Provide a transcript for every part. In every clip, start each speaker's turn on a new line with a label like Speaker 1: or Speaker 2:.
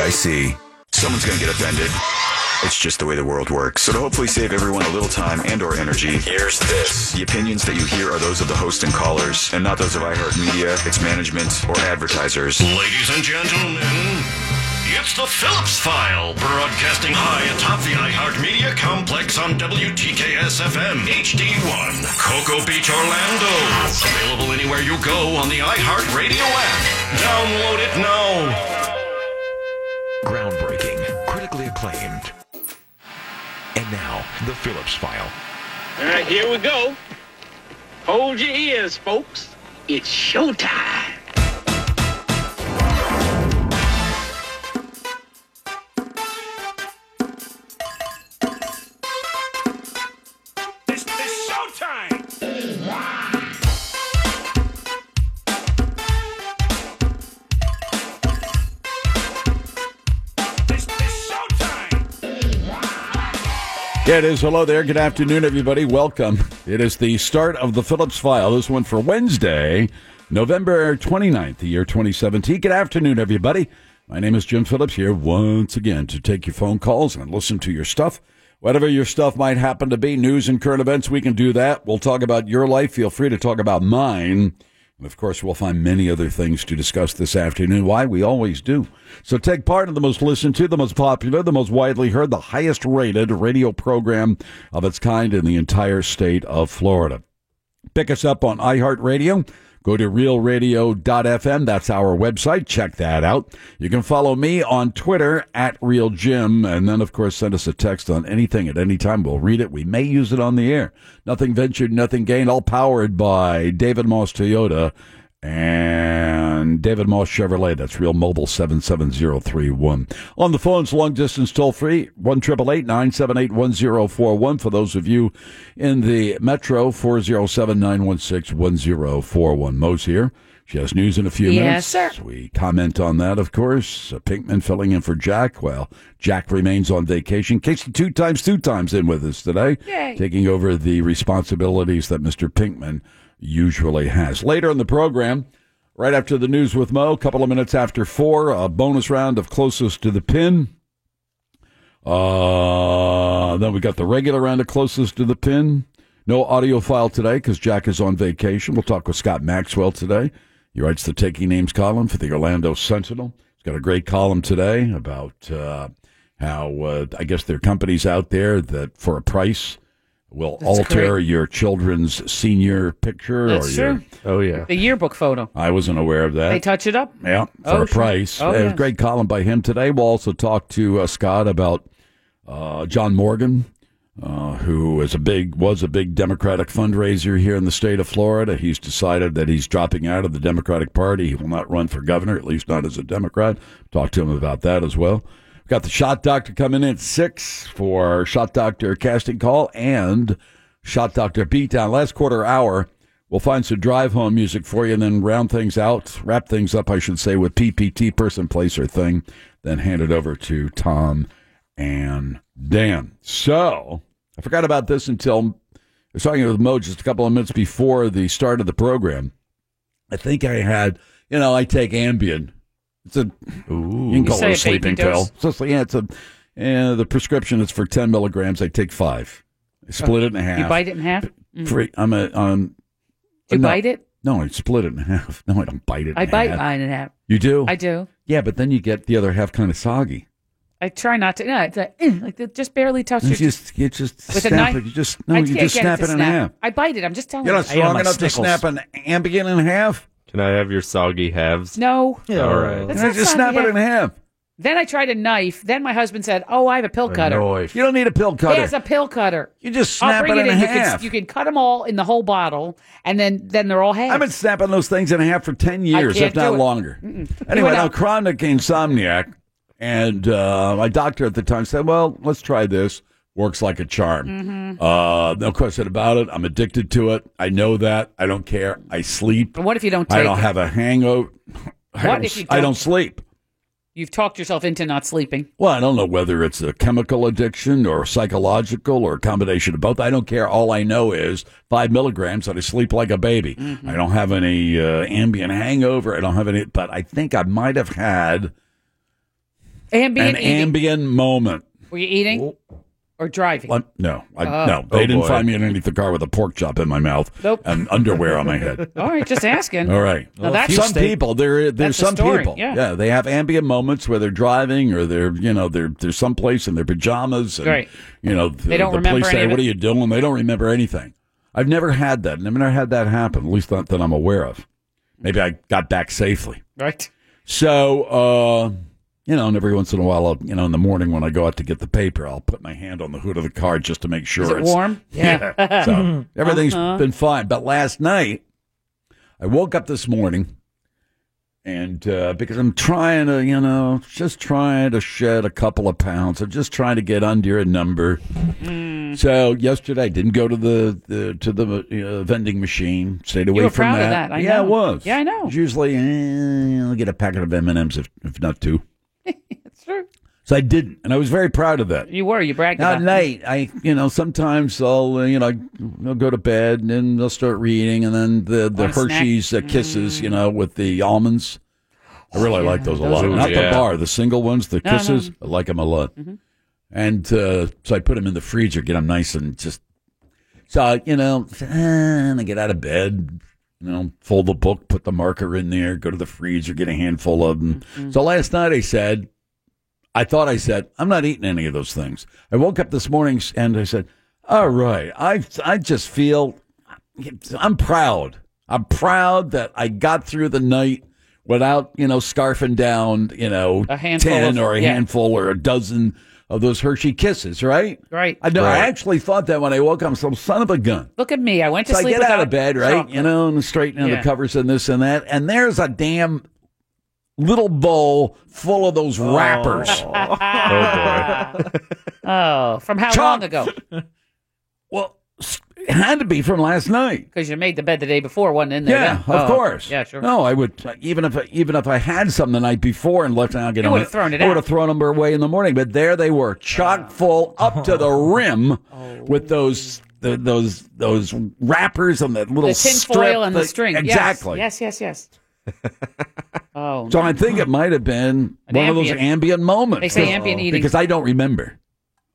Speaker 1: DIC. Someone's going to get offended. It's just the way the world works. So to hopefully save everyone a little time and or energy, here's this. The opinions that you hear are those of the host and callers, and not those of iHeartMedia, its management, or advertisers.
Speaker 2: Ladies and gentlemen, it's the Phillips File, broadcasting high atop the iHeartMedia complex on WTKS FM HD1, Cocoa Beach, Orlando. Available anywhere you go on the iHeartRadio app. Download it now.
Speaker 3: Groundbreaking, critically acclaimed. And now, the Phillips File.
Speaker 4: All right, here we go. Hold your ears, folks. It's showtime.
Speaker 5: It's, it's showtime! It's, it's showtime!
Speaker 6: Yeah, it is. Hello there. Good afternoon, everybody. Welcome. It is the start of the Phillips File. This one for Wednesday, November 29th, the year 2017. Good afternoon, everybody. My name is Jim Phillips here once again to take your phone calls and listen to your stuff. Whatever your stuff might happen to be, news and current events, we can do that. We'll talk about your life. Feel free to talk about mine. And of course, we'll find many other things to discuss this afternoon. Why? We always do. So take part in the most listened to, the most popular, the most widely heard, the highest rated radio program of its kind in the entire state of Florida. Pick us up on iHeartRadio. Go to realradio.fm. That's our website. Check that out. You can follow me on Twitter at RealJim. And then, of course, send us a text on anything at any time. We'll read it. We may use it on the air. Nothing ventured, nothing gained. All powered by David Moss Toyota and David Moss Chevrolet. That's Real Mobile 77031. On the phones, long distance toll free, 1 978 1041. For those of you in the metro, 407 916 1041. Mo's here. She has news in a few
Speaker 7: Yes,
Speaker 6: minutes.
Speaker 7: sir.
Speaker 6: We comment on that, of course. Uh, Pinkman filling in for Jack while Jack remains on vacation. Casey two times, two times in with us today,
Speaker 7: Yay.
Speaker 6: taking over the responsibilities that Mr. Pinkman usually has. Later in the program, right after the news with Mo, a couple of minutes after four, a bonus round of closest to the pin. Uh, then we got the regular round of closest to the pin. No audio file today because Jack is on vacation. We'll talk with Scott Maxwell today. He writes the Taking Names column for the Orlando Sentinel. He's got a great column today about uh, how uh, I guess there are companies out there that for a price will
Speaker 7: That's
Speaker 6: alter
Speaker 7: correct.
Speaker 6: your children's senior picture or
Speaker 7: That's
Speaker 6: your.
Speaker 7: true.
Speaker 8: Oh yeah.
Speaker 7: The yearbook photo.
Speaker 6: I wasn't aware of that.
Speaker 7: They touch it up.
Speaker 6: Yeah, for
Speaker 7: Oh, sure.
Speaker 6: a price.
Speaker 7: Oh,
Speaker 6: Uh,
Speaker 7: yes.
Speaker 6: Great column by him today. We'll also talk to uh, Scott about uh, John Morgan, uh, who is a big was a big Democratic fundraiser here in the state of Florida. He's decided that he's dropping out of the Democratic Party. He will not run for governor, at least not as a Democrat. Talk to him about that as well. We've got the shot doctor coming in at six for shot doctor casting call and shot doctor beatdown. Last quarter hour. We'll find some drive home music for you and then round things out, wrap things up, I should say, with PPT, person, place, or thing, then hand it over to Tom and Dan. So I forgot about this until I was talking with Mo just a couple of minutes before the start of the program. I think I had, you know, I take Ambien. It's a
Speaker 8: Ooh.
Speaker 6: you can call
Speaker 7: say
Speaker 6: it
Speaker 7: a
Speaker 6: a sleeping
Speaker 7: baby dose.
Speaker 6: pill. So, it's like, yeah, it's a uh, the prescription is for ten milligrams. I take five. I split it in half.
Speaker 7: You bite it in half. Mm. Do
Speaker 6: Free. I'm a um.
Speaker 7: Mm-hmm. you
Speaker 6: no.
Speaker 7: bite it?
Speaker 6: No, I split it in half. No, I don't bite it. In
Speaker 7: I bite
Speaker 6: half.
Speaker 7: mine in half.
Speaker 6: You do.
Speaker 7: I do.
Speaker 6: yeah, but then you get the other half kind of soggy.
Speaker 7: I try not to. No, it's like, eh, like it just barely touch
Speaker 6: You
Speaker 7: it.
Speaker 6: just, you just
Speaker 7: With a
Speaker 6: snap
Speaker 7: knife-
Speaker 6: it. You just no,
Speaker 7: I
Speaker 6: you
Speaker 7: can't
Speaker 6: just
Speaker 7: get
Speaker 6: snap
Speaker 7: to
Speaker 6: it in
Speaker 7: snap.
Speaker 6: half.
Speaker 7: I bite it. I'm just telling
Speaker 6: You're
Speaker 7: you.
Speaker 6: not
Speaker 8: I ate on
Speaker 6: strong
Speaker 8: my
Speaker 6: enough to
Speaker 8: Snickles.
Speaker 6: snap an Ambien in half.
Speaker 8: Can I have your soggy halves?
Speaker 7: No. That's
Speaker 8: All right.
Speaker 6: You know,
Speaker 7: not
Speaker 6: just
Speaker 7: soggy
Speaker 6: snap it
Speaker 7: half.
Speaker 6: in half.
Speaker 7: Then I tried a knife. Then my husband said, "Oh, I have a pill cutter."
Speaker 6: You don't need a pill
Speaker 7: He
Speaker 6: cutter.
Speaker 7: has a pill cutter.
Speaker 6: you just
Speaker 7: I'll
Speaker 6: snap
Speaker 7: bring
Speaker 6: it in,
Speaker 7: it in. You
Speaker 6: half.
Speaker 7: can, you can cut them all in the whole bottle, and then then they're all half.
Speaker 6: I've been snapping those things in half for 10 years,
Speaker 7: can't
Speaker 6: if not
Speaker 7: do it.
Speaker 6: longer. Anyway,
Speaker 7: went
Speaker 6: now
Speaker 7: out-
Speaker 6: chronic insomniac, and uh, my doctor at the time said, well, let's try this. Works like a charm.
Speaker 7: Mm-hmm.
Speaker 6: Uh, no question about it. I'm addicted to it. I know that. I don't care. I sleep.
Speaker 7: But what if you don't take
Speaker 6: I don't
Speaker 7: it?
Speaker 6: have a hangover. I,
Speaker 7: What
Speaker 6: don't,
Speaker 7: if you
Speaker 6: s- I
Speaker 7: don't-
Speaker 6: don't sleep.
Speaker 7: You've talked yourself into not sleeping.
Speaker 6: Well, I don't know whether it's a chemical addiction or psychological or a combination of both. I don't care. All I know is five milligrams and I sleep like a baby.
Speaker 7: Mm-hmm.
Speaker 6: I don't have any uh, ambient hangover. I don't have any, but I think I might have had
Speaker 7: Ambient
Speaker 6: An
Speaker 7: eating.
Speaker 6: ambient moment.
Speaker 7: Were you eating or driving?
Speaker 6: Um, no, I,
Speaker 7: Oh.
Speaker 6: no, they
Speaker 8: Oh,
Speaker 6: didn't
Speaker 8: boy.
Speaker 6: find me underneath the car with a pork chop in my mouth
Speaker 7: Nope.
Speaker 6: and underwear on my head.
Speaker 7: All right, just asking.
Speaker 6: All right.
Speaker 7: Now that's-
Speaker 6: some
Speaker 7: Steak.
Speaker 6: people. There, there's
Speaker 7: That's a
Speaker 6: some
Speaker 7: story,
Speaker 6: people.
Speaker 7: yeah.
Speaker 6: they have ambient moments where they're driving or they're, you know, they're they're someplace in their pajamas. And,
Speaker 7: Right.
Speaker 6: You know, the,
Speaker 7: They don't
Speaker 6: the
Speaker 7: remember
Speaker 6: police
Speaker 7: any
Speaker 6: say,
Speaker 7: of
Speaker 6: "What
Speaker 7: it."
Speaker 6: are you doing?" They don't remember anything. I've never had that. I've never had that happen. At least not that I'm aware of. Maybe I got back safely.
Speaker 7: Right.
Speaker 6: So, uh, you know, and every once in a while, I'll, you know, in the morning when I go out to get the paper, I'll put my hand on the hood of the car just to make sure
Speaker 7: Is it
Speaker 6: it's
Speaker 7: warm? Yeah.
Speaker 6: so everything's
Speaker 7: Uh-huh.
Speaker 6: been fine. But last night, I woke up this morning, and uh, because I'm trying to, you know, just trying to shed a couple of pounds, I'm just trying to get under a number.
Speaker 5: Mm.
Speaker 7: Mm.
Speaker 6: So yesterday, I didn't go to the, the to the uh, vending machine. Stayed away
Speaker 7: were
Speaker 6: from
Speaker 7: proud of
Speaker 6: that.
Speaker 7: that, I
Speaker 6: yeah,
Speaker 7: know.
Speaker 6: it was.
Speaker 7: Yeah, I know.
Speaker 6: Usually, eh, I'll get a packet of M and M's if if not two.
Speaker 7: That's true.
Speaker 6: So I didn't, and I was very proud of that.
Speaker 7: You were. You bragged
Speaker 6: Now
Speaker 7: about
Speaker 6: at
Speaker 7: it.
Speaker 6: night, I you know sometimes I'll uh, you know I'll go to bed and then I'll start reading, and then the the
Speaker 7: Want a snack?
Speaker 6: Hershey's uh, kisses, you know, with the almonds. I really like those a lot.
Speaker 8: are
Speaker 6: Not
Speaker 8: good.
Speaker 6: the bar, the single ones, the
Speaker 7: No, Mm-hmm. no.
Speaker 6: kisses. I like them a lot. And uh, so I put them in the freezer, get them nice and just so I, you know. And I get out of bed, you know, fold the book, put the marker in there, go to the freezer, get a handful of them.
Speaker 7: Mm-hmm.
Speaker 6: So last night I said, I thought I said, I'm not eating any of those things. I woke up this morning and I said, all right, I, I just feel I'm proud. I'm proud that I got through the night without, you know, scarfing down, you know,
Speaker 7: A handful
Speaker 6: 10
Speaker 7: of-
Speaker 6: or a
Speaker 7: yeah.
Speaker 6: handful or a dozen of those Hershey kisses, right?
Speaker 7: Right.
Speaker 6: I know. I
Speaker 8: Right.
Speaker 6: actually thought that when I woke up, I'm some son of a gun.
Speaker 7: Look at me. I went to
Speaker 6: So I
Speaker 7: sleep
Speaker 6: get out
Speaker 7: without
Speaker 6: of bed, right?
Speaker 7: chocolate.
Speaker 6: You know, and straighten out
Speaker 7: Yeah.
Speaker 6: the covers and this and that. And there's a damn little bowl full of those wrappers.
Speaker 8: Oh boy.
Speaker 7: Oh, from how
Speaker 6: Choc-
Speaker 7: long ago?
Speaker 6: Well, s- it had to be from last night.
Speaker 7: Because you made the bed the day before, wasn't in there.
Speaker 6: Yeah,
Speaker 7: then?
Speaker 6: of
Speaker 7: Oh,
Speaker 6: course.
Speaker 7: Yeah, sure.
Speaker 6: No, I would even if I, even if I had some the night before and left out, you know,
Speaker 7: would've thrown it
Speaker 6: I
Speaker 7: out. Oh.
Speaker 6: would have thrown them away in the morning. But there they were, chock full up to the rim with those the, those those wrappers and that little
Speaker 7: The tin
Speaker 6: strip
Speaker 7: foil and the
Speaker 6: that-
Speaker 7: string. Yes,
Speaker 6: Exactly.
Speaker 7: Yes, yes, yes. oh,
Speaker 6: So I think it might have been
Speaker 7: An
Speaker 6: one of those
Speaker 7: ambient-
Speaker 6: ambient moments.
Speaker 7: they say
Speaker 6: because-
Speaker 7: ambient eating.
Speaker 6: because I don't remember.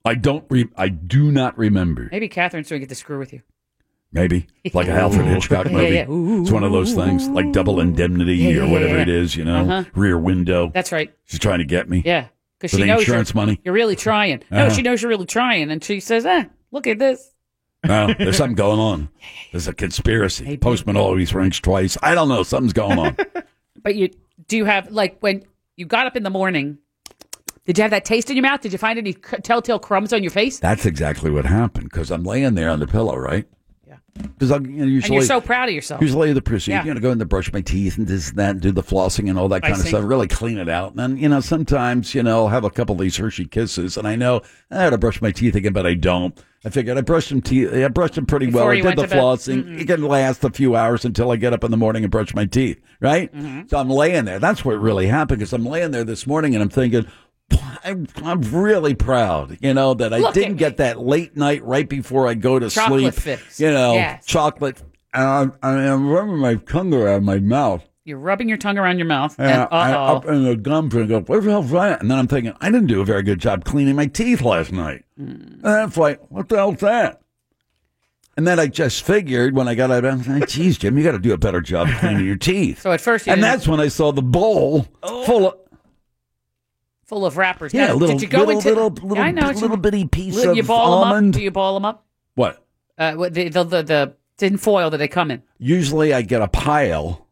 Speaker 6: I don't re- I do not remember.
Speaker 7: Maybe Catherine's doing it to screw with you.
Speaker 6: Maybe it's like a Alfred Hitchcock
Speaker 7: Yeah,
Speaker 6: movie.
Speaker 7: yeah. Ooh,
Speaker 6: It's one of those things, like Double Indemnity
Speaker 7: Yeah,
Speaker 6: or
Speaker 7: yeah,
Speaker 6: whatever
Speaker 7: yeah.
Speaker 6: it is. You know,
Speaker 7: Uh-huh.
Speaker 6: Rear Window.
Speaker 7: That's right.
Speaker 6: She's trying to get me
Speaker 7: Yeah, because
Speaker 6: for
Speaker 7: she
Speaker 6: the
Speaker 7: knows
Speaker 6: insurance
Speaker 7: you're,
Speaker 6: money.
Speaker 7: you're really trying. No,
Speaker 6: Uh-huh.
Speaker 7: she knows you're really trying, and she says, "Ah, look at this."
Speaker 6: No, there's something going on. There's a conspiracy. Postman always rings twice. I don't know. Something's going on.
Speaker 7: But you do you have like when you got up in the morning? Did you have that taste in your mouth? Did you find any c- telltale crumbs on your face?
Speaker 6: That's exactly what happened because I'm laying there on the pillow, right?
Speaker 7: Yeah.
Speaker 6: Because I'm you know,
Speaker 7: And you're
Speaker 6: usually
Speaker 7: so proud of yourself.
Speaker 6: Usually the procedure,
Speaker 7: Yeah.
Speaker 6: you know, go in there, brush my teeth and this and that, and do the flossing and all that kind of
Speaker 7: see.
Speaker 6: stuff, really clean it out. And then, you know, sometimes, you know, I'll have a couple of these Hershey kisses and I know I ought to brush my teeth again, but I don't. I figured I brushed them teeth. I brushed them pretty
Speaker 7: Before
Speaker 6: well. I
Speaker 7: you
Speaker 6: did
Speaker 7: went
Speaker 6: the
Speaker 7: to bed. Mm-hmm.
Speaker 6: flossing. It can last a few hours until I get up in the morning and brush my teeth, right?
Speaker 7: Mm-hmm.
Speaker 6: So I'm laying there. That's what really happened because I'm laying there this morning and I'm thinking, I'm, I'm really proud, you know, that I
Speaker 7: Look at
Speaker 6: didn't
Speaker 7: me.
Speaker 6: get that late night right before I go to
Speaker 7: Chocolate
Speaker 6: sleep.
Speaker 7: fix.
Speaker 6: You know,
Speaker 7: Yes.
Speaker 6: chocolate. And I'm, I mean, I'm rubbing my tongue around my mouth.
Speaker 7: You're rubbing your tongue around your mouth.
Speaker 6: And
Speaker 7: and,
Speaker 6: I,
Speaker 7: uh-oh.
Speaker 6: up in the gum and go, where the hell's that? And then I'm thinking, I didn't do a very good job cleaning my teeth last night.
Speaker 7: Mm.
Speaker 6: And that's like, what the hell's that? And then I just figured when I got out of bed, I was like, geez, Jim, you got to do a better job cleaning your teeth.
Speaker 7: so at first, you
Speaker 6: and
Speaker 7: didn't- Oh.
Speaker 6: that's when I saw the bowl full of,
Speaker 7: full of wrappers.
Speaker 6: yeah,
Speaker 7: Now,
Speaker 6: little,
Speaker 7: did you go
Speaker 6: little,
Speaker 7: into
Speaker 6: little, little,
Speaker 7: I know,
Speaker 6: little bitty piece
Speaker 7: Little-
Speaker 6: of
Speaker 7: you ball 'em
Speaker 6: almond.
Speaker 7: up? Do you ball them up?
Speaker 6: What?
Speaker 7: Uh, what- the, the the the tin foil that they come in
Speaker 6: Usually I get a pile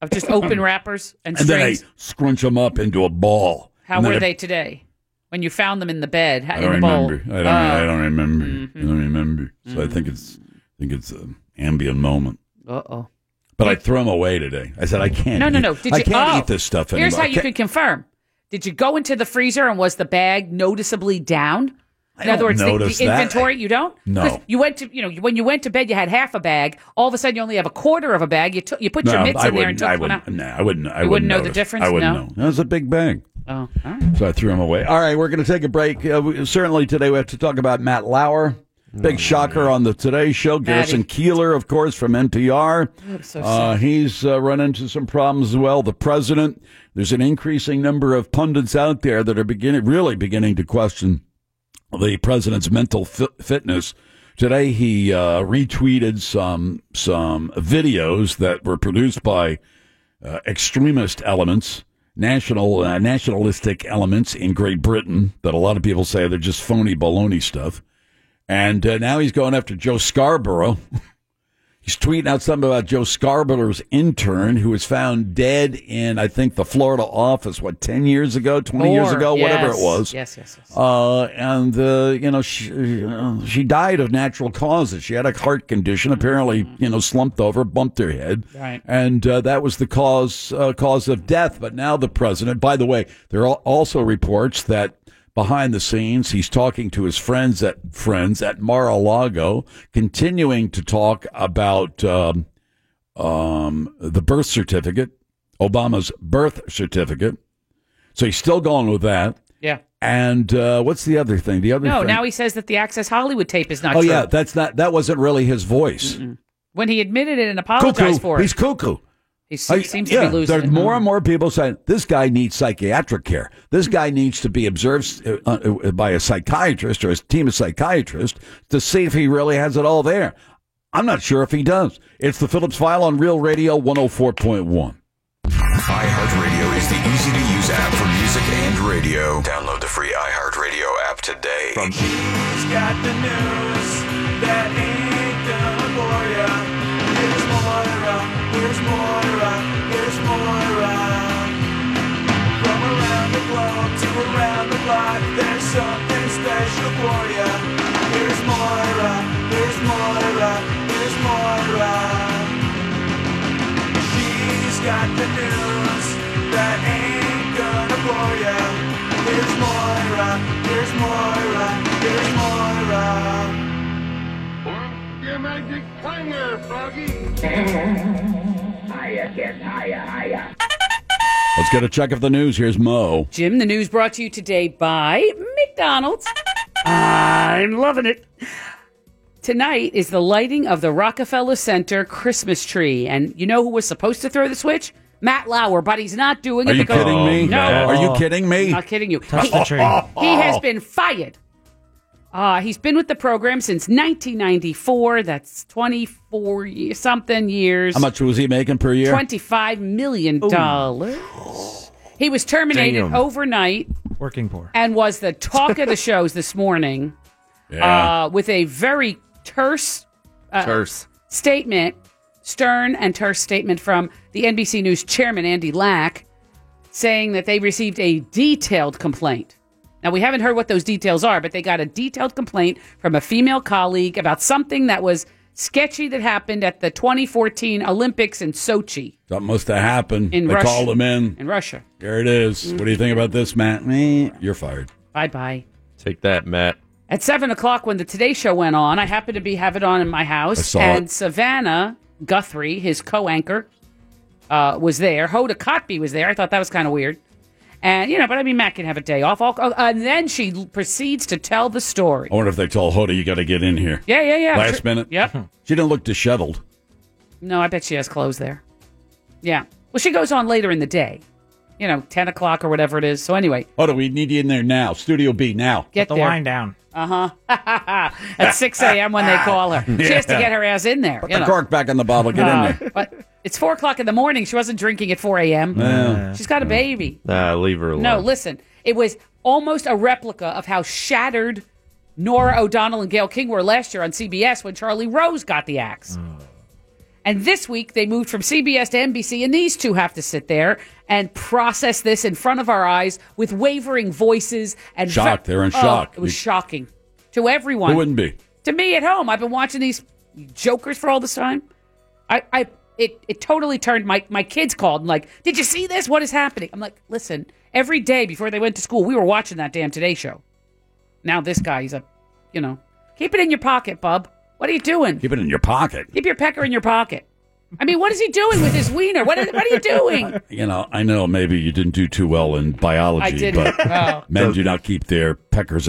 Speaker 7: of just open wrappers and
Speaker 6: and then I
Speaker 7: strings.
Speaker 6: scrunch them up into a ball.
Speaker 7: How
Speaker 6: And then
Speaker 7: were
Speaker 6: I
Speaker 7: they today? When you found them in the bed,
Speaker 6: I
Speaker 7: in
Speaker 6: don't
Speaker 7: the bowl. Uh,
Speaker 6: remember. I don't. I
Speaker 7: Oh.
Speaker 6: don't remember.
Speaker 7: Mm-hmm.
Speaker 6: I don't remember. So I think it's. I think it's an ambient moment.
Speaker 7: Uh oh.
Speaker 6: But I threw them away today. I said I can't.
Speaker 7: No, no,
Speaker 6: eat-
Speaker 7: no. Did
Speaker 6: I
Speaker 7: you?
Speaker 6: can't
Speaker 7: oh,
Speaker 6: eat this stuff anymore.
Speaker 7: Here's how
Speaker 6: I
Speaker 7: you
Speaker 6: can't-
Speaker 7: could confirm. Did you go into the freezer and was the bag noticeably down?
Speaker 6: I
Speaker 7: In other
Speaker 6: don't
Speaker 7: words, the,
Speaker 6: notice
Speaker 7: the
Speaker 6: that.
Speaker 7: inventory you don't. 'Cause
Speaker 6: No.
Speaker 7: you went to you know when you went to bed you had half a bag. All of a sudden you only have a quarter of a bag. You took you put your
Speaker 6: No,
Speaker 7: mitts
Speaker 6: I
Speaker 7: in there and
Speaker 6: wouldn't.
Speaker 7: took
Speaker 6: I
Speaker 7: one
Speaker 6: wouldn't.
Speaker 7: out.
Speaker 6: No, I wouldn't. I
Speaker 7: You wouldn't know the
Speaker 6: notice.
Speaker 7: difference?
Speaker 6: I wouldn't
Speaker 7: No?
Speaker 6: know. That was a big bang.
Speaker 7: Oh, all right.
Speaker 6: So I threw them away. All right, we're going to take a break. Uh, we, certainly today we have to talk about Matt Lauer. Big shocker on the Today Show. Garrison Keeler, of course, from NPR.
Speaker 9: I'm so
Speaker 6: Uh, he's uh, run into some problems as well. The president. There's an increasing number of pundits out there that are beginning, really beginning to question the president's mental fi- fitness. Today, he uh, retweeted some some videos that were produced by uh, extremist elements, national uh, nationalistic elements in Great Britain that a lot of people say they're just phony baloney stuff. And uh, now he's going after Joe Scarborough. he's tweeting out something about Joe Scarborough's intern who was found dead in, I think, the Florida office, what, 10 years ago, 20 years
Speaker 7: Or-
Speaker 6: ago, whatever it
Speaker 7: yes,
Speaker 6: was.
Speaker 7: Yes, yes, yes.
Speaker 6: Uh, and uh, you know she uh, she died of natural causes. She had a heart condition. Apparently, you know, slumped over, bumped her head,
Speaker 7: Right.
Speaker 6: and uh, that was the cause uh, cause of death. But now the president. By the way, there are also reports that behind the scenes he's talking to his friends at friends at Mar-a-Lago, continuing to talk about um, um, the birth certificate, Obama's birth certificate. So he's still going with that.
Speaker 7: Yeah.
Speaker 6: And uh, what's the other thing? The other
Speaker 7: No,
Speaker 6: thing.
Speaker 7: now he says that the Access Hollywood tape is not
Speaker 6: oh
Speaker 7: true.
Speaker 6: yeah, that's not that wasn't really his voice.
Speaker 7: When he admitted it and apologized
Speaker 6: cuckoo.
Speaker 7: for it.
Speaker 6: He's cuckoo.
Speaker 7: He se-
Speaker 6: I-
Speaker 7: seems
Speaker 6: yeah,
Speaker 7: to be losing.
Speaker 6: There's
Speaker 7: it. Mm.
Speaker 6: more and more people saying this guy needs psychiatric care. This guy needs to be observed uh, uh, by a psychiatrist or his team of psychiatrists to see if he really has it all there. I'm not sure if he does. It's the Phillips File on Real Radio 104.1.
Speaker 1: iHeartRadio is the easy to use app for music and radio. Download the free iHeartRadio app today.
Speaker 5: He's got the news that ain't gonna bore ya. Here's Moira, here's Moira, here's Moira. From around the globe to around the block, there's something special for ya. Here's Moira, here's Moira, here's Moira. She's got the news that ain't gonna bore ya. Here's Moira, here's Moira, here's Moira. Your magic clanger, Froggy. higher, kid, higher, higher.
Speaker 6: Let's get a check of the news. Here's Mo.
Speaker 7: Jim, Mm, the news brought to you today by McDonald's. I'm loving it. Tonight is the lighting of the Rockefeller Center Christmas tree, and you know who was supposed to throw the switch? Matt Lauer, but he's not doing
Speaker 6: Are
Speaker 7: it
Speaker 6: you
Speaker 7: because
Speaker 6: kidding me?
Speaker 7: No,
Speaker 6: Are you kidding me? Oh.
Speaker 7: I'm not kidding you.
Speaker 6: Touch the tree.
Speaker 7: he has been fired. Uh, he's been with the program since 1994. That's 24 ye- something years.
Speaker 6: How much was he making per year?
Speaker 7: $25 million. He was terminated
Speaker 6: Damn.
Speaker 7: overnight
Speaker 10: Working poor.
Speaker 7: and was the talk of the shows this morning
Speaker 10: Yeah.
Speaker 7: uh, with a very terse, uh,
Speaker 11: Terse.
Speaker 7: statement, stern and terse statement from the NBC News chairman, Andy Lack, saying that they received a detailed complaint. Now, we haven't heard what those details are, but they got a detailed complaint from a female colleague about something that was sketchy that happened at the 2014 Olympics in Sochi,
Speaker 6: Something must have happened.
Speaker 7: In
Speaker 6: they
Speaker 7: Russia.
Speaker 6: called him in.
Speaker 7: in Russia.
Speaker 6: Here it is. What do you think about this, Matt? Me, You're fired.
Speaker 7: Bye bye.
Speaker 11: Take that, Matt.
Speaker 7: At seven o'clock, when the Today Show went on, I happened to be have it on in my house,
Speaker 11: I saw
Speaker 7: and
Speaker 11: it.
Speaker 7: Savannah Guthrie, his co-anchor, uh, was there. Hoda Kotb was there. I thought that was kind of weird, and you know, but I mean, Matt can have a day off. I'll, oh, and then she l- proceeds to tell the story.
Speaker 6: I wonder if they told Hoda you got to get in here.
Speaker 7: Yeah, yeah, yeah. Sure.
Speaker 6: Last minute.
Speaker 7: Yep.
Speaker 6: She didn't look disheveled.
Speaker 7: No, I bet she has clothes there. Yeah. Well, she goes on later in the day, you know, ten o'clock or whatever it is. So anyway,
Speaker 6: Hoda, we need you in there now. Studio B now.
Speaker 7: Get Put the there. wine
Speaker 10: down.
Speaker 7: uh huh. At six a.m. when they call her, she has to
Speaker 6: Yeah.
Speaker 7: get her ass in there.
Speaker 6: Put
Speaker 7: you
Speaker 6: the
Speaker 7: know.
Speaker 6: cork back in the bottle. Get
Speaker 7: Uh,
Speaker 6: in there.
Speaker 7: but it's four o'clock in the morning. She wasn't drinking at four a.m.
Speaker 6: Yeah.
Speaker 7: She's got a baby.
Speaker 11: Nah, leave her alone.
Speaker 7: No, listen. It was almost a replica of how shattered Nora O'Donnell and Gail King were last year on CBS when Charlie Rose got the axe.
Speaker 6: Oh.
Speaker 7: And this week they moved from CBS to NBC, and these two have to sit there and process this in front of our eyes with wavering voices and
Speaker 6: Shock. They're in
Speaker 7: Oh,
Speaker 6: shock.
Speaker 7: It was
Speaker 6: You-
Speaker 7: shocking to everyone
Speaker 6: Who wouldn't be?
Speaker 7: to me at home. I've been watching these jokers for all this time. I, I it, it totally turned my my kids called and like, did you see this? What is happening? I'm like, listen, every day before they went to school, we were watching that damn Today Show. Now this guy, he's a, you know, keep it in your pocket, bub. What are you doing?
Speaker 6: Keep it in your pocket.
Speaker 7: Keep your pecker in your pocket. I mean, what is he doing with his wiener? What are, what are you doing?
Speaker 6: You know, I know maybe you didn't do too well in biology,
Speaker 7: I didn't.
Speaker 6: but
Speaker 7: Oh.
Speaker 6: men do not keep their peckers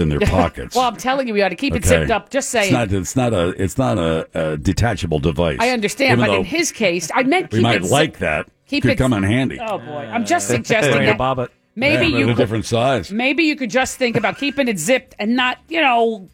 Speaker 6: in their pockets.
Speaker 7: well, I'm telling you, we ought to keep it
Speaker 6: Okay.
Speaker 7: zipped up. Just saying.
Speaker 6: It's not, it's not a it's not a, a detachable device.
Speaker 7: I understand,
Speaker 6: Even
Speaker 7: but
Speaker 6: though
Speaker 7: in his case, I meant
Speaker 6: we
Speaker 7: keep
Speaker 6: might
Speaker 7: it zip-
Speaker 6: like that.
Speaker 7: Keep
Speaker 6: could
Speaker 7: it
Speaker 6: come in handy.
Speaker 7: Oh boy, I'm just suggesting that maybe
Speaker 6: Yeah,
Speaker 7: you
Speaker 6: a
Speaker 7: could,
Speaker 6: different size.
Speaker 7: maybe you could just think about keeping it zipped and not, you know,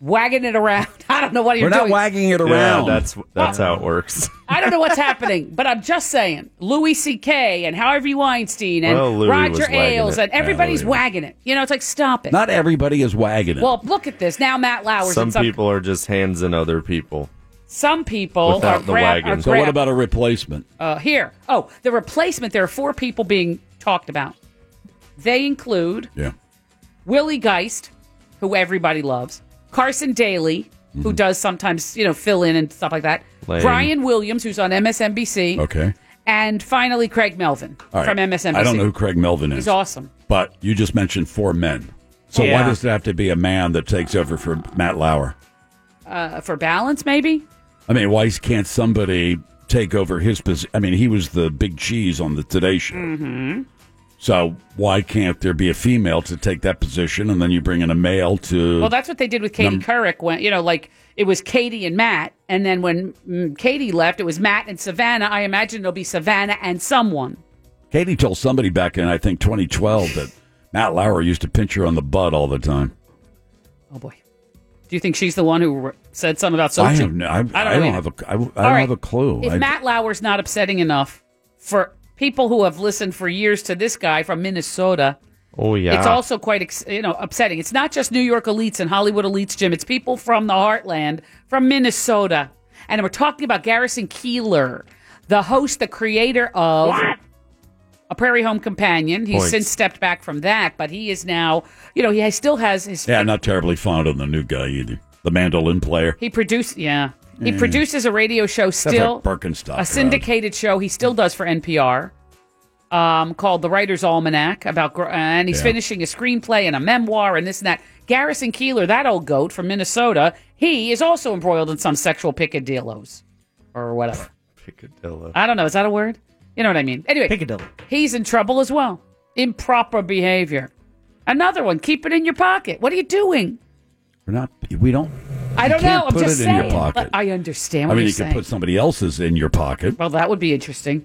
Speaker 7: wagging it around. I don't know what you're
Speaker 11: We're not
Speaker 7: doing.
Speaker 11: wagging it
Speaker 6: around.
Speaker 11: that's that's how it works.
Speaker 7: I don't know what's happening, but I'm just saying Louis C.K. and Harvey Weinstein and
Speaker 11: Well, Louis was
Speaker 7: Roger
Speaker 6: wagging
Speaker 7: Ailes
Speaker 6: it.
Speaker 7: and
Speaker 6: Yeah,
Speaker 7: everybody's
Speaker 6: Louis.
Speaker 7: wagging it. You know, it's like stop it.
Speaker 6: Not everybody is wagging it.
Speaker 7: well, look at this now. Matt Lauer's
Speaker 11: Some
Speaker 7: and some
Speaker 11: people are just hands in other people.
Speaker 7: some people
Speaker 11: Without
Speaker 7: are
Speaker 11: the
Speaker 7: grab-
Speaker 11: wagon.
Speaker 7: are
Speaker 11: So what
Speaker 7: grab-
Speaker 6: about a replacement?
Speaker 7: Uh, here. Oh, the replacement. There are four people being talked about. They include
Speaker 6: Yeah.
Speaker 7: Willie Geist, who everybody loves, Carson Daly, who does sometimes you know fill in and stuff like that,
Speaker 6: Mm-hmm. Lame.
Speaker 7: Brian Williams, who's on MSNBC,
Speaker 6: Okay.
Speaker 7: and finally Craig Melvin
Speaker 6: All right.
Speaker 7: from MSNBC.
Speaker 6: I don't know who Craig Melvin is.
Speaker 7: He's awesome.
Speaker 6: But you just mentioned four men. So why
Speaker 7: Yeah.
Speaker 6: does it have to be a man that takes over for Matt Lauer?
Speaker 7: Uh, for balance, maybe.
Speaker 6: I mean, why can't somebody take over his position? I mean, he was the big cheese on the Today Show.
Speaker 7: Mm-hmm.
Speaker 6: So why can't there be a female to take that position, and then you bring in a male to?
Speaker 7: Well, that's what they did with Katie
Speaker 6: Num-
Speaker 7: Couric when you know, like it was Katie and Matt, and then when mm, Katie left, it was Matt and Savannah. I imagine it'll be Savannah and someone.
Speaker 6: Katie told somebody back in I think 2012 that Matt Lauer used to pinch her on the butt all the time.
Speaker 7: Oh boy, do you think she's the one who re- said something about Sochi?
Speaker 6: I have no, I, I don't,
Speaker 7: either.
Speaker 6: have a, I, I don't
Speaker 7: All right.
Speaker 6: have a clue.
Speaker 7: If
Speaker 6: I-
Speaker 7: Matt Lauer's not upsetting enough for people who have listened for years to this guy from Minnesota,
Speaker 11: Oh yeah.
Speaker 7: it's also quite ex- you know upsetting. It's not just New York elites and Hollywood elites, Jim. It's people from the heartland, from Minnesota, and we're talking about Garrison Keeler, the host, the creator of. A Prairie Home Companion. He's
Speaker 6: Points.
Speaker 7: since stepped back from that, but he is now, you know, he has- still has his
Speaker 6: yeah, I'm not terribly fond of the new guy either, the mandolin player.
Speaker 7: He produced, yeah. He
Speaker 6: Yeah.
Speaker 7: produces a radio show
Speaker 6: That's
Speaker 7: still,
Speaker 6: a Birkenstock.
Speaker 7: a syndicated show he
Speaker 6: Mm.
Speaker 7: still does for NPR, um, called The Writer's Almanac. About gr- and he's
Speaker 9: Yeah.
Speaker 7: finishing a screenplay and a memoir and this and that. Garrison Keeler, that old goat from Minnesota, he is also embroiled in some sexual picadillos or whatever.
Speaker 11: Piccadillo.
Speaker 7: I don't know. Is that a word? You know what I mean. Anyway,
Speaker 11: Piccadilly.
Speaker 7: He's in trouble as well. Improper behavior. Another one. Keep it in your pocket. What are you doing?
Speaker 6: We're not. We don't.
Speaker 7: I
Speaker 6: you
Speaker 7: don't
Speaker 6: can't
Speaker 7: know. I'm
Speaker 6: put
Speaker 7: just
Speaker 6: it
Speaker 7: saying.
Speaker 6: in your pocket.
Speaker 7: I understand
Speaker 6: I
Speaker 7: what
Speaker 6: mean,
Speaker 7: you're
Speaker 6: you
Speaker 7: saying.
Speaker 6: could put somebody else's in your pocket.
Speaker 7: Well, that would be interesting.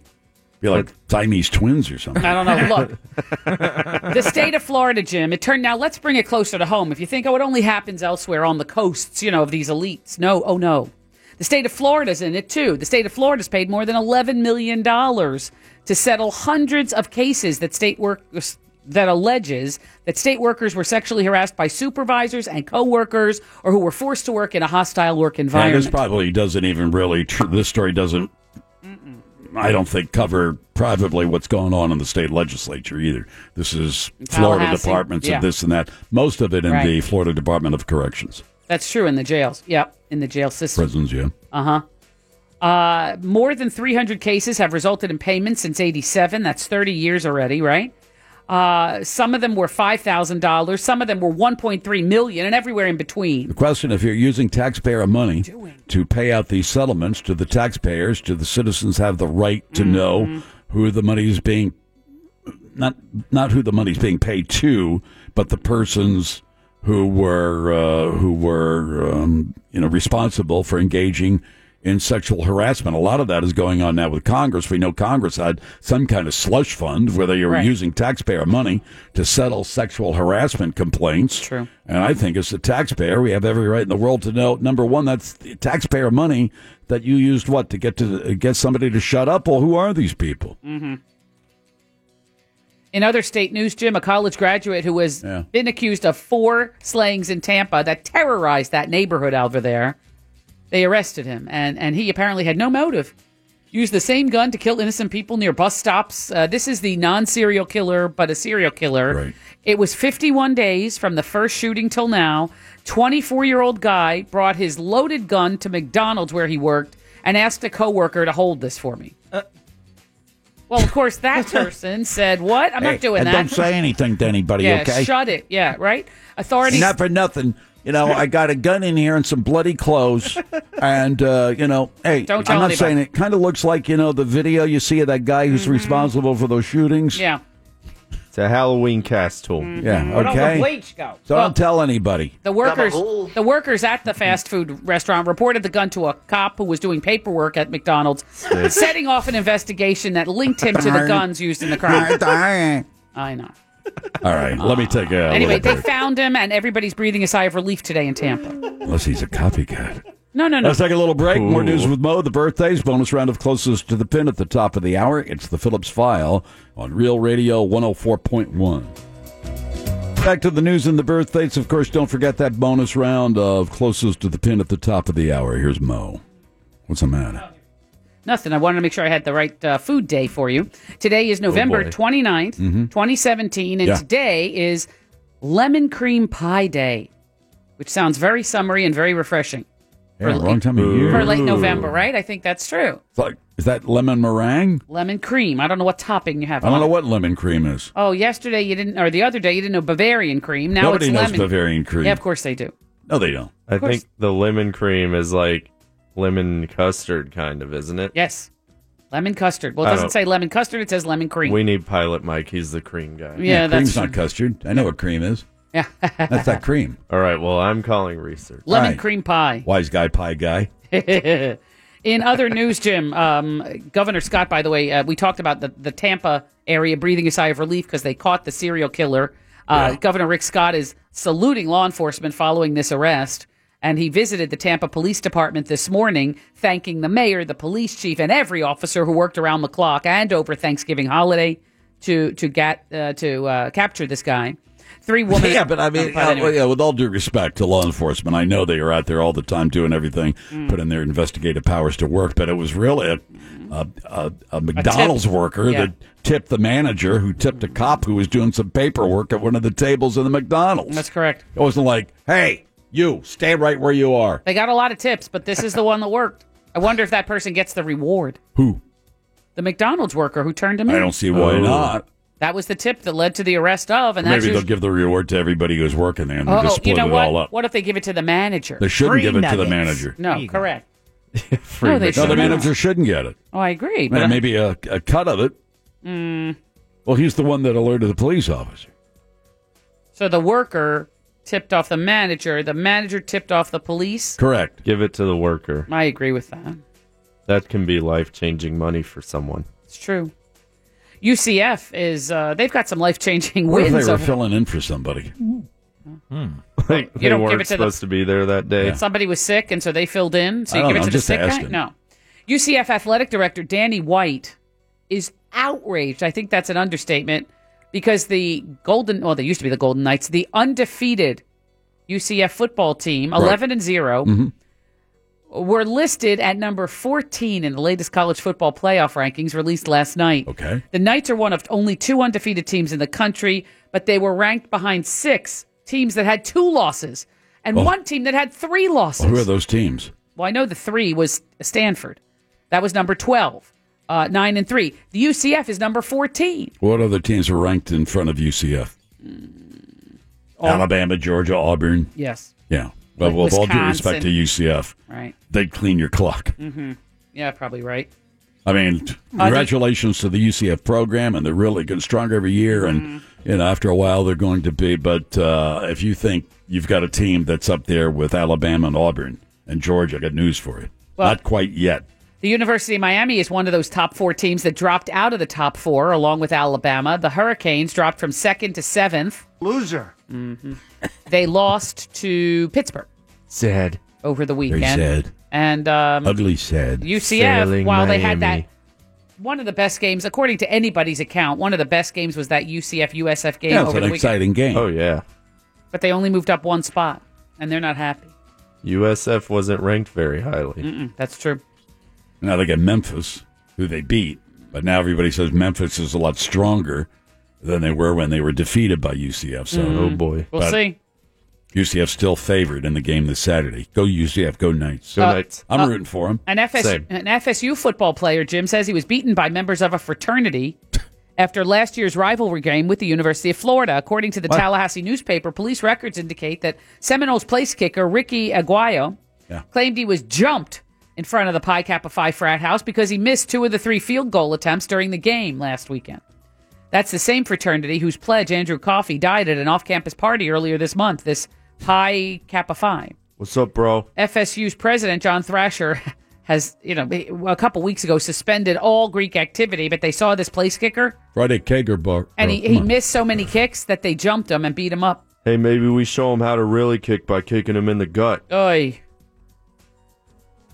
Speaker 6: Be like Siamese twins or something.
Speaker 7: I don't know. Look, the state of Florida, Jim. It turned now. Let's bring it closer to home. If you think oh, it only happens elsewhere on the coasts, you know, of these elites. No, oh no, the state of Florida's in it too. The state of Florida's paid more than eleven million dollars to settle hundreds of cases that state workers that alleges that state workers were sexually harassed by supervisors and coworkers, or who were forced to work in a hostile work
Speaker 6: Yeah,
Speaker 7: environment.
Speaker 6: this probably doesn't even really. Tr- this story doesn't. I don't think cover privately what's going on in the state legislature either. This is Florida
Speaker 7: Tallahassee,
Speaker 6: departments
Speaker 7: yeah.
Speaker 6: and this and that. Most of it in
Speaker 7: Right.
Speaker 6: the Florida Department of Corrections,
Speaker 7: That's true in the jails. Yep, in the jail system.
Speaker 6: prisons. Yeah.
Speaker 7: Uh-huh. Uh More than 300 cases have resulted in payments since 87. That's 30 years already, right? Uh, some of them were $5,000. Some of them were 1.3 million and everywhere in between.
Speaker 6: The question: If you're using taxpayer money to pay out these settlements to the taxpayers, do the citizens have the right to know who the money is being not not who the money's being paid to, but the persons who were uh, who were um, you know responsible for engaging in sexual harassment. A lot of that is going on now with Congress. We know Congress had some kind of slush fund where they were
Speaker 10: Right.
Speaker 6: using taxpayer money to settle sexual harassment complaints.
Speaker 7: True.
Speaker 6: And I think as a taxpayer, we have every right in the world to know number one, that's the taxpayer money that you used what to get to get somebody to shut up. Well, who are these people?
Speaker 7: Mm-hmm. In other state news, Jim, a college graduate who has been accused of four slayings in Tampa that terrorized that neighborhood over there, they arrested him, and, and he apparently had no motive. Used the same gun to kill innocent people near bus stops. Uh, this is the non serial killer, but a serial killer. It was 51 days from the first shooting till now. 24 year old guy brought his loaded gun to McDonald's where he worked and asked a coworker to hold this for me. Well, of course, that person said, "What? I'm
Speaker 6: Hey,
Speaker 7: not doing
Speaker 6: and
Speaker 7: that."
Speaker 6: Don't say anything to anybody,
Speaker 7: yeah,
Speaker 6: okay?
Speaker 7: shut it. Yeah, right. Authorities.
Speaker 6: Not for nothing. You know, I got a gun in here and some bloody clothes, and uh, you know, hey,
Speaker 7: Don't tell
Speaker 6: I'm not
Speaker 7: anybody. Mm-hmm.
Speaker 6: saying it. Kind of looks like you know the video you see of that guy who's responsible for those shootings.
Speaker 7: Yeah. Mm-hmm.
Speaker 11: It's a Halloween cast tool.
Speaker 6: Yeah. Okay.
Speaker 7: go?
Speaker 6: So don't tell anybody.
Speaker 7: The workers, the workers at the fast food restaurant reported the gun to a cop who was doing paperwork at McDonald's,
Speaker 6: Sick.
Speaker 7: setting off an investigation that linked him to the guns used in the crime. I know.
Speaker 6: All right, let me take a
Speaker 7: Anyway,
Speaker 6: little
Speaker 7: they found him, and everybody's breathing a sigh of relief today in Tampa.
Speaker 6: break. Unless he's a copycat.
Speaker 7: No, no, no.
Speaker 6: Let's take a little break. More
Speaker 7: Ooh.
Speaker 6: news with Mo, the birthdays, bonus round of closest to the pin at the top of the hour. It's the Phillips File on Real Radio 104.1. Back to the news and the birthdays. Of course, don't forget that bonus round of closest to the pin at the top of the hour. Here's Mo. What's the matter?
Speaker 7: Nothing. I wanted to make sure I had the right uh, food day for you. Today is November
Speaker 6: Oh, boy.
Speaker 7: 29th,
Speaker 6: Mhm.
Speaker 7: 2017, and
Speaker 6: Yeah.
Speaker 7: today is Lemon Cream Pie Day, which sounds very summery and very refreshing
Speaker 6: Yeah, wrong time of year.
Speaker 7: for late November, right? I think that's true.
Speaker 6: It's like, is that lemon meringue?
Speaker 7: Lemon cream. I don't know what topping you have
Speaker 6: I don't
Speaker 7: on
Speaker 6: know
Speaker 7: it.
Speaker 6: what lemon cream is.
Speaker 7: Oh, yesterday you didn't, or the other day you didn't know Bavarian cream. Now
Speaker 6: Nobody
Speaker 7: it's
Speaker 6: knows
Speaker 7: lemon.
Speaker 6: Bavarian cream.
Speaker 7: Yeah, of course they do.
Speaker 6: No, they don't.
Speaker 11: I
Speaker 7: Of course.
Speaker 11: think the lemon cream is like lemon custard, kind of, isn't it?
Speaker 7: Yes, lemon custard. Well, it
Speaker 11: I
Speaker 7: doesn't
Speaker 11: don't-
Speaker 7: say lemon custard; it says lemon cream.
Speaker 11: We need Pilot Mike. He's the cream guy.
Speaker 7: Yeah, Yeah, that's
Speaker 6: Cream's not custard. I know what cream is.
Speaker 7: Yeah.
Speaker 6: That's that cream.
Speaker 11: All right. Well, I'm calling research.
Speaker 7: lemon cream pie.
Speaker 6: Wise guy, pie guy.
Speaker 7: In other news, Jim, um, Governor Scott, by the way, uh, we talked about the, the Tampa area breathing a sigh of relief because they caught the serial killer. Uh, Governor Rick Scott is saluting law enforcement following this arrest. And he visited the Tampa Police Department this morning, thanking the mayor, the police chief, and every officer who worked around the clock and over Thanksgiving holiday to to get uh, to uh, capture this guy. Three women.
Speaker 6: Yeah, but I mean, uh,
Speaker 7: anyway.
Speaker 6: yeah, with all due respect to law enforcement, I know they are out there all the time doing everything,
Speaker 7: Mm.
Speaker 6: putting their investigative powers to work. But it was really a, a, a, a McDonald's worker
Speaker 7: Yeah.
Speaker 6: that tipped the manager, who tipped a cop who was doing some paperwork at one of the tables in the McDonald's.
Speaker 7: That's correct.
Speaker 6: It wasn't like, hey, you stay right where you are.
Speaker 7: They got a lot of tips, but this is the one that worked. I wonder if that person gets the reward.
Speaker 6: Who?
Speaker 7: The McDonald's worker who turned him in.
Speaker 6: I don't see why
Speaker 7: Oh.
Speaker 6: not.
Speaker 7: That was the tip that led to the arrest of, and that's
Speaker 6: Maybe they'll
Speaker 7: usually-
Speaker 6: give the reward to everybody who's working there, and they
Speaker 7: Oh,
Speaker 6: just split
Speaker 7: you know
Speaker 6: it
Speaker 7: what?
Speaker 6: all up.
Speaker 7: What if they give it to the manager?
Speaker 6: They shouldn't Free give it to the nuggets. manager.
Speaker 7: No, correct.
Speaker 6: Free
Speaker 7: No, they
Speaker 6: the
Speaker 7: shouldn't.
Speaker 6: manager shouldn't get it.
Speaker 7: Oh, I agree.
Speaker 6: Yeah,
Speaker 7: But
Speaker 6: maybe a, a cut of it.
Speaker 7: Mm,
Speaker 6: Well, he's the one that alerted the police officer.
Speaker 7: so the worker tipped off the manager. The manager tipped off the police.
Speaker 6: Correct.
Speaker 11: Give it to the worker.
Speaker 7: I agree with that.
Speaker 11: That can be life changing money for someone.
Speaker 7: It's true. UCF is uh, they've got some life changing
Speaker 6: What if
Speaker 7: wins.
Speaker 6: they were
Speaker 7: over-
Speaker 6: filling in for somebody?
Speaker 11: Like,
Speaker 7: You
Speaker 11: they
Speaker 7: don't give
Speaker 11: weren't
Speaker 7: it to the-
Speaker 11: supposed to be there that day.
Speaker 7: Somebody was sick, and so they filled in. So
Speaker 11: I
Speaker 7: you
Speaker 11: don't
Speaker 7: give it
Speaker 11: know,
Speaker 7: to
Speaker 11: I'm
Speaker 7: the
Speaker 11: just
Speaker 7: sick
Speaker 11: asking.
Speaker 7: guy? No. UCF athletic director Danny White is outraged. I think that's an understatement because the Golden, well, they used to be the Golden Knights, the undefeated UCF football team,
Speaker 9: Right.
Speaker 7: 11 and 0,
Speaker 11: Mm-hmm.
Speaker 9: Mhm.
Speaker 7: were listed at number 14 in the latest college football playoff rankings released last night.
Speaker 6: Okay.
Speaker 7: The Knights are one of only two undefeated teams in the country, but they were ranked behind six teams that had two losses and
Speaker 6: Oh.
Speaker 7: one team that had three losses.
Speaker 6: Well, who are those teams?
Speaker 7: Well, I know the three was Stanford. That was number 12, uh, 9 and 3. The UCF is number 14.
Speaker 6: What other teams are ranked in front of UCF? Alabama, Georgia, Auburn.
Speaker 7: Mm. Yes.
Speaker 6: Yeah. But
Speaker 7: Like
Speaker 6: with all due
Speaker 7: Wisconsin.
Speaker 6: respect to UCF,
Speaker 7: Right.
Speaker 6: they'd clean your clock.
Speaker 7: Mm-hmm. Yeah, probably right.
Speaker 6: I mean, t-
Speaker 7: Uh,
Speaker 6: congratulations to the UCF program, and they're really getting stronger every year. And
Speaker 7: Mm-hmm.
Speaker 6: you know, after a while, they're going to be. But uh, if you think you've got a team that's up there with Alabama and Auburn and Georgia, I got news for you.
Speaker 7: Well-
Speaker 6: Not quite yet.
Speaker 7: The University of Miami is one of those top four teams that dropped out of the top four, along with Alabama. The Hurricanes dropped from second to seventh. Loser. hmm they lost to Pittsburgh
Speaker 11: Sad.
Speaker 7: over the weekend.
Speaker 6: sad.
Speaker 7: And um,
Speaker 6: Ugly sad.
Speaker 7: UCF, while they had that one of the best games, according to anybody's account, one of the best games was that UCF USF game
Speaker 6: Yeah, it's
Speaker 7: over
Speaker 6: an
Speaker 7: the weekend.
Speaker 6: exciting game.
Speaker 11: Oh, yeah.
Speaker 7: But they only moved up one spot, and they're not happy.
Speaker 11: USF wasn't ranked very highly.
Speaker 7: Mm-mm, that's true.
Speaker 6: Now they get Memphis, who they beat, but now everybody says Memphis is a lot stronger than they were when they were defeated by UCF. So,
Speaker 7: Mm. Oh, boy. We'll
Speaker 6: But
Speaker 7: see.
Speaker 6: UCF still favored in the game this Saturday. Go UCF, go Knights.
Speaker 7: Go Uh, Knights.
Speaker 6: I'm
Speaker 7: uh,
Speaker 6: rooting for them.
Speaker 7: An, FS, an FSU football player, Jim, says he was beaten by members of a fraternity after last year's rivalry game with the University of Florida. According to the
Speaker 6: What?
Speaker 7: Tallahassee newspaper, police records indicate that Seminoles place kicker Ricky Aguayo
Speaker 6: Yeah.
Speaker 7: claimed he was jumped in front of the Pi Kappa Phi frat house because he missed two of the three field goal attempts during the game last weekend. That's the same fraternity whose pledge, Andrew Coffey, died at an off campus party earlier this month, this Pi Kappa Phi.
Speaker 11: What's up, bro?
Speaker 7: FSU's president John Thrasher has, you know, a couple weeks ago suspended all Greek activity, but they saw this place kicker
Speaker 6: Friday Kager bar.
Speaker 7: and he, he missed so many kicks that they jumped him and beat him up.
Speaker 11: Hey, maybe we show him how to really kick by kicking him in the gut.
Speaker 7: Oy.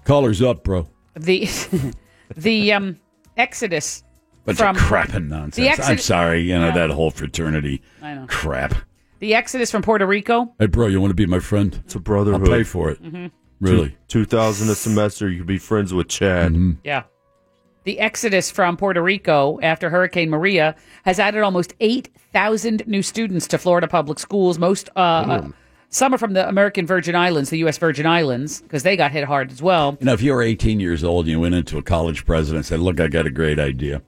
Speaker 6: Callers up, bro.
Speaker 7: The the um exodus
Speaker 6: Bunch
Speaker 7: from
Speaker 6: of crap and nonsense.
Speaker 7: The exit-
Speaker 6: I'm sorry, you know
Speaker 7: No.
Speaker 6: that whole fraternity
Speaker 7: I know.
Speaker 6: crap.
Speaker 7: the exodus from Puerto Rico.
Speaker 6: Hey, bro, you want to be my friend?
Speaker 11: It's a brotherhood.
Speaker 6: I'll pay for it.
Speaker 7: Mhm.
Speaker 6: Really? Mm-hmm.
Speaker 11: two thousand a semester. You could be friends with Chad.
Speaker 7: Yeah. The exodus from Puerto Rico after Hurricane Maria has added almost 8,000 new students to Florida public schools. Most, uh, uh, some are from the American Virgin Islands, the U.S. Virgin Islands, because they got hit hard as well.
Speaker 6: You know, if you were 18 years old and you went into a college president and said, "Look, I got a great idea.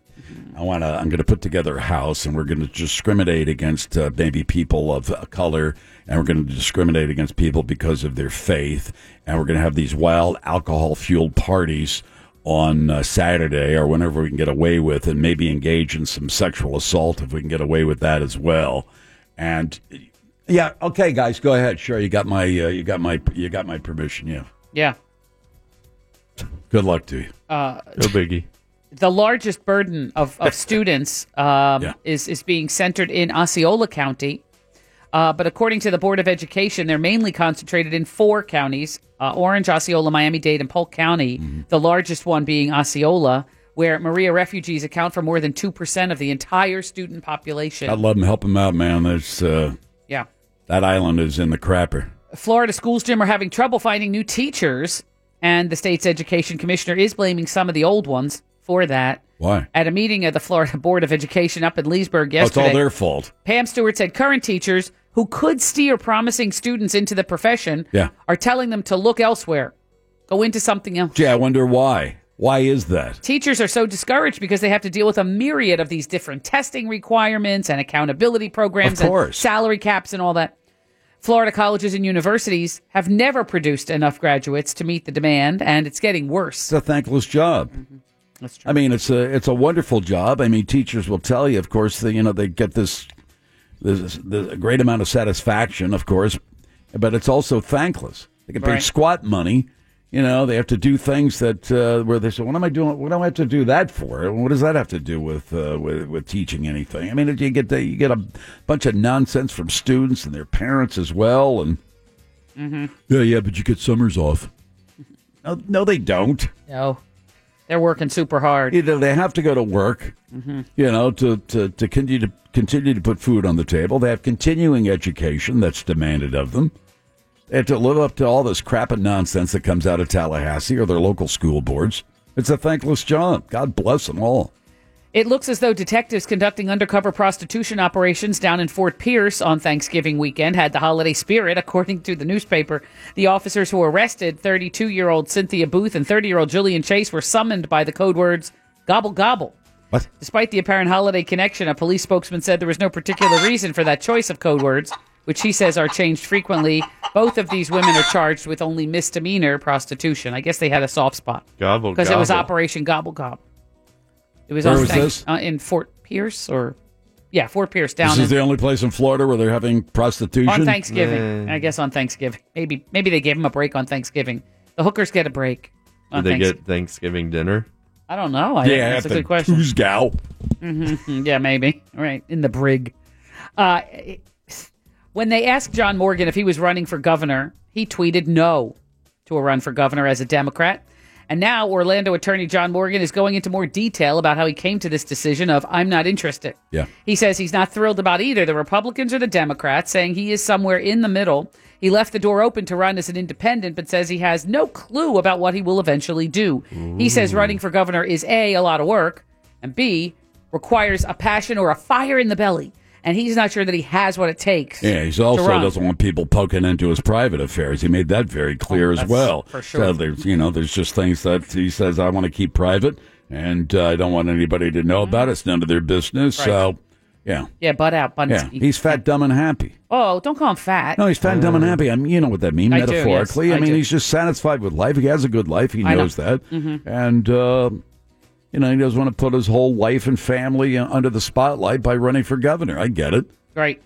Speaker 6: I want to. I'm going to put together a house, and we're going to discriminate against uh, maybe people of uh, color, and we're going to discriminate against people because of their faith, and we're going to have these wild alcohol-fueled parties." On uh, Saturday or whenever we can get away with, and maybe engage in some sexual assault if we can get away with that as well. And yeah, okay, guys, go ahead. Sure, you got my, uh, you got my, you got my permission. Yeah,
Speaker 7: Yeah.
Speaker 6: good luck to you.
Speaker 7: Uh,
Speaker 11: No biggie.
Speaker 7: the largest burden of, of students um,
Speaker 6: Yeah.
Speaker 7: is, is being centered in Osceola County. Uh, but according to the Board of Education, they're mainly concentrated in four counties uh, Orange, Osceola, Miami Dade, and Polk County,
Speaker 6: Mm-hmm.
Speaker 7: the largest one being Osceola, where Maria refugees account for more than 2% of the entire student population.
Speaker 6: I love them. Help them out, man. There's uh,
Speaker 7: yeah.
Speaker 6: that island is in the crapper.
Speaker 7: Florida schools, Jim, are having trouble finding new teachers, and the state's education commissioner is blaming some of the old ones for that.
Speaker 6: Why?
Speaker 7: At a meeting of the Florida Board of Education up in Leesburg
Speaker 6: Oh, it's
Speaker 7: yesterday,
Speaker 6: all their fault.
Speaker 7: Pam Stewart said current teachers who could steer promising students into the profession
Speaker 6: Yeah.
Speaker 7: are telling them to look elsewhere, go into something else.
Speaker 6: Gee, I wonder why. Why is that?
Speaker 7: Teachers are so discouraged because they have to deal with a myriad of these different testing requirements and accountability programs
Speaker 6: Of
Speaker 7: and
Speaker 6: course.
Speaker 7: salary caps and all that. Florida colleges and universities have never produced enough graduates to meet the demand, and it's getting worse.
Speaker 6: It's a thankless job.
Speaker 7: Mm-hmm. That's true.
Speaker 6: I mean, it's a it's a wonderful job. I mean, teachers will tell you, of course, they, you know they get this this, this a great amount of satisfaction, of course, but it's also thankless. They get paid
Speaker 7: Right.
Speaker 6: squat money. You know, they have to do things that uh, where they say, "What am I doing? What do I have to do that for? What does that have to do with uh, with, with teaching anything?" I mean, you get the, you get a bunch of nonsense from students and their parents as well, and
Speaker 7: Mm-hmm.
Speaker 6: yeah, yeah, but you get summers off. No, no, they don't
Speaker 7: no, they're working super hard.
Speaker 6: you know, they have to go to work, you know, to, to, to continue to continue to put food on the table. They have continuing education that's demanded of them. They have to live up to all this crap and nonsense that comes out of Tallahassee or their local school boards. It's a thankless job. God bless them all.
Speaker 7: It looks as though detectives conducting undercover prostitution operations down in Fort Pierce on Thanksgiving weekend had the holiday spirit, according to the newspaper. The officers who arrested 32 year old Cynthia Booth and 30 year old Julian Chase were summoned by the code words gobble gobble.
Speaker 6: What?
Speaker 7: Despite the apparent holiday connection, a police spokesman said there was no particular reason for that choice of code words, which he says are changed frequently. Both of these women are charged with only misdemeanor prostitution. I guess they had a soft spot
Speaker 11: Gobble
Speaker 7: because it was
Speaker 11: gobble.
Speaker 7: Operation Gobble Gob. It was
Speaker 6: Where
Speaker 7: on
Speaker 6: was
Speaker 7: Thank-
Speaker 6: this?
Speaker 7: Uh, in Fort Pierce or yeah, Fort Pierce
Speaker 6: This
Speaker 7: down
Speaker 6: is
Speaker 7: in,
Speaker 6: the only place in Florida where they're having prostitution.
Speaker 7: on Thanksgiving. I guess on Thanksgiving, maybe maybe they gave him a break on Thanksgiving. The hookers get a break.
Speaker 11: Did
Speaker 7: On
Speaker 11: they
Speaker 7: Oh, Thanks-
Speaker 11: get Thanksgiving dinner?
Speaker 7: I don't know. I,
Speaker 6: yeah,
Speaker 7: that's a
Speaker 6: at the
Speaker 7: good question.
Speaker 6: Coos Gal.
Speaker 7: Mm, yeah, maybe. All right, in the brig. Uh, it- when they asked John Morgan if he was running for governor, he tweeted no to a run for governor as a Democrat. And now Orlando attorney John Morgan is going into more detail about how he came to this decision of I'm not interested.
Speaker 6: Yeah.
Speaker 7: He says he's not thrilled about either the Republicans or the Democrats, saying he is somewhere in the middle. He left the door open to run as an independent, but says he has no clue about what he will eventually do. He says running for governor is A, a lot of work, and B, requires a passion or a fire in the belly. And he's not sure that he has what it takes.
Speaker 6: Yeah, he's also
Speaker 7: run.
Speaker 6: doesn't want people poking into his private affairs. He made that very clear as well.
Speaker 7: for sure.
Speaker 6: So there's, you know, there's just things that he says I want to keep private, and uh, I don't want anybody to know about it. It's none of their business.
Speaker 7: Right.
Speaker 6: So, yeah,
Speaker 7: Yeah, butt out,
Speaker 6: yeah,
Speaker 7: Bunsky.
Speaker 6: he's fat, dumb, and happy.
Speaker 7: oh, don't call him fat.
Speaker 6: No, he's fat, dumb, and happy. I mean, you know what that means
Speaker 7: Oh. I do, yes,
Speaker 6: metaphorically.
Speaker 7: I
Speaker 6: I mean,
Speaker 7: do.
Speaker 6: he's just satisfied with life. He has a good life. He
Speaker 7: I know.
Speaker 6: knows that,
Speaker 7: Mhm.
Speaker 6: and uh, you know he doesn't want to put his whole life and family uh, under the spotlight by running for governor. I get it.
Speaker 7: Right.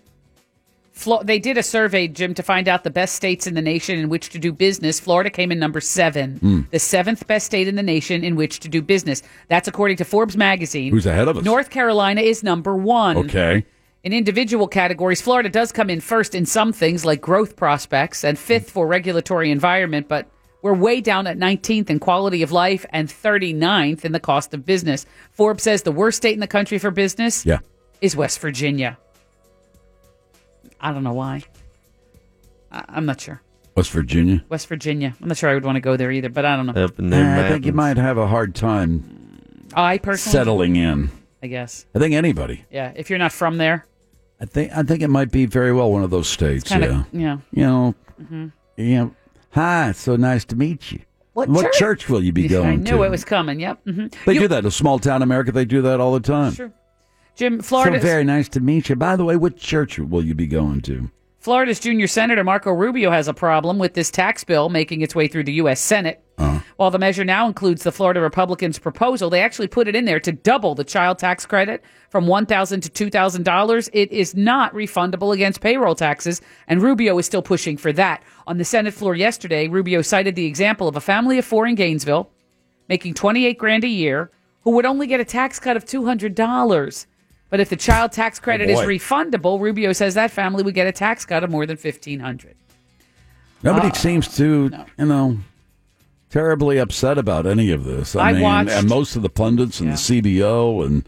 Speaker 7: Flo- they did a survey, Jim, to find out the best states in the nation in which to do business. Florida came in number seven,
Speaker 6: Hmm.
Speaker 7: the seventh best state in the nation in which to do business. That's according to Forbes magazine.
Speaker 6: Who's ahead of us?
Speaker 7: North Carolina is number one.
Speaker 6: Okay.
Speaker 7: In individual categories, Florida does come in first in some things like growth prospects and fifth for regulatory environment, but we're way down at 19th in quality of life and 39th in the cost of business. Forbes says the worst state in the country for business
Speaker 6: Yeah.
Speaker 7: is West Virginia. I don't know why. I- I'm not sure.
Speaker 6: West Virginia.
Speaker 7: West Virginia. I'm not sure I would want to go there either, but I don't know.
Speaker 11: Up in
Speaker 6: Uh, I think you might have a hard time
Speaker 7: I personally,
Speaker 6: settling in.
Speaker 7: I guess.
Speaker 6: I think anybody.
Speaker 7: Yeah, if you're not from there,
Speaker 6: I think I think it might be very well one of those states.
Speaker 7: kind of,
Speaker 6: yeah.
Speaker 7: yeah.
Speaker 6: You know.
Speaker 7: Mhm.
Speaker 6: You know. Hi. it's So nice to meet you.
Speaker 7: What
Speaker 6: church?
Speaker 7: church?
Speaker 6: will you be going
Speaker 7: I knew
Speaker 6: to?
Speaker 7: it was coming. Yep. hmm
Speaker 6: They do that in a small town America. They do that all the time.
Speaker 7: Sure. Jim, Florida's,
Speaker 6: So very nice to meet you. By the way, what church will you be going to?
Speaker 7: Florida's junior senator Marco Rubio has a problem with this tax bill making its way through the U.S. Senate.
Speaker 6: Uh,
Speaker 7: While the measure now includes the Florida Republicans' proposal, they actually put it in there to double the child tax credit from $1,000 to $2,000. It is not refundable against payroll taxes, and Rubio is still pushing for that. On the Senate floor yesterday, Rubio cited the example of a family of four in Gainesville making 28 grand a year who would only get a tax cut of $200. But if the child tax credit is
Speaker 6: boy.
Speaker 7: refundable, Rubio says that family would get a tax cut of more than 1500.
Speaker 6: Nobody
Speaker 7: Uh,
Speaker 6: seems to, you know, terribly upset about any of this. I,
Speaker 7: I
Speaker 6: mean,
Speaker 7: watched-
Speaker 6: and most of the pundits and the CBO and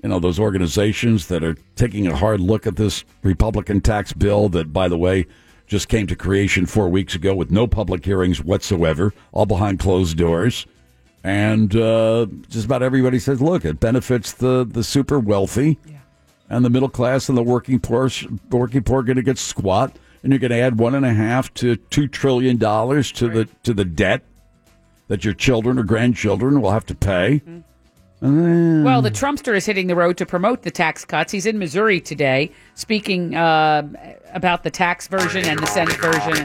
Speaker 6: you know those organizations that are taking a hard look at this Republican tax bill that, by the way, just came to creation four weeks ago with no public hearings whatsoever, all behind closed doors. And uh, just about everybody says, look, it benefits the, the super wealthy and the middle class and the working poor working poor are going to get squat and you're going to add one and a half to two trillion dollars to the to the debt that your children or grandchildren will have to pay Uh,
Speaker 7: Well, the Trumpster is hitting the road to promote the tax cuts. He's in Missouri today, speaking uh, about the tax version and the Senate version.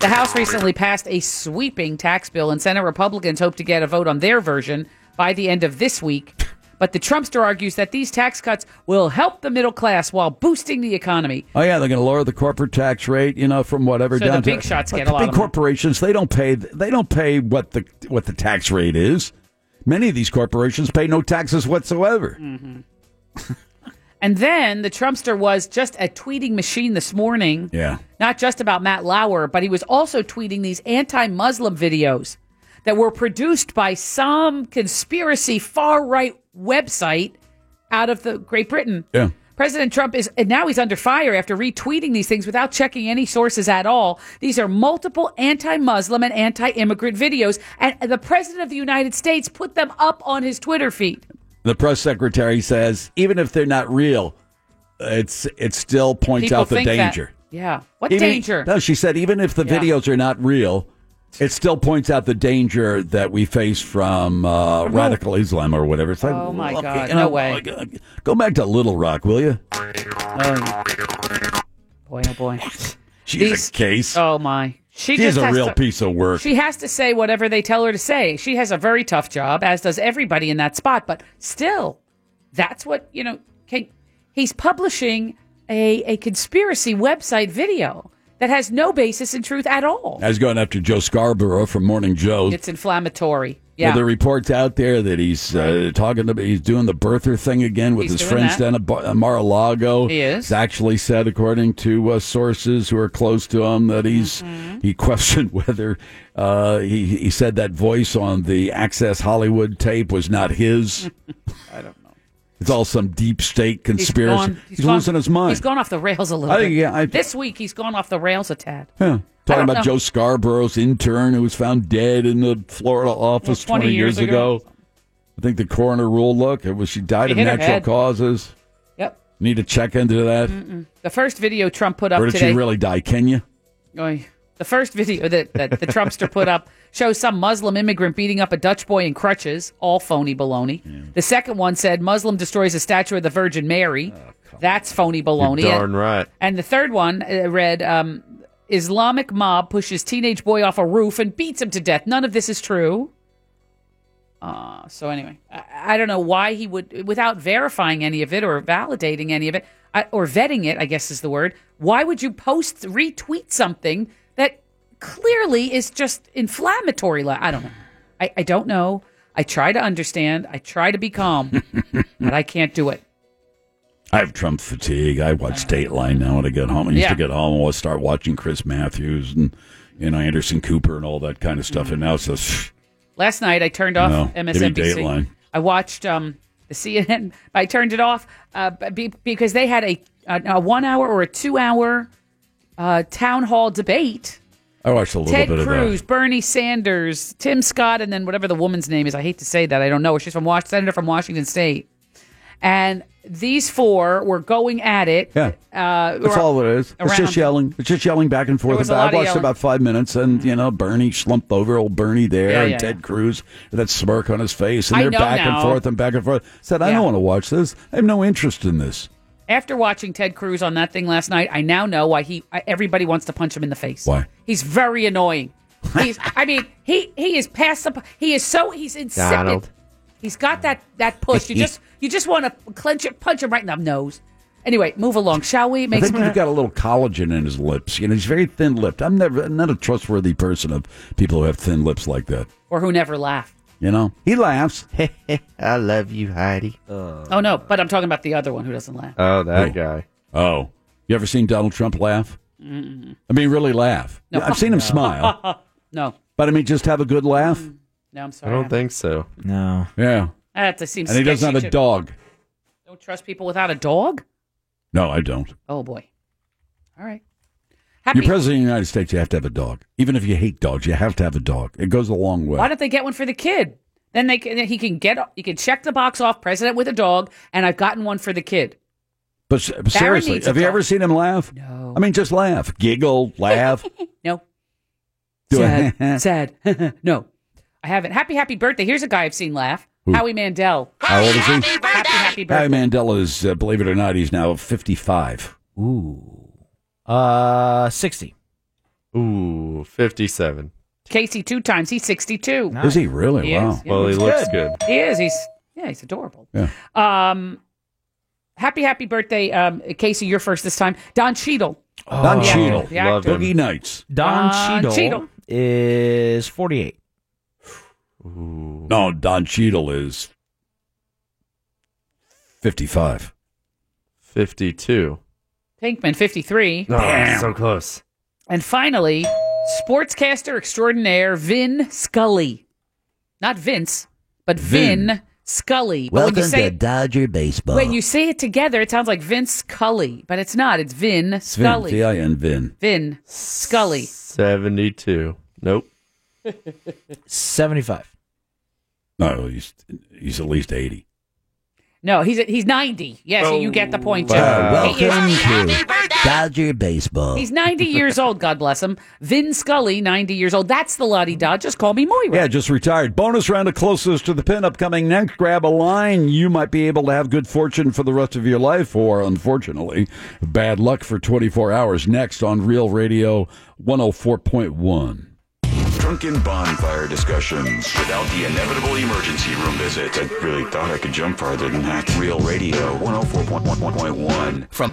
Speaker 7: The House recently passed a sweeping tax bill, and Senate Republicans hope to get a vote on their version by the end of this week. But the Trumpster argues that these tax cuts will help the middle class while boosting the economy.
Speaker 6: Oh yeah, they're going to lower the corporate tax rate, you know, from whatever
Speaker 7: So the
Speaker 6: down to
Speaker 7: big shots
Speaker 6: But
Speaker 7: get a
Speaker 6: the
Speaker 7: lot
Speaker 6: Big
Speaker 7: of money.
Speaker 6: corporations they don't pay they don't pay what the what the tax rate is. Many of these corporations pay no taxes whatsoever.
Speaker 7: Mm.
Speaker 8: Mm-hmm.
Speaker 7: And then the Trumpster was just a tweeting machine this morning.
Speaker 6: Yeah.
Speaker 7: not just about Matt Lauer, but he was also tweeting these anti Muslim videos that were produced by some conspiracy far right website out of the Great Britain.
Speaker 6: Yeah.
Speaker 7: President Trump is and now he's under fire after retweeting these things without checking any sources at all. These are multiple anti-Muslim and anti-immigrant videos and the president of the United States put them up on his Twitter feed.
Speaker 6: The press secretary says even if they're not real, it's it still points
Speaker 7: People
Speaker 6: out the
Speaker 7: think that-
Speaker 6: danger.
Speaker 7: yeah. What
Speaker 6: Even-
Speaker 7: danger?
Speaker 6: No, she said even if the
Speaker 7: Yeah.
Speaker 6: videos are not real, it still points out the danger that we face from uh, radical Islam or whatever. It's like,
Speaker 7: Oh my
Speaker 6: okay,
Speaker 7: God!
Speaker 6: you
Speaker 7: No
Speaker 6: know,
Speaker 7: way!
Speaker 6: Go back to Little Rock, will you?
Speaker 7: Boy, oh boy.
Speaker 6: She's
Speaker 7: Oh. These-
Speaker 6: a case.
Speaker 7: Oh my. She
Speaker 6: She's
Speaker 7: just
Speaker 6: a
Speaker 7: has
Speaker 6: real
Speaker 7: to-
Speaker 6: piece of work.
Speaker 7: She has to say whatever they tell her to say. She has a very tough job, as does everybody in that spot. But still, that's what you know. Can, he's publishing a a conspiracy website video that has no basis in truth at all.
Speaker 6: I was going after Joe Scarborough from Morning Joe.
Speaker 7: It's inflammatory.
Speaker 6: Yeah,
Speaker 7: Yeah,
Speaker 6: the reports out there that he's uh, talking about he's doing the birther thing again with
Speaker 7: He's
Speaker 6: his
Speaker 7: doing
Speaker 6: friends
Speaker 7: that.
Speaker 6: down at Bar- uh, Mar-a-Lago.
Speaker 7: He is.
Speaker 6: It's actually said, according to uh, sources who are close to him, that he's
Speaker 7: Mm-hmm.
Speaker 6: he questioned whether uh, he he said that voice on the Access Hollywood tape was not his. I don't know. It's all some deep state
Speaker 7: He's
Speaker 6: conspiracy. He's,
Speaker 7: gone- gone-
Speaker 6: losing his mind.
Speaker 7: He's gone off the rails a little
Speaker 6: I
Speaker 7: bit.
Speaker 6: think, yeah, I-
Speaker 7: this week he's gone off the rails a tad.
Speaker 6: Huh.
Speaker 7: I
Speaker 6: Talking
Speaker 7: don't
Speaker 6: about
Speaker 7: know.
Speaker 6: Joe Scarborough's intern who was found dead in the Florida office
Speaker 7: 20
Speaker 6: 20, years
Speaker 7: years
Speaker 6: ago.
Speaker 7: ago.
Speaker 6: I think the coroner ruled, look, it was she died
Speaker 7: She
Speaker 6: of
Speaker 7: hit her
Speaker 6: natural
Speaker 7: head.
Speaker 6: causes.
Speaker 7: Yep.
Speaker 6: Need to check into that.
Speaker 7: The first video Trump put up
Speaker 6: Or did
Speaker 7: today.
Speaker 6: she really die? Kenya?
Speaker 7: Oy. The first video that, that the Trumpster put up shows some Muslim immigrant beating up a Dutch boy in crutches, all phony baloney. The second one said Muslim destroys a statue of the Virgin Mary. That's phony baloney.
Speaker 11: You're darn right.
Speaker 7: And the third one uh, read um, Islamic mob pushes teenage boy off a roof and beats him to death. None of this is true. Uh, so, anyway, I, I don't know why he would, without verifying any of it or validating any of it, I, or vetting it, I guess is the word, why would you post, retweet something that clearly is just inflammatory? La- I don't know. I, I don't know. I try to understand. I try to be calm, but I can't do it.
Speaker 6: I have Trump fatigue. I watch Dateline now when I get home. I used
Speaker 7: Uh. Yeah.
Speaker 6: to get home and I start watching Chris Matthews and you know Anderson Cooper and all that kind of
Speaker 7: Mm.
Speaker 6: stuff. And now it's just
Speaker 7: Last night I turned off
Speaker 6: No, give me
Speaker 7: MSNBC.
Speaker 6: Dateline.
Speaker 7: I watched um, the CNN. I turned it off uh, be, because they had a a, a one hour or a two hour uh, town hall debate.
Speaker 6: I watched a little
Speaker 7: Ted
Speaker 6: bit
Speaker 7: Cruz,
Speaker 6: of
Speaker 7: Bernie Sanders, Tim Scott, and then whatever the woman's name is. I hate to say that. I don't know. She's from Washington, senator from Washington State, and these four were going at it.
Speaker 6: that. Yeah.
Speaker 7: Uh,
Speaker 6: That's
Speaker 7: or-
Speaker 6: all it is. It's
Speaker 7: around-
Speaker 6: just yelling. It's just yelling back and forth.
Speaker 7: was a
Speaker 6: About,
Speaker 7: lot
Speaker 6: I
Speaker 7: of
Speaker 6: watched
Speaker 7: yelling.
Speaker 6: about five minutes, and you know Bernie slumped over, old Bernie there,
Speaker 7: Yeah,
Speaker 6: and
Speaker 7: yeah,
Speaker 6: Ted Cruz with that smirk on his face, and
Speaker 7: I
Speaker 6: they're
Speaker 7: know
Speaker 6: back
Speaker 7: now.
Speaker 6: and forth and back and forth. Said, I
Speaker 7: Yeah.
Speaker 6: don't want to watch this. I have no interest in this.
Speaker 7: After watching Ted Cruz on that thing last night, I now know why he I- everybody wants to punch him in the face.
Speaker 6: Why?
Speaker 7: He's very annoying. He's I mean, he he is past the he is so he's insipid.
Speaker 11: Donald.
Speaker 7: He's got that that push. You just you just want to clench it, punch him right in the nose. Anyway, move along, shall we?
Speaker 6: I
Speaker 7: Makes
Speaker 6: think he's got a little collagen in his lips. You know, he's very thin-lipped. I'm never I'm not a trustworthy person of people who have thin lips like that.
Speaker 7: or who never laugh.
Speaker 6: You know, he laughs.
Speaker 11: I love you, Heidi.
Speaker 6: Uh.
Speaker 7: Oh no, but I'm talking about the other one who doesn't laugh.
Speaker 11: Oh, that
Speaker 6: Who?
Speaker 11: guy.
Speaker 6: Oh, you ever seen Donald Trump laugh?
Speaker 7: Mm-mm.
Speaker 6: I mean, really laugh.
Speaker 7: No.
Speaker 6: I've seen him smile,
Speaker 7: no,
Speaker 6: but I mean, just have a good laugh.
Speaker 7: no, I'm
Speaker 11: I
Speaker 7: sorry.
Speaker 11: don't think so.
Speaker 8: No.
Speaker 6: Yeah,
Speaker 7: that seems
Speaker 6: and he doesn't
Speaker 7: sketchy,
Speaker 6: have
Speaker 7: too.
Speaker 6: a dog.
Speaker 7: Don't trust people without a dog.
Speaker 6: No, I don't.
Speaker 7: Oh boy. All right. Happy.
Speaker 6: You're president of the United States. You have to have a dog, even if you hate dogs. You have to have a dog. It goes a long way.
Speaker 7: Why don't they get one for the kid? Then they can, he can get you can check the box off president with a dog, and I've gotten one for the kid.
Speaker 6: but s- seriously,
Speaker 7: needs a
Speaker 6: have you
Speaker 7: dog.
Speaker 6: ever seen him laugh?
Speaker 7: No,
Speaker 6: I mean, just laugh, giggle, laugh.
Speaker 7: no,
Speaker 6: Do
Speaker 7: sad,
Speaker 6: it.
Speaker 7: sad. no, I haven't. Happy, happy birthday. Here's a guy I've seen laugh.
Speaker 6: Who?
Speaker 7: Howie Mandel.
Speaker 6: How old is he?
Speaker 7: Happy, happy birthday.
Speaker 6: Howie Mandel is, uh, believe it or not, he's now 55.
Speaker 8: Ooh. Uh, 60.
Speaker 11: Ooh, 57.
Speaker 7: Casey two times. He's 62.
Speaker 8: Nice.
Speaker 6: Is he really?
Speaker 7: He is,
Speaker 6: wow.
Speaker 7: yeah.
Speaker 11: Well, he looks good.
Speaker 7: He is. He's yeah. He's adorable.
Speaker 6: Yeah.
Speaker 7: Um, happy, happy birthday, um, Casey. You're first this time. Don Cheadle.
Speaker 6: Don
Speaker 8: Oh, Yeah.
Speaker 6: Cheadle.
Speaker 7: Yeah.
Speaker 11: Love
Speaker 6: Boogie
Speaker 11: him.
Speaker 6: Nights.
Speaker 8: Don
Speaker 7: Don Cheadle.
Speaker 8: Cheadle, is 48.
Speaker 11: Ooh.
Speaker 6: No, Don Cheadle is 55.
Speaker 11: 52.
Speaker 7: Pinkman 53.
Speaker 11: Oh, so close.
Speaker 7: And finally, sportscaster extraordinaire Vin Scully. Not Vince, but Vin, Scully. But when you say it,
Speaker 6: Dodger Baseball.
Speaker 7: when you say it together, it sounds like Vince Scully, but it's not. It's Vin
Speaker 6: Vin,
Speaker 7: Scully.
Speaker 6: V-I-N, Vin.
Speaker 7: Vin Scully.
Speaker 11: 72. Nope.
Speaker 8: 75.
Speaker 6: No, he's, he's at least 80.
Speaker 7: No, he's he's 90. Yes, you get the point, Jim.
Speaker 11: Wow.
Speaker 7: He is-
Speaker 6: uh, to Dodger Baseball.
Speaker 7: he's 90 years old, God bless him. Vin Scully, 90 years old. That's the Lottie Dodge. Just call me Moira.
Speaker 6: Yeah, just retired. Bonus round of closest to the pin upcoming next. Grab a line. You might be able to have good fortune for the rest of your life, or unfortunately, bad luck for 24 hours next on Real Radio 104.1.
Speaker 1: Drunken bonfire discussions without the inevitable emergency room visit. I really thought I could jump farther than that. Real Radio 104.1.
Speaker 9: from.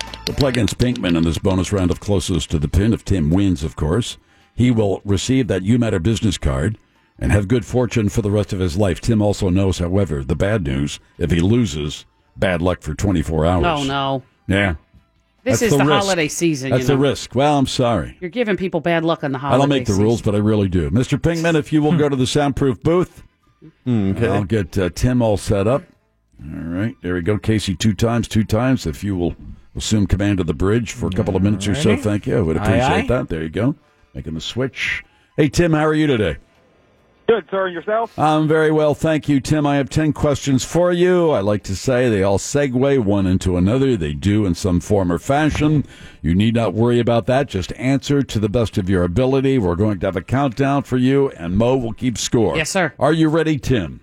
Speaker 6: We'll play against Pinkman in this bonus round of closest to the pin. If Tim wins, of course, he will receive that You Matter business card and have good fortune for the rest of his life. Tim also knows, however, the bad news. If he loses, bad luck for 24 hours.
Speaker 7: Oh, no.
Speaker 6: Yeah.
Speaker 7: This
Speaker 6: That's
Speaker 7: is the,
Speaker 6: risk.
Speaker 7: holiday season.
Speaker 6: That's
Speaker 7: you know.
Speaker 6: the risk. Well, I'm sorry.
Speaker 7: You're giving people bad luck on the
Speaker 6: I
Speaker 7: holiday
Speaker 6: don't make the
Speaker 7: season.
Speaker 6: rules, but I really do. Mr. Pingman, if you will go to the soundproof booth, I'll get uh, Tim all set up. All right, there we go. Casey, two times, two times. If you will assume command of the bridge for a couple of minutes or so,
Speaker 12: Alrighty.
Speaker 6: thank you. I would
Speaker 12: Aye,
Speaker 6: appreciate
Speaker 12: aye.
Speaker 6: that. There you go. Making the switch. Hey, Tim, how are you today?
Speaker 13: Good, sir. Yourself?
Speaker 6: I'm very well, thank you, Tim. I have 10 questions for you. I like to say they all segue one into another. They do in some form or fashion. You need not worry about that. Just answer to the best of your ability. We're going to have a countdown for you, and Mo will keep score.
Speaker 13: Yes, sir.
Speaker 6: Are you ready, Tim?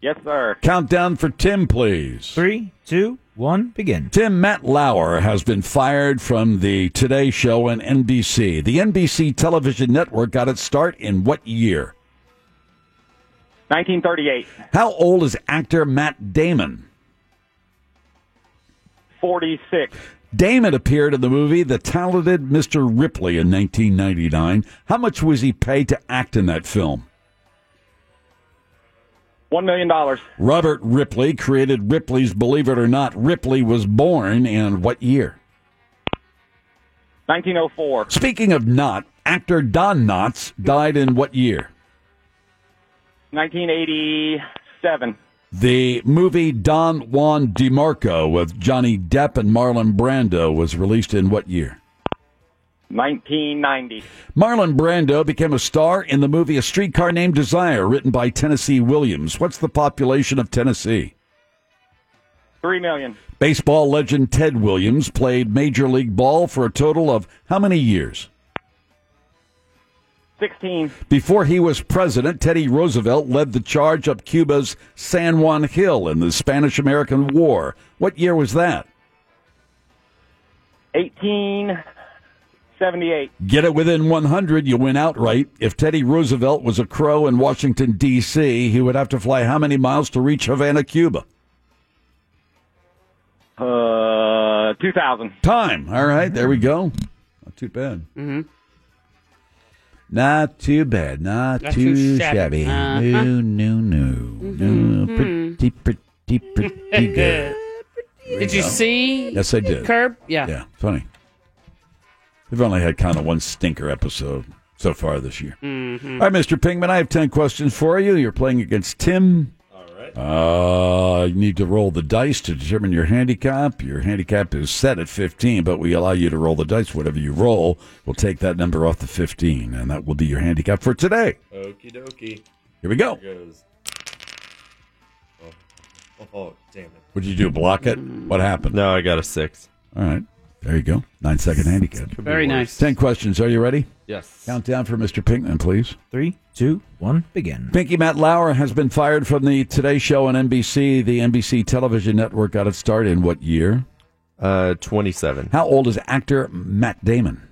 Speaker 13: Yes, sir.
Speaker 6: Countdown for Tim, please.
Speaker 8: Three, two, one, begin.
Speaker 6: Tim Matt Lauer has been fired from the Today Show and NBC. The NBC television network got its start in what year?
Speaker 13: 1938,
Speaker 6: How old is actor Matt Damon?
Speaker 13: 46,
Speaker 6: Damon appeared in the movie The Talented Mr. Ripley in 1999. How much was he paid to act in that film?
Speaker 13: $1 million,
Speaker 6: Robert Ripley created Ripley's Believe It or Not. Ripley was born in what year?
Speaker 13: 1904,
Speaker 6: Speaking of not, actor Don Knotts died in what year?
Speaker 13: 1987,
Speaker 6: The movie Don Juan DiMarco with Johnny Depp and Marlon Brando was released in what year?
Speaker 13: 1990,
Speaker 6: Marlon Brando became a star in the movie A Streetcar Named Desire, written by Tennessee Williams. What's the population of Tennessee?
Speaker 13: 3 million,
Speaker 6: Baseball legend Ted Williams played Major League Ball for a total of how many years?
Speaker 13: 16,
Speaker 6: Before he was president, Teddy Roosevelt led the charge up Cuba's San Juan Hill in the Spanish American War. What year was that?
Speaker 13: 1878,
Speaker 6: Get it within 100, you win outright. If Teddy Roosevelt was a crow in Washington, D.C., he would have to fly how many miles to reach Havana, Cuba?
Speaker 13: uh, 2000.
Speaker 6: Time. All right, there we go. Not too bad.
Speaker 13: Mm-hmm.
Speaker 6: Not too bad. Not,
Speaker 13: Not
Speaker 6: too,
Speaker 13: too
Speaker 6: shabby.
Speaker 13: shabby. Uh-huh.
Speaker 6: No, no, no. No,
Speaker 7: Mhm.
Speaker 6: pretty, pretty, pretty good.
Speaker 7: Did you
Speaker 6: go.
Speaker 7: see?
Speaker 6: Yes, I did.
Speaker 7: Curb? Yeah.
Speaker 6: Yeah, funny. We've only had kind of one stinker episode so far this year.
Speaker 7: Mhm.
Speaker 6: All right, Mr. Pingman, I have 10 questions for you. You're playing against Tim. All right. Uh, you need to roll the dice to determine your handicap. Your handicap is set at 15, but we allow you to roll the dice. Whatever you roll, we'll take that number off the 15, and that will be your handicap for today.
Speaker 11: Okie dokie.
Speaker 6: Here we go.
Speaker 11: goes. Oh, oh, damn it.
Speaker 6: What'd you do? Block it? What happened?
Speaker 11: No, I got a six.
Speaker 6: All right. There you go. Nine second handicap.
Speaker 11: Could be Very worse. nice.
Speaker 6: 10 questions. Are you ready?
Speaker 11: Yes.
Speaker 6: Countdown for Mr. Pinkman, please.
Speaker 8: Three, two, one, begin.
Speaker 6: Pinky Matt Lauer has been fired from the Today Show on NBC. The NBC television network got its start in what year?
Speaker 11: Uh, 27.
Speaker 6: How old is actor Matt Damon?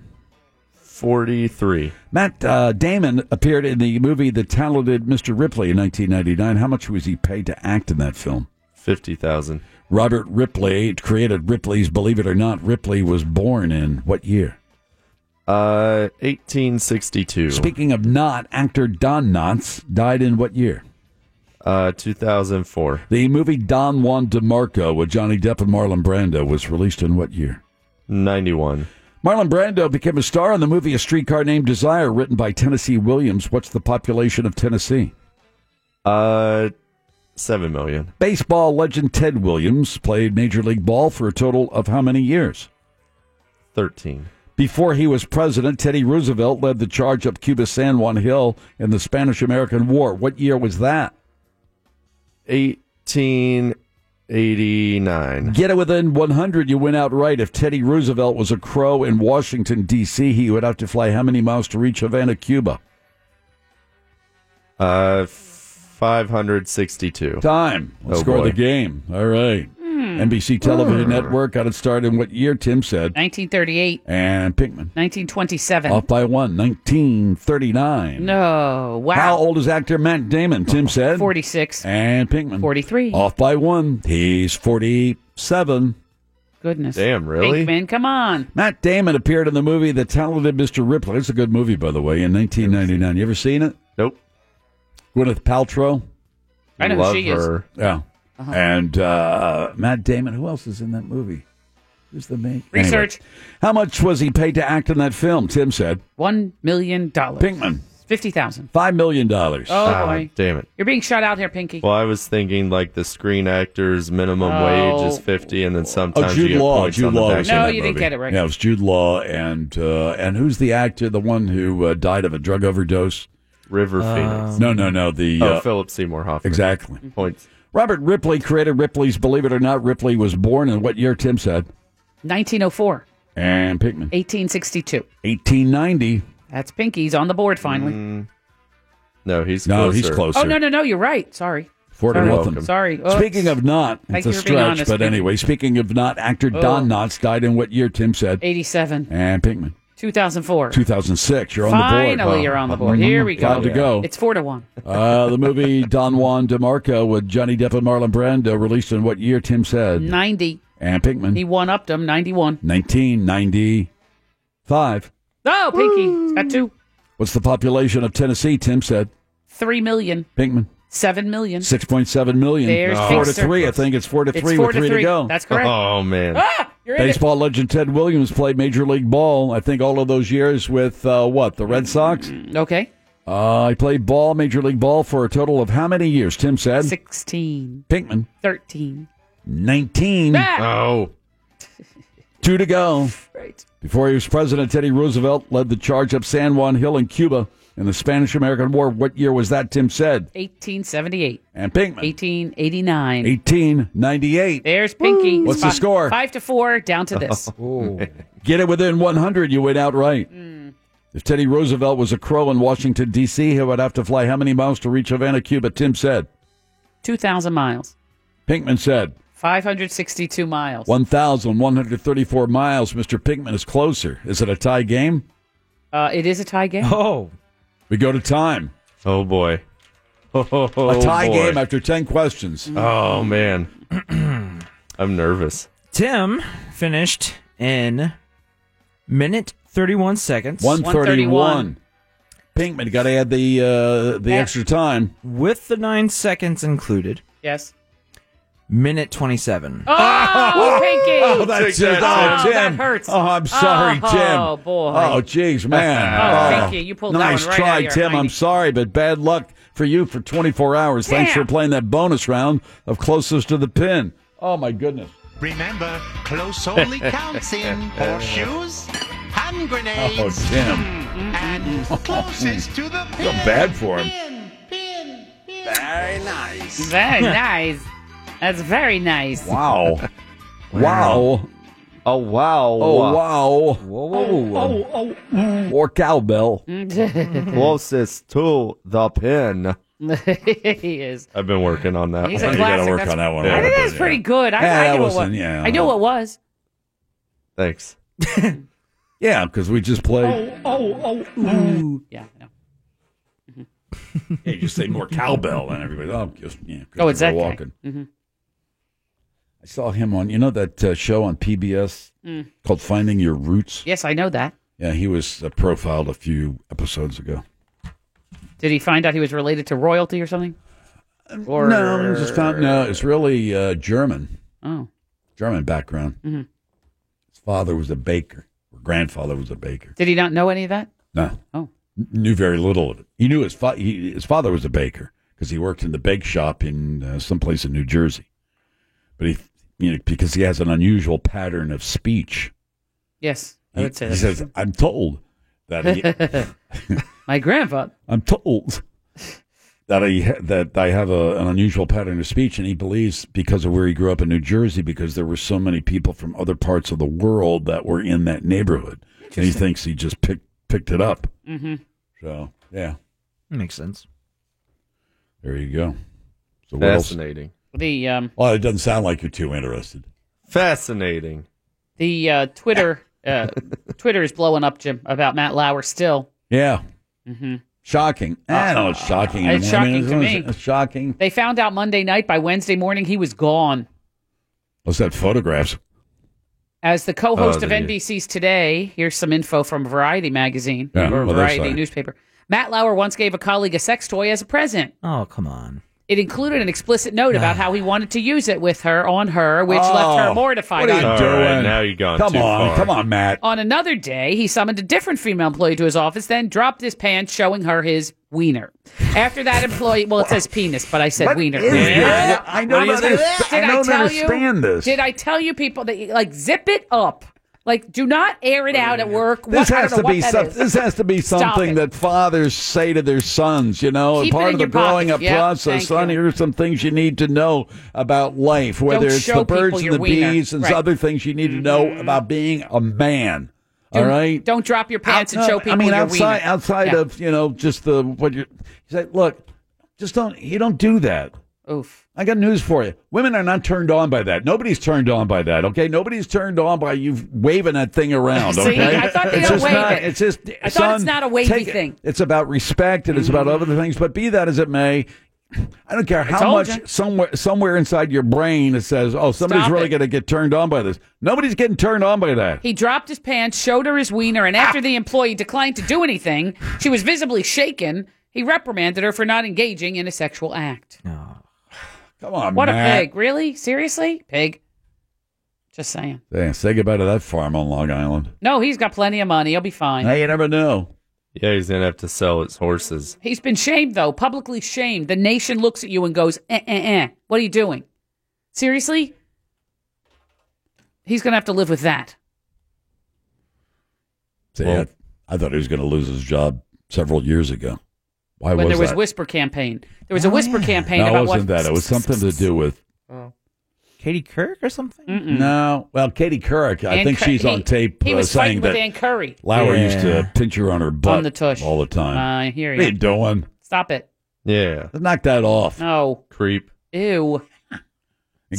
Speaker 11: 43.
Speaker 6: Matt uh, Damon appeared in the movie The Talented Mr. Ripley in 1999. How much was he paid to act in that film?
Speaker 11: 50,000.
Speaker 6: Robert Ripley created Ripley's Believe It or Not. Ripley was born in what year?
Speaker 11: Uh, 1862.
Speaker 6: Speaking of not, actor Don Knotts died in what year?
Speaker 11: Uh, 2004.
Speaker 6: The movie Don Juan DeMarco with Johnny Depp and Marlon Brando was released in what year?
Speaker 11: 91.
Speaker 6: Marlon Brando became a star in the movie A Streetcar Named Desire, written by Tennessee Williams. What's the population of Tennessee?
Speaker 11: Uh, 7 million.
Speaker 6: Baseball legend Ted Williams played Major League Ball for a total of how many years?
Speaker 11: 13.
Speaker 6: Before he was president, Teddy Roosevelt led the charge up Cuba's San Juan Hill in the Spanish American War. What year was that?
Speaker 11: 1889.
Speaker 6: Get it within 100, you win outright. If Teddy Roosevelt was a crow in Washington, D.C., he would have to fly how many miles to reach Havana, Cuba?
Speaker 11: Uh, 562.
Speaker 6: Time. Let's
Speaker 11: Oh,
Speaker 6: score
Speaker 11: boy. Hmm.
Speaker 6: the game. All right. NBC Television Network got it started in what year, Tim said.
Speaker 7: 1938,
Speaker 6: And Pinkman.
Speaker 7: 1927.
Speaker 6: Off by one, 1939.
Speaker 7: No. Oh, Wow.
Speaker 6: How old is actor Matt Damon? Tim said.
Speaker 7: 46.
Speaker 6: And Pinkman.
Speaker 7: 43.
Speaker 6: Off by one. He's 47.
Speaker 7: Goodness.
Speaker 11: Damn,
Speaker 7: Pinkman, come on.
Speaker 6: Matt Damon appeared in the movie The Talented Mr. Ripley. It's a good movie, by the way, in 1999. You ever seen it?
Speaker 11: Nope.
Speaker 6: Gwyneth Paltrow.
Speaker 7: I know who Love she is. her.
Speaker 6: Yeah.
Speaker 7: Uh-huh.
Speaker 6: And uh, Matt Damon. Who else is in that movie? Who's the main?
Speaker 7: Research.
Speaker 6: Anyway, how much was he paid to act in that film? Tim said
Speaker 7: one million dollars.
Speaker 6: Pinkman,
Speaker 7: fifty thousand.
Speaker 6: five million dollars.
Speaker 7: Oh, Ah, boy.
Speaker 11: Damn it.
Speaker 7: You're being shot out here, Pinky.
Speaker 11: Well, I was thinking like the screen actor's minimum
Speaker 7: Oh.
Speaker 11: wage is fifty, and then sometimes
Speaker 6: oh,
Speaker 11: you
Speaker 6: Jude
Speaker 11: get
Speaker 6: Law.
Speaker 11: points
Speaker 6: Jude
Speaker 11: on the
Speaker 6: Law.
Speaker 11: back
Speaker 6: was
Speaker 11: end.
Speaker 6: in
Speaker 7: No,
Speaker 6: that
Speaker 7: you didn't
Speaker 6: movie.
Speaker 7: get it right.
Speaker 6: Yeah, it was Jude Law and uh, and who's the actor? The one who uh, died of a drug overdose.
Speaker 11: River
Speaker 7: Um,
Speaker 11: Phoenix.
Speaker 6: No, no, no. The
Speaker 11: Oh,
Speaker 6: uh,
Speaker 11: Philip Seymour Hoffman.
Speaker 6: Exactly.
Speaker 11: Points.
Speaker 6: Robert Ripley created Ripley's Believe It or Not. Ripley was born in what year? Tim said.
Speaker 7: 1904,
Speaker 6: And Pinkman.
Speaker 7: 1862.
Speaker 6: 1890.
Speaker 7: That's Pinky's on the board finally.
Speaker 11: Mm. No, he's
Speaker 6: No,
Speaker 11: closer.
Speaker 6: he's closer.
Speaker 7: Oh no, no, no! You're right. Sorry.
Speaker 6: Four to
Speaker 7: Sorry.
Speaker 6: nothing.
Speaker 7: Sorry. Oops.
Speaker 6: Speaking of not,
Speaker 7: Thank
Speaker 6: it's a
Speaker 7: you for being
Speaker 6: stretch,
Speaker 7: honest,
Speaker 6: but
Speaker 7: Pinky.
Speaker 6: anyway, speaking of not, actor
Speaker 7: Oh.
Speaker 6: Don Knotts died in what year? Tim said.
Speaker 7: 87,
Speaker 6: And Pinkman.
Speaker 7: 2004.
Speaker 6: 2006. You're on the board.
Speaker 7: Finally, you're on the board. Here we go.
Speaker 6: Five to go.
Speaker 7: It's four to one.
Speaker 6: uh, the movie Don Juan DeMarco with Johnny Depp and Marlon Brando released in what year? Tim said.
Speaker 7: 90.
Speaker 6: And Pinkman.
Speaker 7: He one upped him. 91.
Speaker 6: 1995.
Speaker 7: Oh, Pinky got two,
Speaker 6: What's the population of Tennessee? Tim said.
Speaker 7: three million,
Speaker 6: Pinkman.
Speaker 7: seven million.
Speaker 6: Six point seven million.
Speaker 7: There's
Speaker 6: four to
Speaker 7: Fixer.
Speaker 6: three. I think it's four to
Speaker 7: It's
Speaker 6: three
Speaker 7: four
Speaker 6: with
Speaker 7: to
Speaker 6: three
Speaker 7: three.
Speaker 6: go.
Speaker 7: That's correct.
Speaker 11: Oh man.
Speaker 7: Ah, you're in it.
Speaker 6: Baseball legend Ted Williams played Major League Ball. I think all of those years with uh, what the Red Sox.
Speaker 7: Mm-hmm. Okay.
Speaker 6: Uh, he played ball, Major League Ball, for a total of how many years? Tim said
Speaker 7: 16,
Speaker 6: Pinkman
Speaker 7: 13.
Speaker 6: nineteen.
Speaker 7: Ah!
Speaker 11: Oh.
Speaker 6: Two to go.
Speaker 7: Right.
Speaker 6: Before he was president, Teddy Roosevelt led the charge up San Juan Hill in Cuba in the Spanish-American War. What year was that? Tim said
Speaker 7: 1878,
Speaker 6: and Pinkman
Speaker 7: 1889.
Speaker 6: eighteen ninety eight.
Speaker 7: There's Pinky. It's
Speaker 6: What's the
Speaker 7: fi-
Speaker 6: score?
Speaker 7: Five to four, down to this. Mm.
Speaker 6: Get it within 100, you win outright. If Teddy Roosevelt was a crow in Washington, D.C., he would have to fly how many miles to reach Havana, Cuba? Tim said.
Speaker 7: 2,000 miles.
Speaker 6: Pinkman said
Speaker 7: 562 miles.
Speaker 6: 1,134 miles. Mr. Pinkman is closer. Is it a tie game?
Speaker 7: Uh, it is a tie game.
Speaker 6: Oh. We go to time.
Speaker 11: Oh, boy. Oh,
Speaker 6: a tie
Speaker 11: boy.
Speaker 6: game after 10 questions.
Speaker 11: Oh man. I'm nervous.
Speaker 8: Tim finished in minute 31 seconds.
Speaker 6: 131. Pinkman got to add the uh, the extra time.
Speaker 8: With the nine seconds included,
Speaker 7: Yes.
Speaker 8: minute 27.
Speaker 7: Oh, Pinky!
Speaker 6: Oh, that's it. Oh, Tim.
Speaker 7: that hurts.
Speaker 6: Oh, I'm sorry,
Speaker 7: oh,
Speaker 6: Tim.
Speaker 7: Oh, boy.
Speaker 6: Oh, jeez, man.
Speaker 7: Oh, Pinky, you pulled that
Speaker 6: nice
Speaker 7: one right out
Speaker 6: try,
Speaker 7: of your
Speaker 6: Tim. I'm sorry, but bad luck for you for 24 hours. Thanks
Speaker 9: Damn.
Speaker 6: for playing that bonus round of closest to the pin. Oh my goodness.
Speaker 9: Remember, close only counts in horseshoes, hand
Speaker 6: Oh,
Speaker 9: grenades,
Speaker 6: Tim.
Speaker 9: and closest to the
Speaker 6: Feel bad for him.
Speaker 9: Very nice.
Speaker 7: Very nice. That's very nice.
Speaker 6: Wow. Wow.
Speaker 11: Oh wow.
Speaker 6: Oh wow.
Speaker 8: Whoa,
Speaker 6: um,
Speaker 7: Oh, oh,
Speaker 6: Or cowbell.
Speaker 11: Closest to the pin.
Speaker 7: he is.
Speaker 11: I've been working on that
Speaker 7: He's a
Speaker 11: one.
Speaker 7: classic. That's- I think that's pretty good. I,
Speaker 11: Yeah,
Speaker 7: I
Speaker 11: that
Speaker 7: knew it was.
Speaker 11: wasn't- yeah.
Speaker 7: I knew it was.
Speaker 11: Thanks.
Speaker 6: Yeah, because we just played.
Speaker 7: oh, oh.
Speaker 6: Mm.
Speaker 7: Yeah. I know.
Speaker 6: Yeah, you say more cowbell and everybody. Oh, just, yeah,
Speaker 7: Oh, it's that guy.
Speaker 6: Christopher Walken.
Speaker 7: Mhm.
Speaker 6: I saw him on. You know that uh, show on PBS
Speaker 7: Mm.
Speaker 6: called Finding Your Roots.
Speaker 7: Yes, I know that.
Speaker 6: Yeah, he was uh, profiled a few episodes ago.
Speaker 7: Did he find out he was related to royalty or something? Or
Speaker 6: Um, No, it's just not. No, it's really uh, German.
Speaker 7: Oh.
Speaker 6: German background.
Speaker 7: Mhm.
Speaker 6: His father was a baker. Or grandfather was a baker.
Speaker 7: Did he not know any of that?
Speaker 6: No.
Speaker 7: Oh.
Speaker 6: N- Knew very little of it. He knew his, fa- he, his father was a baker because he worked in the bake shop in uh, someplace in New Jersey. But he, you know, because he has an unusual pattern of speech.
Speaker 7: Yes, I
Speaker 6: He-
Speaker 7: would say
Speaker 6: he
Speaker 7: that.
Speaker 6: says, "I'm told that he,
Speaker 7: My grandfather.
Speaker 6: I'm told that I that I have a, an unusual pattern of speech, and he believes because of where he grew up in New Jersey, because there were so many people from other parts of the world that were in that neighborhood, and he
Speaker 8: Interesting.
Speaker 6: thinks he just picked picked it up.
Speaker 7: Mm-hmm.
Speaker 6: So yeah,
Speaker 8: Makes sense.
Speaker 6: there you go. So what else?
Speaker 11: Fascinating.
Speaker 7: The um,
Speaker 6: Well, it doesn't sound like you're too interested.
Speaker 11: Fascinating.
Speaker 7: the uh, Twitter uh, Twitter is blowing up, Jim, about Matt Lauer still.
Speaker 6: Yeah,
Speaker 7: Mm-hmm.
Speaker 6: shocking. I don't know. Oh, It's shocking.
Speaker 7: It's
Speaker 6: anymore. I mean,
Speaker 7: shocking to
Speaker 6: it's-
Speaker 7: me.
Speaker 6: It's shocking.
Speaker 7: They found out Monday night. By Wednesday morning, he was gone.
Speaker 6: What's that? Photographs.
Speaker 7: As the co-host
Speaker 6: Oh,
Speaker 7: of
Speaker 6: the-
Speaker 7: NBC's Today, here's some info from Variety magazine
Speaker 6: Yeah,
Speaker 7: or
Speaker 6: well, their
Speaker 7: Variety
Speaker 6: site.
Speaker 7: newspaper. Matt Lauer once gave a colleague a sex toy as a present.
Speaker 8: Oh, come on.
Speaker 7: It included an explicit note about how he wanted to use it with her on her, which
Speaker 6: Oh,
Speaker 7: left her mortified.
Speaker 6: What are you
Speaker 7: on,
Speaker 6: doing?
Speaker 11: right, now you've gone
Speaker 6: Come
Speaker 11: too
Speaker 6: on,
Speaker 11: far.
Speaker 6: come on, Matt.
Speaker 7: on another day, he summoned a different female employee to his office, then dropped his pants, showing her his wiener. After that employee, well, it says penis, but I said wiener.
Speaker 6: is that? I don't
Speaker 7: What do you
Speaker 6: understand-
Speaker 7: think?
Speaker 6: I
Speaker 7: Did
Speaker 6: don't
Speaker 7: tell you,
Speaker 6: understand this.
Speaker 7: Did I tell you people that you- like zip it up? Like, do not air it out at work.
Speaker 6: This
Speaker 7: What- I
Speaker 6: has
Speaker 7: don't
Speaker 6: to
Speaker 7: know
Speaker 6: be
Speaker 7: what
Speaker 6: some,
Speaker 7: that is.
Speaker 6: this has to be
Speaker 7: Stop
Speaker 6: something
Speaker 7: it.
Speaker 6: that fathers say to their sons. You know,
Speaker 7: Keep it
Speaker 6: part
Speaker 7: in
Speaker 6: of the
Speaker 7: your pocket.
Speaker 6: growing up
Speaker 7: Yeah,
Speaker 6: process.
Speaker 7: thank
Speaker 6: Son, here are some things you need to know about life, whether
Speaker 7: Don't
Speaker 6: it's
Speaker 7: show
Speaker 6: the
Speaker 7: people
Speaker 6: birds and
Speaker 7: your
Speaker 6: the
Speaker 7: wiener.
Speaker 6: bees and
Speaker 7: Right. Mm.
Speaker 6: other things you need to know about being a man. All
Speaker 7: Don't-
Speaker 6: right.
Speaker 7: Don't drop your pants and
Speaker 6: No,
Speaker 7: show people
Speaker 6: I mean,
Speaker 7: your
Speaker 6: outside
Speaker 7: wiener.
Speaker 6: outside
Speaker 7: Yeah.
Speaker 6: of you know just the what you he said. Look, just don't you don't do that.
Speaker 7: Oof.
Speaker 6: I got news for you. Women are not turned on by that. Nobody's turned on by that. Okay, nobody's turned on by you waving that thing around.
Speaker 7: See,
Speaker 6: Okay,
Speaker 7: I thought they
Speaker 6: it's
Speaker 7: don't
Speaker 6: just
Speaker 7: wave
Speaker 6: not,
Speaker 7: it.
Speaker 6: It's just
Speaker 7: I thought it's
Speaker 6: son,
Speaker 7: not Mm-hmm. a wavy
Speaker 6: take it.
Speaker 7: thing.
Speaker 6: It's about respect and it's about other things. But be that as it may. I don't care how
Speaker 7: told
Speaker 6: much
Speaker 7: you.
Speaker 6: somewhere somewhere inside your brain it says, "Oh, somebody's
Speaker 7: Stop
Speaker 6: really
Speaker 7: it.
Speaker 6: going to get turned on by this." Nobody's getting turned on by that.
Speaker 7: He dropped his pants, showed her his wiener, and after the employee declined to do anything, she was visibly shaken. He reprimanded her for not engaging in a sexual act.
Speaker 6: Come on,
Speaker 7: what
Speaker 6: Matt.
Speaker 7: a pig. Really? Seriously? Pig. Just saying.
Speaker 6: Damn, say goodbye to that farm on Long Island.
Speaker 7: No, he's got plenty of money. He'll be fine.
Speaker 6: Hey, you never know.
Speaker 11: Yeah, he's gonna have to sell his horses.
Speaker 7: He's been shamed, though, publicly shamed. The nation looks at you and goes, eh, eh, eh. What are you doing? Seriously? He's going to have to live with that.
Speaker 6: See, I, I thought he was going to lose his job several years ago. Why
Speaker 7: when
Speaker 6: was
Speaker 7: there was
Speaker 6: that?
Speaker 7: whisper campaign. There was a whisper campaign
Speaker 6: no,
Speaker 7: about
Speaker 6: it wasn't
Speaker 7: what.
Speaker 6: that. It was something to do with
Speaker 8: Katie Kirk or something?
Speaker 6: no. Well, Katie Couric, I
Speaker 7: Mm. Ann
Speaker 6: think
Speaker 7: Cur-
Speaker 6: she's on
Speaker 7: he-
Speaker 6: tape
Speaker 7: he
Speaker 6: uh,
Speaker 7: was fighting
Speaker 6: saying
Speaker 7: with
Speaker 6: that
Speaker 7: Ann Curry.
Speaker 6: Lauer
Speaker 7: Yeah.
Speaker 6: used to pinch her on her butt
Speaker 7: the tush.
Speaker 6: all the time.
Speaker 7: I hear
Speaker 6: what are you
Speaker 7: you.
Speaker 6: doing?
Speaker 7: Stop it.
Speaker 11: Yeah,
Speaker 6: knock that off.
Speaker 7: No.
Speaker 11: Creep.
Speaker 7: Ew.
Speaker 6: And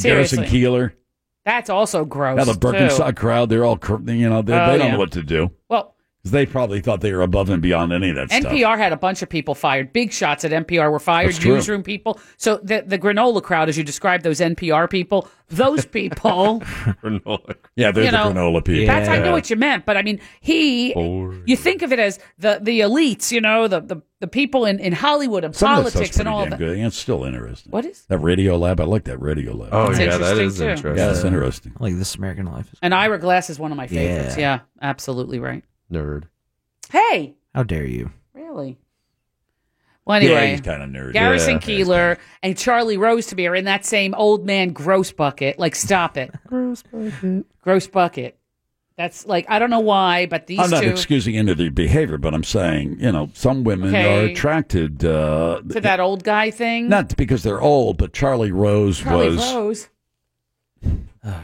Speaker 7: Seriously.
Speaker 6: Garrison Keeler.
Speaker 7: That's also gross.
Speaker 6: Now the
Speaker 7: too.
Speaker 6: Birkenstock crowd, they're all cur- you know they,
Speaker 7: Oh,
Speaker 6: they don't
Speaker 7: yeah.
Speaker 6: know what to do.
Speaker 7: Well-
Speaker 6: 'Cause they probably thought they were above and beyond any of that stuff.
Speaker 7: NPR had a bunch of people fired. Big shots at NPR were fired.
Speaker 6: That's true.
Speaker 7: Newsroom people. So the the granola crowd, as you described, those NPR people, those people,
Speaker 11: granola.
Speaker 6: Yeah, they're
Speaker 7: you
Speaker 6: the
Speaker 7: know,
Speaker 6: granola people.
Speaker 7: That's I knew what you meant, but I mean he. You think of it as the the elites, you know, the the, the people in in Hollywood and
Speaker 6: Some of that stuff's
Speaker 7: politics and
Speaker 6: pretty
Speaker 7: all
Speaker 6: damn
Speaker 7: that.
Speaker 6: Good. It's still interesting.
Speaker 7: What is?
Speaker 6: That radio lab. I like that radio lab.
Speaker 11: Oh, That's yeah, that interesting, is too. interesting.
Speaker 6: Yeah, that's interesting.
Speaker 8: Like this American Life is
Speaker 7: And Ira Glass is one of my favorites. Yeah,
Speaker 8: Yeah.
Speaker 7: absolutely right.
Speaker 11: nerd.
Speaker 7: Hey,
Speaker 8: How dare you?
Speaker 7: really? Well, anyway,
Speaker 8: Yeah, he's kinda nerdy.
Speaker 7: Garrison
Speaker 8: Yeah.
Speaker 7: Keeler and Charlie Rose to be are in that same old man gross bucket. Like, stop it.
Speaker 11: gross
Speaker 14: Mm-hmm.
Speaker 11: bucket.
Speaker 7: Gross bucket. That's like I don't know why, but these
Speaker 6: I'm not
Speaker 7: two
Speaker 6: excusing any of their behavior, but I'm saying, you know, some women are
Speaker 7: Okay. Mm-hmm.
Speaker 6: attracted uh,
Speaker 7: to that old guy thing.
Speaker 6: not because they're old, but Charlie Rose
Speaker 7: Charlie
Speaker 6: was
Speaker 7: Rose.
Speaker 6: Oh,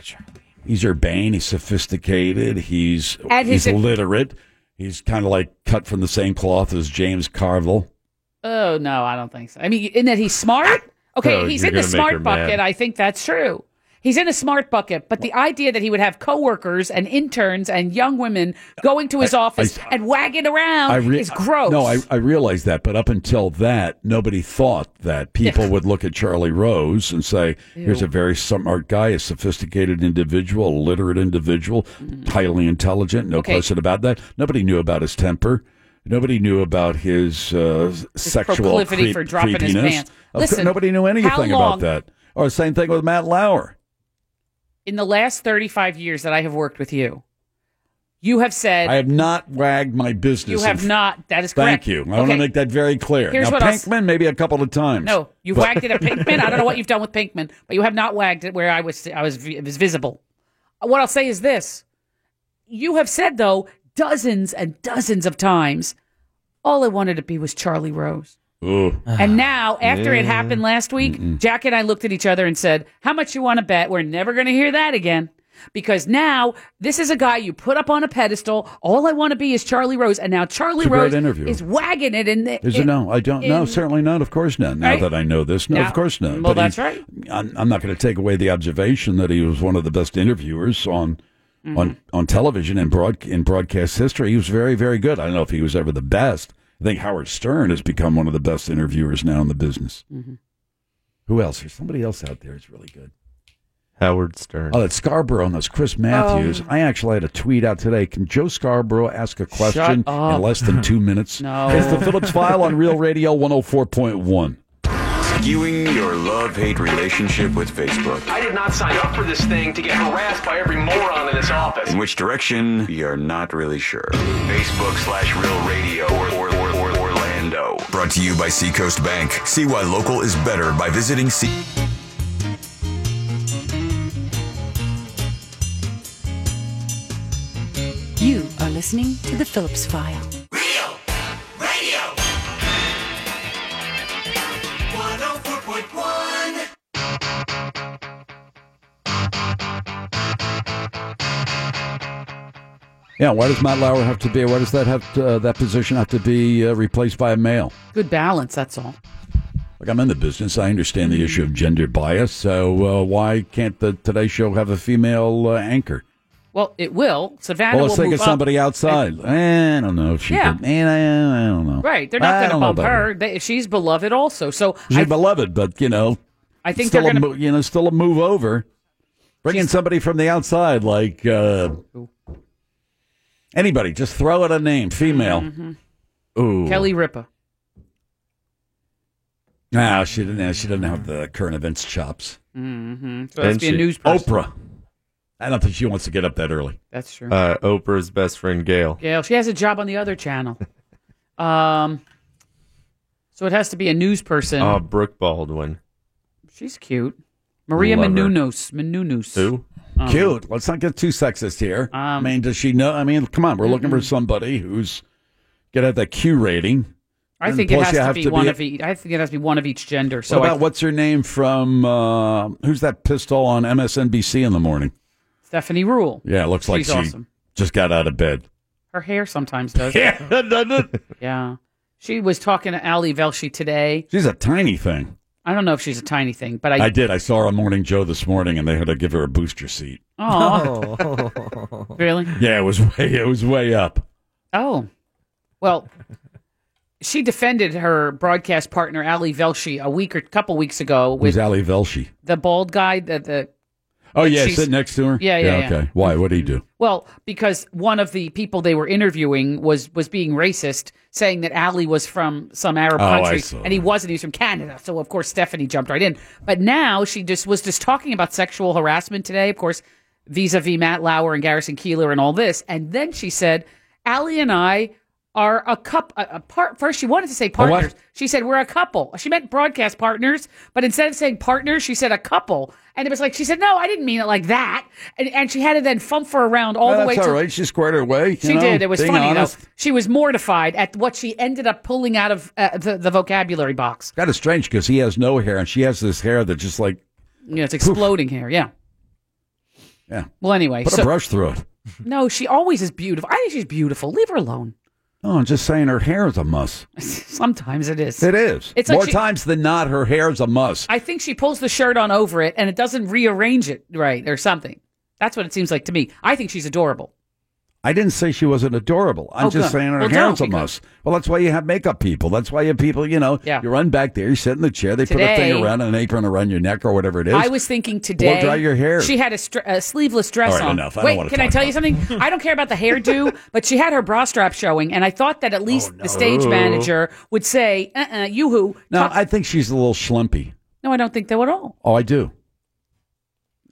Speaker 6: he's urbane, he's sophisticated, he's
Speaker 7: And
Speaker 6: he's
Speaker 7: his-
Speaker 6: literate, he's kind of like cut from the same cloth as James Carville.
Speaker 7: Oh no, I don't think so. I mean, in that he's smart. Okay,
Speaker 6: Oh,
Speaker 7: he's
Speaker 6: you're
Speaker 7: in the
Speaker 6: gonna make her
Speaker 7: smart
Speaker 6: mad.
Speaker 7: bucket. I think that's true. He's in a smart bucket, but the idea that he would have coworkers and interns and young women going to his office and wagging around
Speaker 6: I re-
Speaker 7: is gross.
Speaker 6: No, I, I realize that, but up until that, nobody thought that people would look at Charlie Rose and say, "Here's
Speaker 7: Ew.
Speaker 6: a very smart guy, a sophisticated individual, a literate individual, highly intelligent, no
Speaker 7: Mm. Okay.
Speaker 6: question about that." Nobody knew about his temper. Nobody knew about his, uh, sexual
Speaker 7: proclivity
Speaker 6: creep-
Speaker 7: for dropping his
Speaker 6: creepiness.
Speaker 7: pants.
Speaker 6: Of course,
Speaker 7: Listen,
Speaker 6: nobody knew
Speaker 7: how long-
Speaker 6: anything about that. Or same thing with Matt Lauer.
Speaker 7: in the last 35 years that I have worked with you, you have said
Speaker 6: I have not wagged my business.
Speaker 7: you
Speaker 6: in
Speaker 7: have
Speaker 6: f-
Speaker 7: not. That is
Speaker 6: Thank
Speaker 7: correct.
Speaker 6: you. I want to
Speaker 7: Okay.
Speaker 6: make that very clear.
Speaker 7: Here's
Speaker 6: now,
Speaker 7: what I'll s-
Speaker 6: Pinkman, maybe a couple of times.
Speaker 7: No, you've
Speaker 6: But-
Speaker 7: wagged it at Pinkman. I don't know what you've done with Pinkman, but you have not wagged it where I was. I was. It was visible. What I'll say is this: you have said though dozens and dozens of times, all I wanted to be was Charlie Rose.
Speaker 6: Ooh.
Speaker 7: And now, after it
Speaker 6: Ah, Yeah.
Speaker 7: happened last week, Jack and I looked at each other and said, "How much you want to bet we're never going to hear that again?" Because now this is a guy you put up on a pedestal. All I want to be is Charlie Rose, and now Charlie
Speaker 6: It's a great
Speaker 7: Rose
Speaker 6: interview.
Speaker 7: is wagging it in the.
Speaker 6: Is it,
Speaker 7: in-
Speaker 6: no? I don't. know.
Speaker 7: in-
Speaker 6: certainly not. Of course not. Now
Speaker 7: Right?
Speaker 6: that I know this, no,
Speaker 7: Now-
Speaker 6: of course not.
Speaker 7: Well,
Speaker 6: But he-
Speaker 7: that's right.
Speaker 6: I'm, I'm not going to take away the observation that he was one of the best interviewers on
Speaker 7: Mm-hmm. Mm.
Speaker 6: on on television and broad in broadcast history. He was very, very good. I don't know if he was ever the best. I think Howard Stern has become one of the best interviewers now in the business.
Speaker 1: Mm-hmm.
Speaker 6: Who else? There's somebody else out there who's really good.
Speaker 11: Howard Stern.
Speaker 6: Oh, that's Scarborough, and that's Chris Matthews.
Speaker 11: Um,
Speaker 6: I actually had a tweet out today. Can Joe Scarborough ask a question in
Speaker 11: up.
Speaker 6: less than two minutes?
Speaker 11: No.
Speaker 6: oh It's the Phillips File on Real Radio 104.1.
Speaker 1: Arguing your love hate relationship with Facebook.
Speaker 12: I did not sign up for this thing to get harassed by every moron in this office.
Speaker 1: In which direction, we are not really sure. Facebook slash Real Radio or, or, or, or Orlando. Brought to you by Seacoast Bank. See why local is better by visiting C.
Speaker 14: You are listening to The Phillips File.
Speaker 6: Yeah, why does Matt Lauer have to be? Why does that have to, uh, that position have to be uh, replaced by a male?
Speaker 7: Good balance, that's all.
Speaker 6: Like I'm in the business, I understand the issue of gender bias. So uh, why can't the Today Show have a female uh, anchor?
Speaker 7: Well, it will. Savannah
Speaker 6: well,
Speaker 7: will
Speaker 6: let's think
Speaker 7: move
Speaker 6: of
Speaker 7: up.
Speaker 6: somebody outside. Eh, I don't know if she.
Speaker 7: Yeah.
Speaker 6: Could, eh, I, I don't know.
Speaker 7: Right, they're not
Speaker 6: I
Speaker 7: going to
Speaker 6: don't know
Speaker 7: bump
Speaker 6: about
Speaker 7: her. They, she's beloved also. So
Speaker 6: She's beloved, but you know,
Speaker 7: I think
Speaker 6: still
Speaker 7: they're
Speaker 6: a
Speaker 7: gonna-
Speaker 6: mo- you know still a move over. Bringing somebody from the outside, like uh, anybody, just throw out a name, female.
Speaker 7: Mhm.
Speaker 6: Ooh,
Speaker 7: Kelly Ripa.
Speaker 6: No, she didn't. She didn't have the current events chops.
Speaker 7: Mm-hmm. So that's be a news person.
Speaker 6: Oprah. I don't think she wants to get up that early.
Speaker 7: That's true.
Speaker 11: Uh, Oprah's best friend Gail.
Speaker 7: Gail, she has a job on the other channel. um, so it has to be a news person.
Speaker 6: Um,
Speaker 11: Oh, Brooke Baldwin.
Speaker 7: She's cute. Maria
Speaker 6: Love her.
Speaker 7: Menounos. Menounos.
Speaker 11: Who?
Speaker 7: Um,
Speaker 6: Cute. Let's not get too sexist here. I mean, does she know? I mean, come on. We're looking for somebody who's gonna have that Q rating.
Speaker 7: I
Speaker 6: And
Speaker 7: think it
Speaker 6: plus
Speaker 7: has
Speaker 6: you
Speaker 7: to
Speaker 6: have
Speaker 7: be
Speaker 6: to
Speaker 7: one
Speaker 6: be-
Speaker 7: of each. I think it has to be one of each gender.
Speaker 6: So
Speaker 7: So
Speaker 6: what
Speaker 7: I-
Speaker 6: about what's her name from? Uh, who's that pistol on MSNBC in the morning?
Speaker 7: Stephanie Rule.
Speaker 6: Yeah, it looks like
Speaker 7: She's
Speaker 6: she
Speaker 7: awesome.
Speaker 6: just got out of bed.
Speaker 7: Her hair sometimes does.
Speaker 6: Yeah,
Speaker 7: yeah. She was talking to Ali Velshi today.
Speaker 6: She's a tiny thing.
Speaker 7: I don't know if she's a tiny thing, but
Speaker 6: I,
Speaker 7: I.
Speaker 6: did. I saw her on Morning Joe this morning, and they had to give her a booster seat.
Speaker 7: Aw. really?
Speaker 6: Yeah, it was way. It was way up.
Speaker 7: Oh, well, she defended her broadcast partner Ali Velshi a week or couple weeks ago with
Speaker 6: Who's Ali Velshi?
Speaker 7: the bald guy. The, the
Speaker 6: Oh yeah,
Speaker 7: she's-
Speaker 6: sitting next to her.
Speaker 7: Yeah, yeah, yeah.
Speaker 6: okay. Why? What would he do?
Speaker 7: well, because one of the people they were interviewing was was being racist, saying that Ali was from some Arab
Speaker 15: Oh, I
Speaker 7: country,
Speaker 15: saw
Speaker 7: and he wasn't. He was from Canada. So of course Stephanie jumped right in. But now she just was just talking about sexual harassment today. Of course, vis-a-vis Matt Lauer and Garrison Keeler and all this, and then she said, Ali and I. Are a cup a, a part first? She wanted to say
Speaker 6: what?
Speaker 7: partners. She said we're a couple. She meant broadcast partners, but instead of saying partners, she said a couple, and it was like she said no, I didn't mean it like that, and, and she had to then fumfer around all
Speaker 6: Oh,
Speaker 7: the way
Speaker 6: that's
Speaker 7: to
Speaker 6: all right. She squared her way. you
Speaker 7: she
Speaker 6: know,
Speaker 7: did. It was
Speaker 6: being
Speaker 7: funny
Speaker 6: honest.
Speaker 7: though. She was mortified at what she ended up pulling out of uh, the, the vocabulary box.
Speaker 6: Kind of strange because he has no hair and she has this hair that just like
Speaker 7: You know, it's exploding here. Yeah.
Speaker 6: yeah.
Speaker 7: Well, anyway,
Speaker 6: put
Speaker 7: so-
Speaker 6: a brush through it.
Speaker 7: No, she always is beautiful. I think she's beautiful. Leave her alone.
Speaker 6: No, I'm just saying her hair is a muss.
Speaker 7: Sometimes it is.
Speaker 6: It is.
Speaker 7: It's like
Speaker 6: more
Speaker 7: she-
Speaker 6: times than not. Her hair is a muss.
Speaker 7: I think she pulls the shirt on over it and it doesn't rearrange it right or something. That's what it seems like to me. I think she's adorable.
Speaker 6: I didn't say she wasn't adorable. I'm
Speaker 7: Oh,
Speaker 6: just
Speaker 7: good.
Speaker 6: saying her
Speaker 7: Well,
Speaker 6: hair
Speaker 7: don't,
Speaker 6: is a
Speaker 7: because-
Speaker 6: muss. Well, that's why you have makeup people. That's why you have people. You know, you run back there, you sit in the chair, they put a
Speaker 7: Today-
Speaker 6: thing around an apron around your neck or whatever it is.
Speaker 7: I was thinking today.
Speaker 6: dry your hair.
Speaker 7: She had a, str- a sleeveless dress
Speaker 6: All right,
Speaker 7: on.
Speaker 6: enough. I don't
Speaker 7: Wait,
Speaker 6: wanna
Speaker 7: can I
Speaker 6: talk
Speaker 7: tell you something? I don't care about the hairdo, but she had her bra strap showing, and I thought that at least the stage
Speaker 6: Oh, no.
Speaker 7: manager would say, "Uh, uh you who."
Speaker 6: No, I think she's a little schlumpy.
Speaker 7: No, I don't think that at all.
Speaker 6: Oh, I do.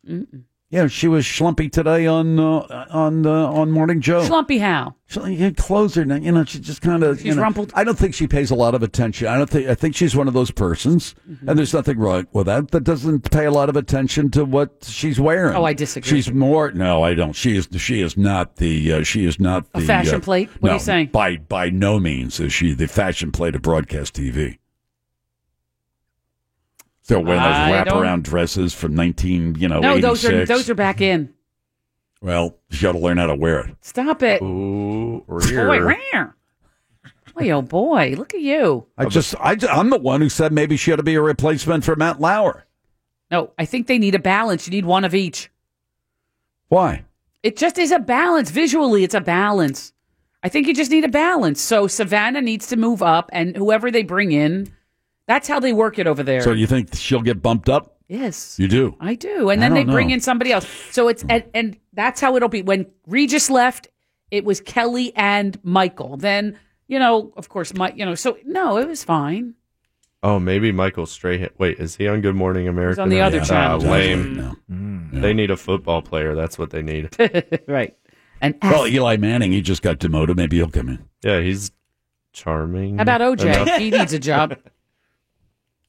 Speaker 7: Mm-mm.
Speaker 6: Yeah, she was schlumpy today on uh, on uh, on Morning Joe.
Speaker 7: Schlumpy how?
Speaker 6: She, you clothes her, you know, she just kind of.
Speaker 7: She's rumpled.
Speaker 6: I don't think she pays a lot of attention. I don't think. I think she's one of those persons,
Speaker 7: Mm-hmm.
Speaker 6: and there's nothing wrong with that. That doesn't pay a lot of attention to what she's wearing.
Speaker 7: Oh, I disagree.
Speaker 6: She's more. No, I don't. She is. She is not the. Uh, she is not
Speaker 7: A
Speaker 6: the
Speaker 7: fashion
Speaker 6: uh,
Speaker 7: plate? What are you
Speaker 6: no,
Speaker 7: saying?
Speaker 6: By by no means is she the fashion plate of broadcast TV. Still wearing those
Speaker 7: I don't-
Speaker 6: wraparound dresses from nineteen, you know,
Speaker 7: no,
Speaker 6: eighty
Speaker 7: those are
Speaker 6: six.
Speaker 7: those are back in.
Speaker 6: well, she got to learn how to wear it.
Speaker 7: Stop it.
Speaker 11: Ooh,
Speaker 7: Boy, rare. Boy, oh boy, look at you.
Speaker 6: I just, I, ju- I'm the one who said maybe she ought to be a replacement for Matt Lauer.
Speaker 7: No, I think they need a balance. You need one of each.
Speaker 6: Why?
Speaker 7: It just is a balance. Visually, it's a balance. I think you just need a balance. So Savannah needs to move up, and whoever they bring in, that's how they work it over there.
Speaker 6: So you think she'll get bumped up?
Speaker 7: Yes,
Speaker 6: you do.
Speaker 7: I do. And
Speaker 6: I
Speaker 7: then they
Speaker 6: don't
Speaker 7: bring
Speaker 6: know.
Speaker 7: in somebody else. So it's and, and that's how it'll be. When Regis left, it was Kelly and Michael. Then you know, of course, Mike. You know, so no, it was fine.
Speaker 11: Oh, maybe Michael Strahan. Wait, is he on Good Morning America?
Speaker 7: on the
Speaker 11: now?
Speaker 7: other
Speaker 11: Ah,
Speaker 7: channel. Mm.
Speaker 11: lame. They need a football player. That's what they need.
Speaker 7: right. And
Speaker 6: well, Eli Manning, he just got demoted. Maybe he'll come in.
Speaker 11: Yeah, he's charming.
Speaker 7: How about OJ?
Speaker 11: Enough.
Speaker 7: he needs a job.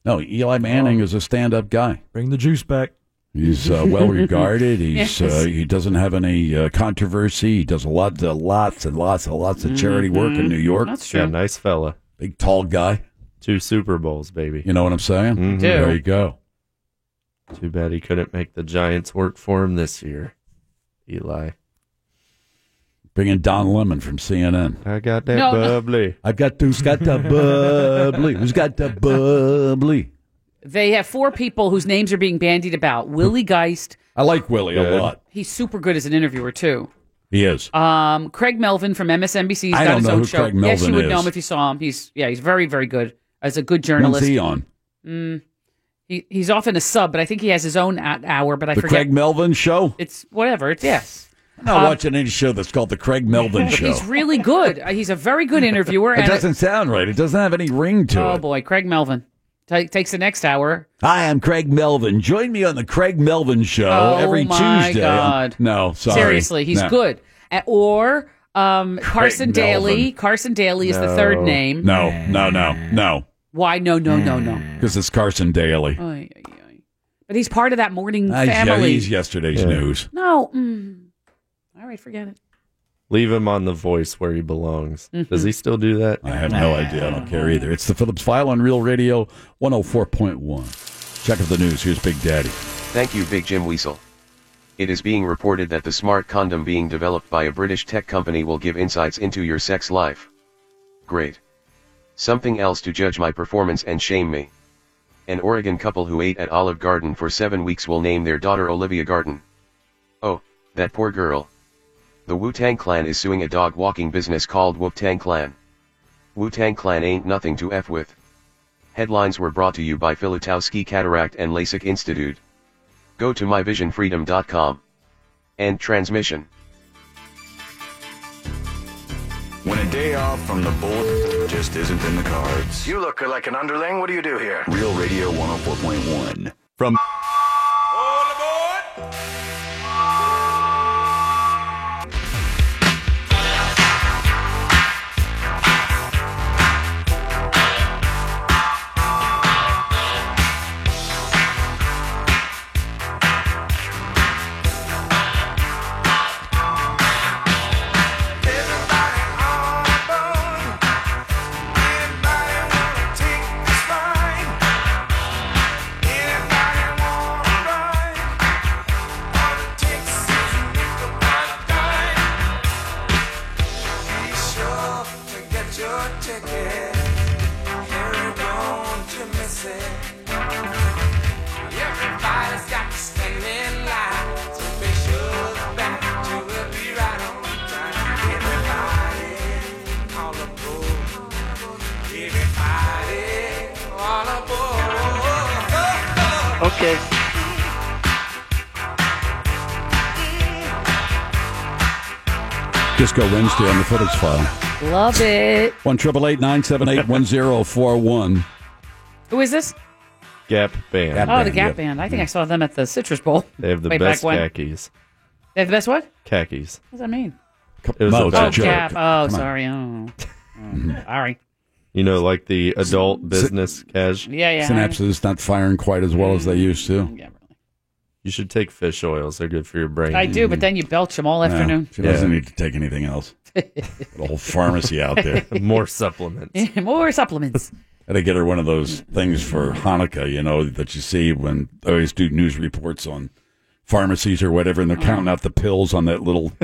Speaker 6: No, Eli
Speaker 11: Oh.
Speaker 6: Manning is a stand-up guy.
Speaker 15: Bring the juice back.
Speaker 6: He's uh, well regarded. He's
Speaker 15: Yes.
Speaker 6: uh, he doesn't have any uh, controversy. He does a lot, uh, lots and lots and lots of charity work
Speaker 7: Mm-hmm.
Speaker 6: in New York.
Speaker 11: Yeah, nice fella.
Speaker 6: Big tall guy.
Speaker 11: Two Super Bowls, baby.
Speaker 6: You know what I'm saying?
Speaker 11: Mhm.
Speaker 6: do. There you go.
Speaker 11: Too bad he couldn't make the Giants work for him this year. Eli.
Speaker 6: Bring in Don Lemon from CNN.
Speaker 11: I got that
Speaker 7: No.
Speaker 11: bubbly.
Speaker 6: I got who's got the bubbly? Who's got the bubbly?
Speaker 7: They have four people whose names are being bandied about. Willie Geist.
Speaker 6: I like Willie a lot.
Speaker 7: He's super good as an interviewer too.
Speaker 6: He is.
Speaker 7: Um, Craig Melvin from MSNBC. He's got
Speaker 6: I don't
Speaker 7: his
Speaker 6: know
Speaker 7: own
Speaker 6: who
Speaker 7: show.
Speaker 6: Craig
Speaker 7: yes, you
Speaker 6: Melvin
Speaker 7: would know
Speaker 6: is.
Speaker 7: him if you saw him. He's yeah, he's very very good as a good journalist.
Speaker 6: When's he on?
Speaker 7: Mm, he, he's often a sub, but I think he has his own ou- hour. But I
Speaker 6: the
Speaker 7: forget.
Speaker 6: Craig Melvin Show?
Speaker 7: It's whatever. It's yes.
Speaker 6: I'm not
Speaker 7: Um,
Speaker 6: watching any show that's called the Craig Melvin Show.
Speaker 7: He's really good. Uh, He's a very good interviewer.
Speaker 6: It
Speaker 7: and
Speaker 6: doesn't sound right. It doesn't have any ring to
Speaker 7: oh
Speaker 6: it.
Speaker 7: boy, Craig Melvin Ta takes the next hour.
Speaker 6: Hi, I'm Craig Melvin. Join me on the Craig Melvin Show
Speaker 7: Oh,
Speaker 6: every
Speaker 7: my
Speaker 6: Tuesday.
Speaker 7: God.
Speaker 6: No, sorry.
Speaker 7: Seriously, he's
Speaker 6: No.
Speaker 7: good. Uh, Or um, Carson
Speaker 6: Melvin.
Speaker 7: Daly. Carson Daly is the third name.
Speaker 6: No, Hmm. no, no, no.
Speaker 7: Why? No, no, no, no.
Speaker 6: Because it's Carson Daly.
Speaker 7: Ay, ay, ay. But he's part of that morning
Speaker 6: Uh, yeah,
Speaker 7: family.
Speaker 6: he's yesterday's news.
Speaker 7: No. Mm. All right, forget it.
Speaker 11: Leave him on the voice where he belongs.
Speaker 7: Mhm.
Speaker 11: Does he still do that?
Speaker 6: I have no idea. I don't care either. It's the Phillips File on Real Radio 104.1. Check of the news. Here's Big Daddy.
Speaker 16: Thank you, Big Jim Weasel. It is being reported that the smart condom being developed by a British tech company will give insights into your sex life. Great. Something else to judge my performance and shame me. An Oregon couple who ate at Olive Garden for seven weeks will name their daughter Olivia Garden. Oh, that poor girl. The Wu Tang Clan is suing a dog walking business called Wu Tang Clan. Wu Tang Clan ain't nothing to F with. Headlines were brought to you by Filutowski Cataract and LASIK Institute. Go to myvisionfreedom.com. End transmission.
Speaker 1: When a day off from the bull just isn't in the cards.
Speaker 17: You look like an underling. What do you do here?
Speaker 1: Real Radio 104.1. From
Speaker 5: Everybody's got to stand in line, so make sure that you will be right on time. Everybody, all aboard. Everybody, all aboard.
Speaker 17: Okay.
Speaker 6: Disco Wednesday on the Phillips File.
Speaker 7: Love it.
Speaker 6: One triple eight nine seven eight one zero four one.
Speaker 7: Who is this?
Speaker 11: Gap Band.
Speaker 7: oh, the Gap Band. I think I saw them at the Citrus Bowl.
Speaker 11: They have the
Speaker 7: way
Speaker 11: best
Speaker 7: back when.
Speaker 11: khakis.
Speaker 7: They have the best what? What
Speaker 11: Khakis.
Speaker 7: does that mean?
Speaker 11: It was
Speaker 7: oh,
Speaker 11: a bad joke.
Speaker 7: Gap. Oh,
Speaker 11: Come on.
Speaker 7: sorry. Oh. Oh,
Speaker 6: Mm.
Speaker 7: Sorry.
Speaker 11: You know, like the adult business cash.
Speaker 7: Yeah, yeah. Mm-hmm.
Speaker 6: Synapses not firing quite as well as they used to.
Speaker 11: You should take fish oils. They're good for your brain.
Speaker 7: I do, but then you belch them all
Speaker 11: No.
Speaker 7: afternoon.
Speaker 6: She
Speaker 11: Yeah.
Speaker 6: doesn't need to take anything else. Got a whole pharmacy out there.
Speaker 11: More supplements.
Speaker 7: More supplements.
Speaker 6: Gotta get her one of those things for Hanukkah, you know, that you see when they always do news reports on pharmacies or whatever, and they're counting out the pills on that little.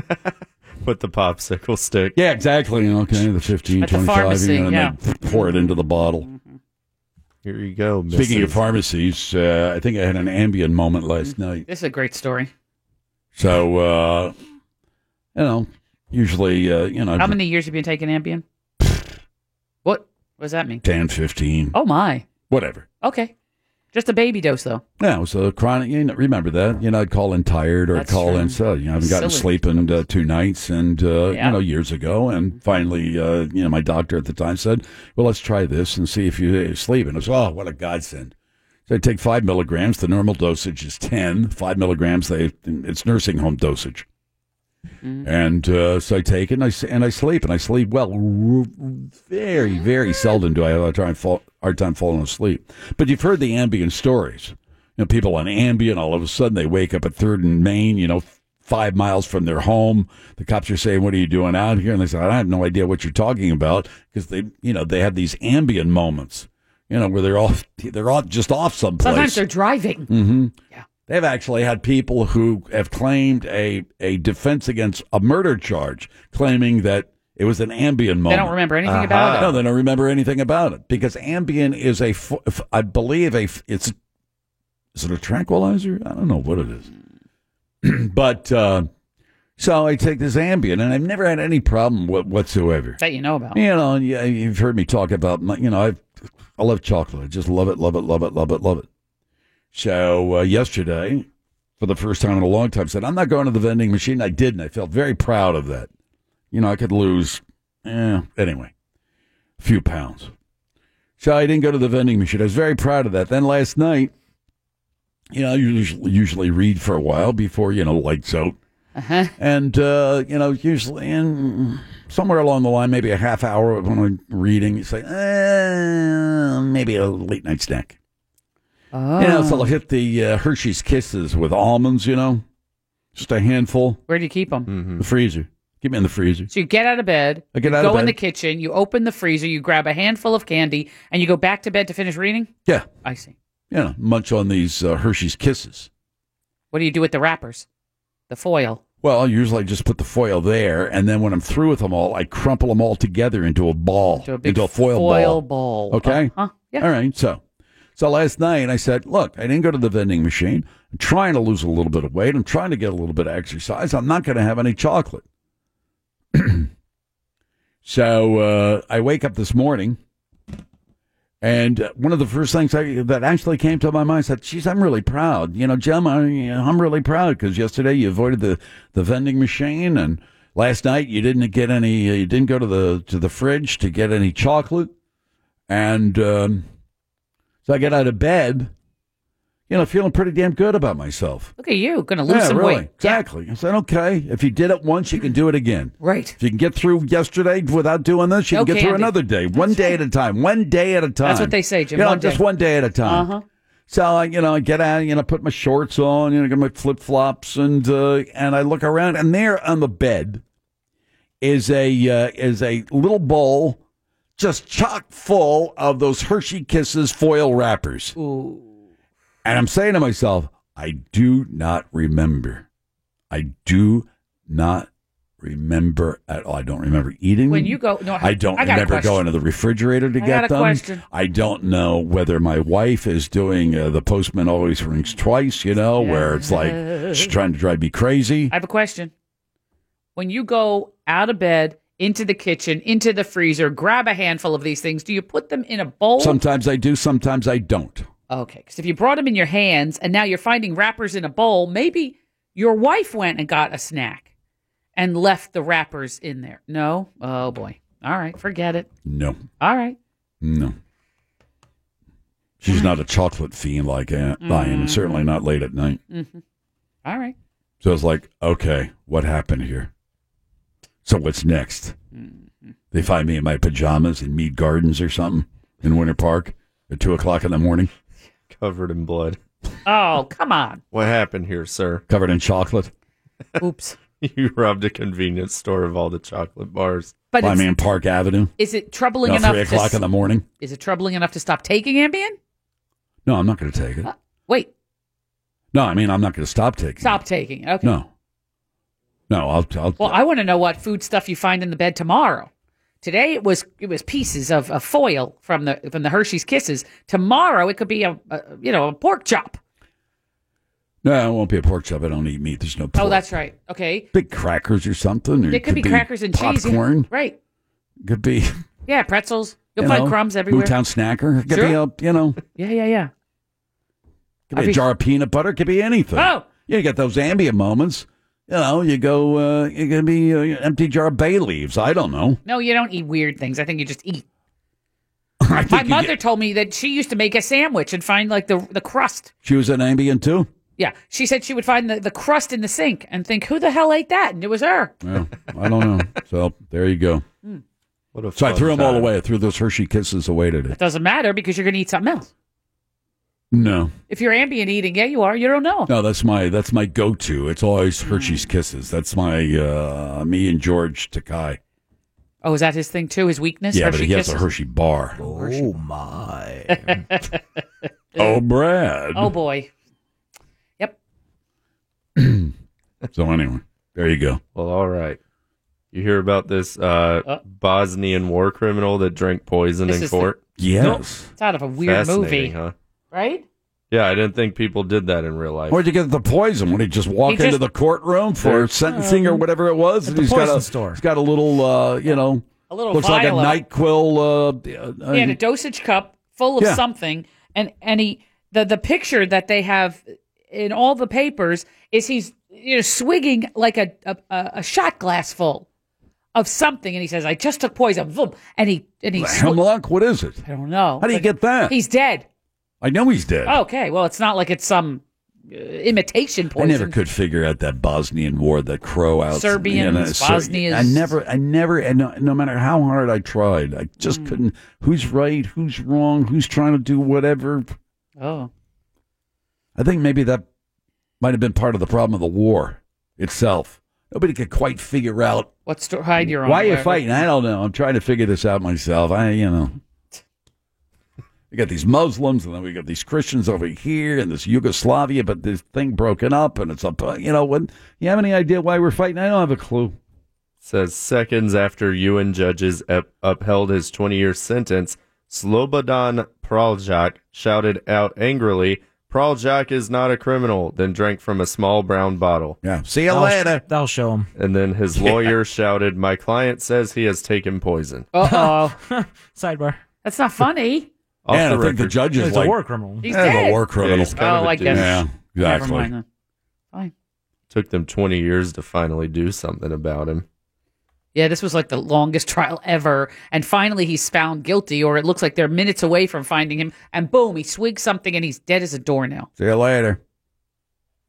Speaker 11: Put the popsicle stick.
Speaker 6: Yeah, exactly. Okay, the 15,
Speaker 11: At the
Speaker 6: 25,
Speaker 11: pharmacy,
Speaker 6: you know, and
Speaker 11: yeah.
Speaker 6: they pour it into the bottle.
Speaker 11: Here you go.
Speaker 6: Speaking of
Speaker 11: missus.
Speaker 6: pharmacies, uh, I think I had an Ambien moment last night.
Speaker 7: This is a great story.
Speaker 6: So, uh, you know, usually, uh, you know,
Speaker 7: How many years have you been taking Ambien? what? What does that mean?
Speaker 6: 10, 15,
Speaker 7: Oh my.
Speaker 6: whatever.
Speaker 7: Okay. Just a baby dose, though.
Speaker 6: Yeah, it was a chronic. You know, remember that? You know, I'd call in tired or
Speaker 7: That's
Speaker 6: call
Speaker 7: true.
Speaker 6: in. So you know, I haven't gotten
Speaker 7: Silly.
Speaker 6: sleep in uh, two nights, and uh,
Speaker 7: Yeah.
Speaker 6: you know, years ago. And finally, uh, you know, my doctor at the time said, "Well, let's try this and see if you uh, sleep." And I was, "Oh, what a godsend!" So I take five milligrams. The normal dosage is ten. Five milligrams. They it's nursing home dosage. And uh, so I take it and I, s- and I sleep and I sleep well. R- Very very seldom do I have a hard time, fall, hard time falling asleep. But you've heard the Ambien stories. You know, people on Ambien all of a sudden they wake up at Third and Main. You know, f- five miles from their home. The cops are saying, "What are you doing out here?" And they say, "I have no idea what you're talking about," because they you know they have these Ambien moments. You know, where they're off they're off just off someplace.
Speaker 7: Sometimes they're driving.
Speaker 6: Mm-hmm. Yeah. They've actually had people who have claimed a, a defense against a murder charge, claiming that it was an Ambien moment. Uh-huh.
Speaker 7: remember anything about it.
Speaker 6: No, they don't remember anything about it because Ambien is a, fo- f- I believe a, f- it's, is it a tranquilizer? I don't know what it is. but uh, so I take this Ambien, and I've never had any problem wha- whatsoever.
Speaker 7: That you know about.
Speaker 6: You know, and you, you've heard me talk about, my, you know, I've, I love chocolate. I just love it, love it, love it, love it, love it. So uh, yesterday, for the first time in a long time, said, I'm not going to the vending machine. I didn't. I felt very proud of that. You know, I could lose, eh, anyway, a few pounds. So I didn't go to the vending machine. I was very proud of that. Then last night, you know, I usually, usually read for a while before, you know, lights out.
Speaker 7: Uh-huh.
Speaker 6: And, uh, you know, usually in somewhere along the line, maybe a half hour when I'm reading, it's like, eh, maybe a late night snack.
Speaker 7: Oh.
Speaker 6: You know, so I'll hit the uh, Hershey's Kisses with almonds, you know, just a handful.
Speaker 7: Where do you keep them?
Speaker 6: The freezer. Keep them in the freezer.
Speaker 7: So you get out of bed,
Speaker 6: I get
Speaker 7: you
Speaker 6: out
Speaker 7: go
Speaker 6: of
Speaker 7: in
Speaker 6: bed.
Speaker 7: the kitchen, you open the freezer, you grab a handful of candy, and you go back to bed to finish reading?
Speaker 6: Yeah.
Speaker 7: I see.
Speaker 6: You know, munch on these uh, Hershey's Kisses.
Speaker 7: What do you do with the wrappers? The foil.
Speaker 6: Well, usually I just put the foil there, and then when I'm through with them all, I crumple them all together into a ball, into a,
Speaker 7: big
Speaker 6: foil,
Speaker 7: foil
Speaker 6: ball.
Speaker 7: ball.
Speaker 6: Okay.
Speaker 7: Uh-huh. Yeah.
Speaker 6: All right. So, so last night I said, look, I didn't go to the vending machine. I'm trying to lose a little bit of weight. I'm trying to get a little bit of exercise. I'm not going to have any chocolate. so uh, I wake up this morning. And uh, one of the first things I, that actually came to my mind said, "Geez, I'm really proud. You know, Jim, I, I'm really proud because yesterday you avoided the, the vending machine, and last night you didn't get any. uh, You didn't go to the to the fridge to get any chocolate, and um, so I get out of bed, you know, feeling pretty damn good about myself.
Speaker 7: Look at you, going to lose
Speaker 6: yeah,
Speaker 7: some
Speaker 6: really,
Speaker 7: weight.
Speaker 6: exactly. I said, okay, if you did it once, you can do it again.
Speaker 7: Right.
Speaker 6: If you can get through yesterday without doing this, you
Speaker 7: No
Speaker 6: can get through
Speaker 7: candy.
Speaker 6: another day, one day at a time, one day at a time.
Speaker 7: That's what they say, Jim,
Speaker 6: You know,
Speaker 7: one day.
Speaker 6: just one day at a time.
Speaker 7: Uh-huh.
Speaker 6: So I, you know, I get out, you know, put my shorts on, you know, get my flip flops, and uh, and I look around, and there on the bed is a uh, is a little bowl just chock full of those Hershey Kisses foil wrappers. And I'm saying to myself, I do not remember. I do not remember at all. I don't remember eating
Speaker 7: When
Speaker 6: them.
Speaker 7: you go- no,
Speaker 6: I don't
Speaker 7: I got a
Speaker 6: remember
Speaker 7: question.
Speaker 6: going to the refrigerator to
Speaker 7: I
Speaker 6: get
Speaker 7: got a
Speaker 6: them.
Speaker 7: question.
Speaker 6: I don't know whether my wife is doing uh, the postman always rings twice. You know, where it's like she's trying to drive me crazy.
Speaker 7: I have a question. When you go out of bed, into the kitchen, into the freezer, grab a handful of these things, do you put them in a bowl?
Speaker 6: Sometimes I do, sometimes I don't.
Speaker 7: Okay, because if you brought them in your hands and now you're finding wrappers in a bowl, maybe your wife went and got a snack and left the wrappers in there. No? Oh, boy. All right, forget it.
Speaker 6: No,
Speaker 7: All right.
Speaker 6: no. She's not a chocolate fiend like Aunt I
Speaker 7: Mm.
Speaker 6: am, and certainly not late at night.
Speaker 7: Mhm. All right.
Speaker 6: So it's like, okay, what happened here? So what's next?
Speaker 7: Mm-hmm.
Speaker 6: They find me in my pajamas in Mead Gardens or something in Winter Park at two o'clock in the morning.
Speaker 11: Covered in blood.
Speaker 7: Oh, come on.
Speaker 11: What happened here, sir?
Speaker 6: Covered in chocolate.
Speaker 7: Oops.
Speaker 11: you robbed a convenience store of all the chocolate bars.
Speaker 7: But Well, I it's- mean,
Speaker 6: Park Avenue.
Speaker 7: Is it troubling
Speaker 11: Now,
Speaker 7: enough?
Speaker 11: three
Speaker 7: to
Speaker 11: o'clock
Speaker 7: s-
Speaker 11: in the
Speaker 6: morning?
Speaker 7: Is it troubling enough to stop taking Ambien?
Speaker 6: No, I'm not going to take it.
Speaker 7: Wait,
Speaker 6: No, I mean I'm not going to stop taking.
Speaker 7: stop taking it.
Speaker 6: it.
Speaker 7: Okay.
Speaker 6: No, no, I'll, I'll
Speaker 7: Well, I want to know what food stuff you find in the bed tomorrow. Today it was it was pieces of, of foil from the from the Hershey's Kisses. Tomorrow it could be a, a you know a pork chop.
Speaker 6: no, it won't be a pork chop. I don't eat meat. There's no pork.
Speaker 7: Oh, that's right. Okay,
Speaker 6: Big crackers or something. Or
Speaker 7: it could, be, crackers and
Speaker 6: popcorn.
Speaker 7: cheese. yeah. Right?
Speaker 6: Could be
Speaker 7: Yeah, pretzels. You'll
Speaker 6: you
Speaker 7: find
Speaker 6: know,
Speaker 7: crumbs everywhere.
Speaker 6: Boomtown snacker. Could
Speaker 7: Sure.
Speaker 6: be a you know
Speaker 7: Yeah, yeah, yeah.
Speaker 6: Could be a jar of peanut butter. Could be anything.
Speaker 7: Oh.
Speaker 6: you get those ambient moments. You know, you go. Uh, it could be an empty jar of bay leaves. I don't know.
Speaker 7: No, you don't eat weird things. I think you just eat.
Speaker 6: I
Speaker 7: My mother told me that she used to make a sandwich and find like the the crust.
Speaker 6: She was an ambient too.
Speaker 7: Yeah, she said she would find the, the crust in the sink and think, "Who the hell ate that?" And it was her.
Speaker 6: Yeah, I don't know. So there you go.
Speaker 7: Hmm.
Speaker 11: What a
Speaker 6: so I
Speaker 11: fun
Speaker 6: threw them all
Speaker 11: time.
Speaker 6: away. I threw those Hershey Kisses away today.
Speaker 7: It doesn't matter because you're going to eat something else.
Speaker 6: No,
Speaker 7: If you're ambient eating, yeah, you are. You don't know.
Speaker 6: no, that's my that's my go to. It's always
Speaker 11: Hmm.
Speaker 6: Hershey's Kisses. That's my uh, me and George Takai.
Speaker 7: Oh, is that his thing too? His weakness?
Speaker 6: yeah, but
Speaker 7: Hershey
Speaker 6: he has
Speaker 7: kisses?
Speaker 6: a Hershey bar.
Speaker 7: Oh
Speaker 6: my! oh, Brad.
Speaker 7: Oh boy.
Speaker 6: So anyway, there you go.
Speaker 11: Well, all right. You hear about this uh, Bosnian war criminal that drank poison
Speaker 7: This
Speaker 11: in
Speaker 7: is the-
Speaker 11: court?
Speaker 6: Yes.
Speaker 7: It's out of a weird
Speaker 11: Fascinating,
Speaker 7: movie,
Speaker 11: huh?
Speaker 7: right?
Speaker 11: Yeah, I didn't think people did that in real life.
Speaker 6: Where'd you get the poison? When he just walk
Speaker 11: He
Speaker 6: into
Speaker 11: just-
Speaker 6: the courtroom for
Speaker 11: There-
Speaker 6: sentencing
Speaker 7: um,
Speaker 6: or whatever it was, and
Speaker 11: the
Speaker 6: he's got
Speaker 11: poison
Speaker 6: a store. He's got a little, uh, you know,
Speaker 7: A little
Speaker 6: looks
Speaker 7: vial of
Speaker 6: like a
Speaker 7: it.
Speaker 6: Nyquil. Uh, uh,
Speaker 7: he had a dosage cup full of
Speaker 6: Yeah.
Speaker 7: something, and and he the the picture that they have in all the papers is he's you know swigging like a a, a a shot glass full of something, and he says, "I just took poison," Vroom. and he and he sw-
Speaker 6: hemlock. What is it?
Speaker 7: I don't know.
Speaker 6: How do you
Speaker 7: But
Speaker 6: get that?
Speaker 7: He's dead.
Speaker 6: I know he's dead.
Speaker 7: Okay, well, it's not like it's some uh, imitation
Speaker 6: I
Speaker 7: poison.
Speaker 6: never could figure out that Bosnian war, that crow out
Speaker 7: Serbians, Bosnians.
Speaker 6: I never, I never, and no, no matter how hard I tried, I just
Speaker 7: Mm.
Speaker 6: couldn't. Who's right? Who's wrong? Who's trying to do whatever?
Speaker 7: Oh,
Speaker 6: I think maybe that might have been part of the problem of the war itself. Nobody could quite figure out
Speaker 7: what sto- hide you're on?
Speaker 6: why you
Speaker 7: whatever.
Speaker 6: fighting. I don't know. I'm trying to figure this out myself. I, you know, we got these Muslims, and then we got these Christians over here, and this Yugoslavia, but this thing broken up, and it's up. uh, You know, when you have any idea why we're fighting? I don't have a clue.
Speaker 11: Says seconds after UN judges up- upheld his 20-year sentence, Slobodan Praljak shouted out angrily, "Praljak is not a criminal!" Then drank from a small brown bottle.
Speaker 6: Yeah. See you
Speaker 8: I'll-
Speaker 7: Oh,
Speaker 6: later.
Speaker 8: I'll show him.
Speaker 11: And then his lawyer shouted, "My client says he has taken poison."
Speaker 7: Uh oh.
Speaker 8: Sidebar.
Speaker 7: That's not funny.
Speaker 11: Off
Speaker 6: and
Speaker 11: the
Speaker 6: I think the
Speaker 11: record.
Speaker 6: judge is
Speaker 8: He's a
Speaker 6: like
Speaker 8: war criminal.
Speaker 7: He's
Speaker 6: eh,
Speaker 7: dead.
Speaker 6: a war criminal.
Speaker 11: Yeah, he's kind
Speaker 7: Oh,
Speaker 11: of a
Speaker 7: I
Speaker 11: douche.
Speaker 7: guess.
Speaker 6: Yeah,
Speaker 7: Never
Speaker 6: exactly.
Speaker 7: mind then. Fine.
Speaker 11: Took them 20 years to finally do something about him.
Speaker 7: Yeah, this was like the longest trial ever. And finally, he's found guilty, or it looks like they're minutes away from finding him. And boom, he swigs something and he's dead as a doornail.
Speaker 6: See you later.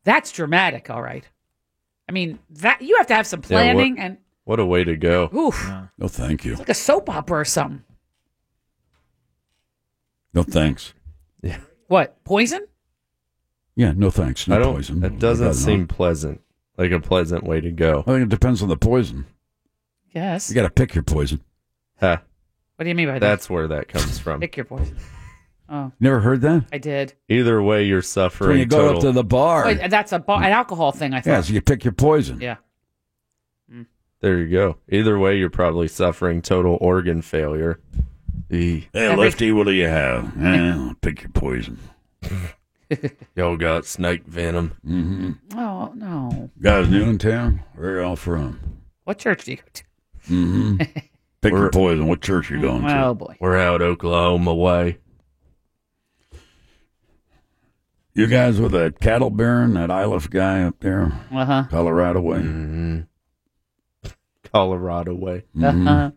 Speaker 7: That's dramatic, all right. I mean, that you have to have some planning and
Speaker 11: What a way to go!
Speaker 7: oof,
Speaker 6: No, thank you.
Speaker 7: like a soap opera or something.
Speaker 6: No, thanks.
Speaker 7: What, poison?
Speaker 6: Yeah, no, thanks. No
Speaker 11: I don't.
Speaker 6: poison.
Speaker 11: That doesn't
Speaker 6: Rather
Speaker 11: seem
Speaker 6: not.
Speaker 11: pleasant. Like a pleasant way to go.
Speaker 6: I think it depends on the poison.
Speaker 7: Yes.
Speaker 6: You got to pick your poison.
Speaker 11: Huh.
Speaker 7: What do you mean by that?
Speaker 11: That's where that comes from.
Speaker 7: Pick your poison. Oh,
Speaker 6: Never heard that?
Speaker 7: I did.
Speaker 11: Either way, you're
Speaker 6: When
Speaker 11: suffering.
Speaker 6: you go
Speaker 11: total.
Speaker 6: up to the bar.
Speaker 7: Wait, Oh, that's a bar, an alcohol thing, I
Speaker 6: yeah,
Speaker 7: thought.
Speaker 6: so you pick your poison.
Speaker 7: Yeah.
Speaker 11: There you go. Either way, you're probably suffering total organ failure. E. Hey,
Speaker 7: Every- Lefty,
Speaker 6: what do you have? Eh, pick your poison.
Speaker 11: Y'all got snake venom.
Speaker 6: Mm-hmm.
Speaker 7: Oh, no.
Speaker 6: Guys new in town? Where y'all from?
Speaker 7: What church do you go to?
Speaker 6: Mm-hmm. Pick your poison. What church you going
Speaker 7: Oh,
Speaker 6: to?
Speaker 7: boy.
Speaker 11: We're out Oklahoma way.
Speaker 6: You guys with that cattle baron, that Iliff guy up there,
Speaker 7: Uh-huh.
Speaker 6: Colorado way.
Speaker 11: Mm-hmm. Colorado way.
Speaker 6: Mhm.
Speaker 7: Uh-huh.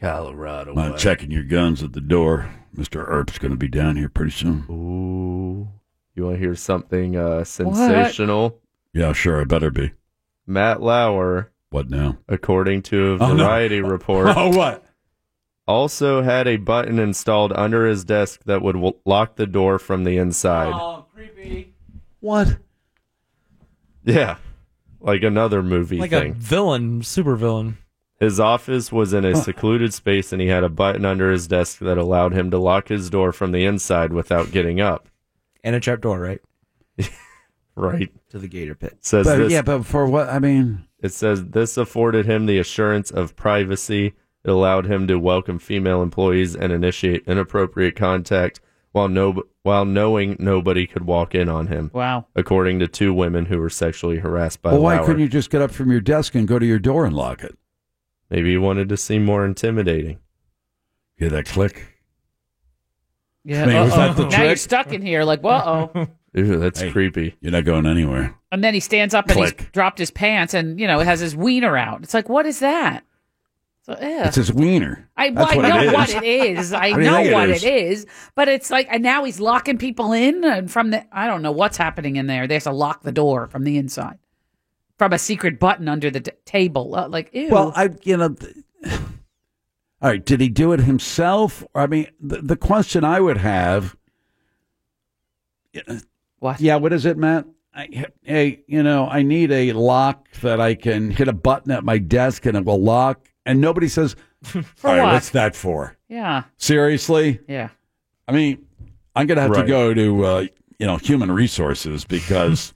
Speaker 11: Colorado
Speaker 6: Uh,
Speaker 11: way.
Speaker 6: checking your guns at the door. Mr. Earp's going to be down here pretty soon.
Speaker 11: Ooh. You want to hear something uh, sensational?
Speaker 6: Yeah, sure. It better be.
Speaker 11: Matt Lauer,
Speaker 6: What now?
Speaker 11: according to a
Speaker 6: Oh, no. Oh,
Speaker 11: Variety report,
Speaker 6: what?
Speaker 11: also had a button installed under his desk that would w- lock the door from the inside.
Speaker 8: Oh.
Speaker 6: What?
Speaker 11: Yeah. Like another movie
Speaker 8: Like
Speaker 11: thing.
Speaker 8: a villain, super villain.
Speaker 11: His office was in a secluded space and he had a button under his desk that allowed him to lock his door from the inside without getting up.
Speaker 8: And a trap door, right?
Speaker 11: Right.
Speaker 8: To the gator pit.
Speaker 11: Says
Speaker 6: But,
Speaker 11: this,
Speaker 6: yeah, but for what? I mean,
Speaker 11: it says this afforded him the assurance of privacy. It allowed him to welcome female employees and initiate inappropriate contact while no while knowing nobody could walk in on him.
Speaker 7: Wow.
Speaker 11: According to two women who were sexually harassed by
Speaker 6: well, why
Speaker 11: Lauer.
Speaker 6: couldn't you just get up from your desk and go to your door and lock it?
Speaker 11: Maybe he wanted to seem more intimidating.
Speaker 6: Hear that click?
Speaker 7: Yeah.
Speaker 6: I mean, was that
Speaker 7: uh-oh.
Speaker 6: the
Speaker 7: now you're
Speaker 6: trick?
Speaker 7: stuck in here. Like, whoa.
Speaker 11: Ew, that's creepy.
Speaker 6: You're not going anywhere.
Speaker 7: And then he stands up and he's dropped his pants and, you know, has his wiener out. It's like, what is that? So, yeah.
Speaker 6: It's his wiener.
Speaker 7: I, well,
Speaker 6: That's
Speaker 7: I
Speaker 6: what
Speaker 7: know
Speaker 6: it is.
Speaker 7: what it is. I
Speaker 6: What do you
Speaker 7: know
Speaker 6: think it
Speaker 7: what
Speaker 6: is?
Speaker 7: it is. But it's like, and now he's locking people in and from the, I don't know what's happening in there. They have to lock the door from the inside, from a secret button under the d- table. Uh, like, ew.
Speaker 6: Well, I you know, th- all right. Did he do it himself? I mean, the, the question I would have.
Speaker 7: What?
Speaker 6: Yeah. What is it, Matt? I, hey, you know, I need a lock that I can hit a button at my desk and it will lock. And nobody says, for
Speaker 7: what?
Speaker 6: what's that for?
Speaker 7: yeah.
Speaker 6: Seriously?
Speaker 7: Yeah.
Speaker 6: I mean, I'm going to have to
Speaker 11: Right.
Speaker 6: go to uh, you know human resources because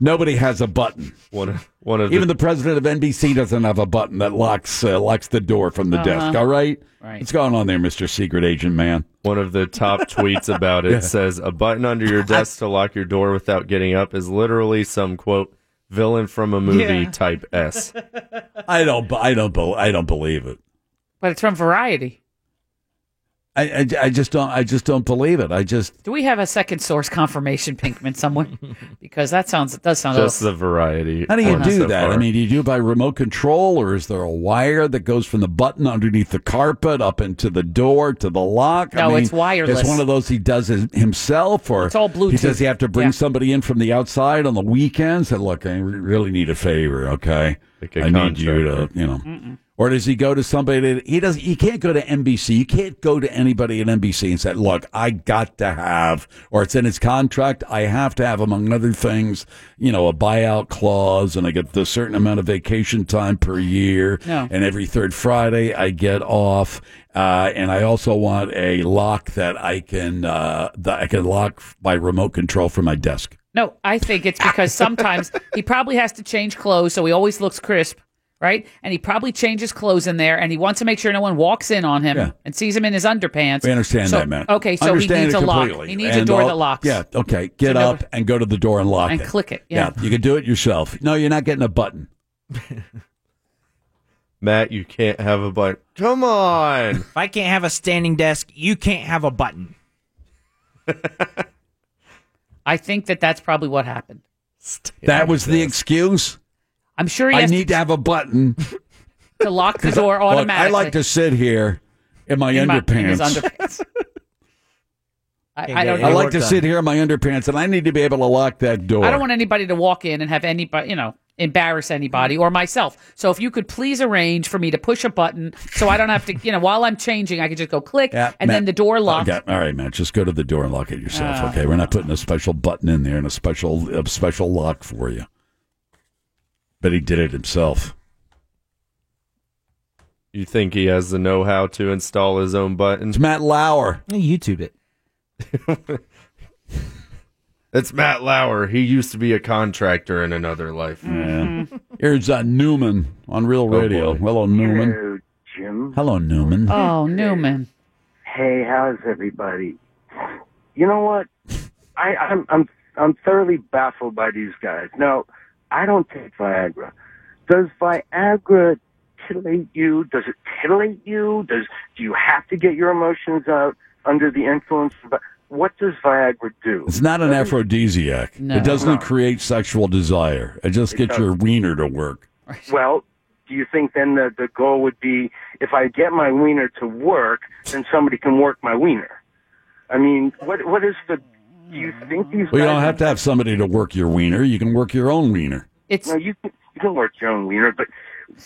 Speaker 6: nobody has a button.
Speaker 11: One of, one of
Speaker 6: even
Speaker 11: the-
Speaker 6: the, president of NBC doesn't have a button that locks uh, locks the door from the desk.
Speaker 11: Uh-huh.
Speaker 6: All right,
Speaker 11: Right.
Speaker 6: what's going on there, Mister Secret Agent Man?
Speaker 11: One of the top tweets about it
Speaker 6: Yeah.
Speaker 11: says a button under your desk to lock your door without getting up is literally some quote villain from a movie
Speaker 7: Yeah.
Speaker 11: type S.
Speaker 6: I don't. I don't. bel- I don't believe it.
Speaker 7: But it's from Variety.
Speaker 6: I, I, I just don't. I just don't believe it. I just
Speaker 7: Do we have a second source confirmation, Pinkman, somewhere? because that sounds, it does sound a
Speaker 11: Just
Speaker 7: little-
Speaker 11: the variety.
Speaker 6: How do you
Speaker 11: one
Speaker 6: do
Speaker 11: so
Speaker 6: that?
Speaker 11: far.
Speaker 6: I mean, do you do it by remote control, or is there a wire that goes from the button underneath the carpet up into the door to the lock? I
Speaker 7: No,
Speaker 6: mean,
Speaker 7: it's wireless.
Speaker 6: It's one of those he does his, himself, or
Speaker 7: It's all
Speaker 6: He says
Speaker 7: Bluetooth.
Speaker 6: you have to bring
Speaker 7: Yeah.
Speaker 6: somebody in from the outside on the weekends. And look, I re- really need a favor, okay?
Speaker 11: a
Speaker 6: I need you to,
Speaker 11: contractor.
Speaker 6: you know. Or does he go to somebody? That, he doesn't. You can't go to NBC. You can't go to anybody at NBC and say, "Look, I got to have," or it's in his contract. I have to have, among other things, you know, a buyout clause, and I get the certain amount of vacation time per year,
Speaker 7: No.
Speaker 6: and every third Friday I get off, uh, and I also want a lock that I can uh, that I can lock by remote control from my desk.
Speaker 7: No, I think it's because sometimes he probably has to change clothes, so he always looks crisp, right? And he probably changes clothes in there, and he wants to make sure no one walks in on him
Speaker 6: Yeah.
Speaker 7: and sees him in his underpants.
Speaker 6: We understand
Speaker 7: So-
Speaker 6: that, man.
Speaker 7: Okay, so
Speaker 6: Understand
Speaker 7: he needs
Speaker 6: it
Speaker 7: a lock.
Speaker 6: completely.
Speaker 7: He needs a
Speaker 6: And
Speaker 7: door
Speaker 6: all-
Speaker 7: that locks.
Speaker 6: Yeah, okay. Get
Speaker 7: So
Speaker 6: up and go to the door and lock
Speaker 7: And
Speaker 6: it.
Speaker 7: click it, yeah.
Speaker 6: you can do it yourself. No, you're not getting a button.
Speaker 11: Matt, you can't have a button. Come on.
Speaker 15: If I can't have a standing desk, you can't have a button.
Speaker 7: I think that that's probably what happened.
Speaker 6: That was the excuse.
Speaker 7: I'm sure he
Speaker 6: I
Speaker 7: has
Speaker 6: need to, have a button
Speaker 7: to lock the
Speaker 6: 'Cause I-
Speaker 7: door
Speaker 6: look,
Speaker 7: automatically.
Speaker 6: I like to sit here in my
Speaker 7: in my-
Speaker 6: underpants.
Speaker 7: in his underpants. I, I don't.
Speaker 6: I
Speaker 7: know.
Speaker 6: like to sit here in my underpants, and I need to be able to lock that door.
Speaker 7: I don't want anybody to walk in and have anybody, you know, embarrass anybody or myself. So if you could please arrange for me to push a button so I don't have to, you know, while I'm changing, I could just go click
Speaker 6: Yeah,
Speaker 7: and then
Speaker 6: Matt.
Speaker 7: the door locks.
Speaker 6: Okay. All right, Matt. Just go to the door and lock it yourself.
Speaker 7: Ah.
Speaker 6: okay, we're not putting a special button in there and a special a special lock for you. But he did it himself.
Speaker 11: You think he has the know how to install his own buttons? It's
Speaker 6: Matt Lauer.
Speaker 11: YouTube it. it's Matt Lauer. He used to be a contractor in another life.
Speaker 7: Mm-hmm.
Speaker 6: Yeah.
Speaker 7: Hmm.
Speaker 6: Here's uh, Newman on Real Radio. Hello, Newman.
Speaker 18: Hello, Oh, Jim.
Speaker 6: Hello, Newman.
Speaker 7: Oh, Newman.
Speaker 18: Hey, how's everybody? You know what? I, I'm I'm I'm thoroughly baffled by these guys. Now, I don't take Viagra. Does Viagra titillate you? Does it titillate you? Does do you have to get your emotions out under the influence? Of, Vi- what does Viagra do?
Speaker 6: It's not
Speaker 7: uh,
Speaker 6: an aphrodisiac.
Speaker 18: No.
Speaker 6: It doesn't
Speaker 18: No.
Speaker 6: create sexual desire. It just
Speaker 18: It
Speaker 6: gets your wiener to work.
Speaker 18: Well, do you think then that the goal would be if I get my wiener to work, then somebody can work my wiener? I mean, what what is the? Do you think these?
Speaker 6: Well, you
Speaker 18: guys
Speaker 6: don't have to have somebody to work your wiener. You can work your own wiener.
Speaker 7: It's
Speaker 18: no, you can, you can work your own wiener, but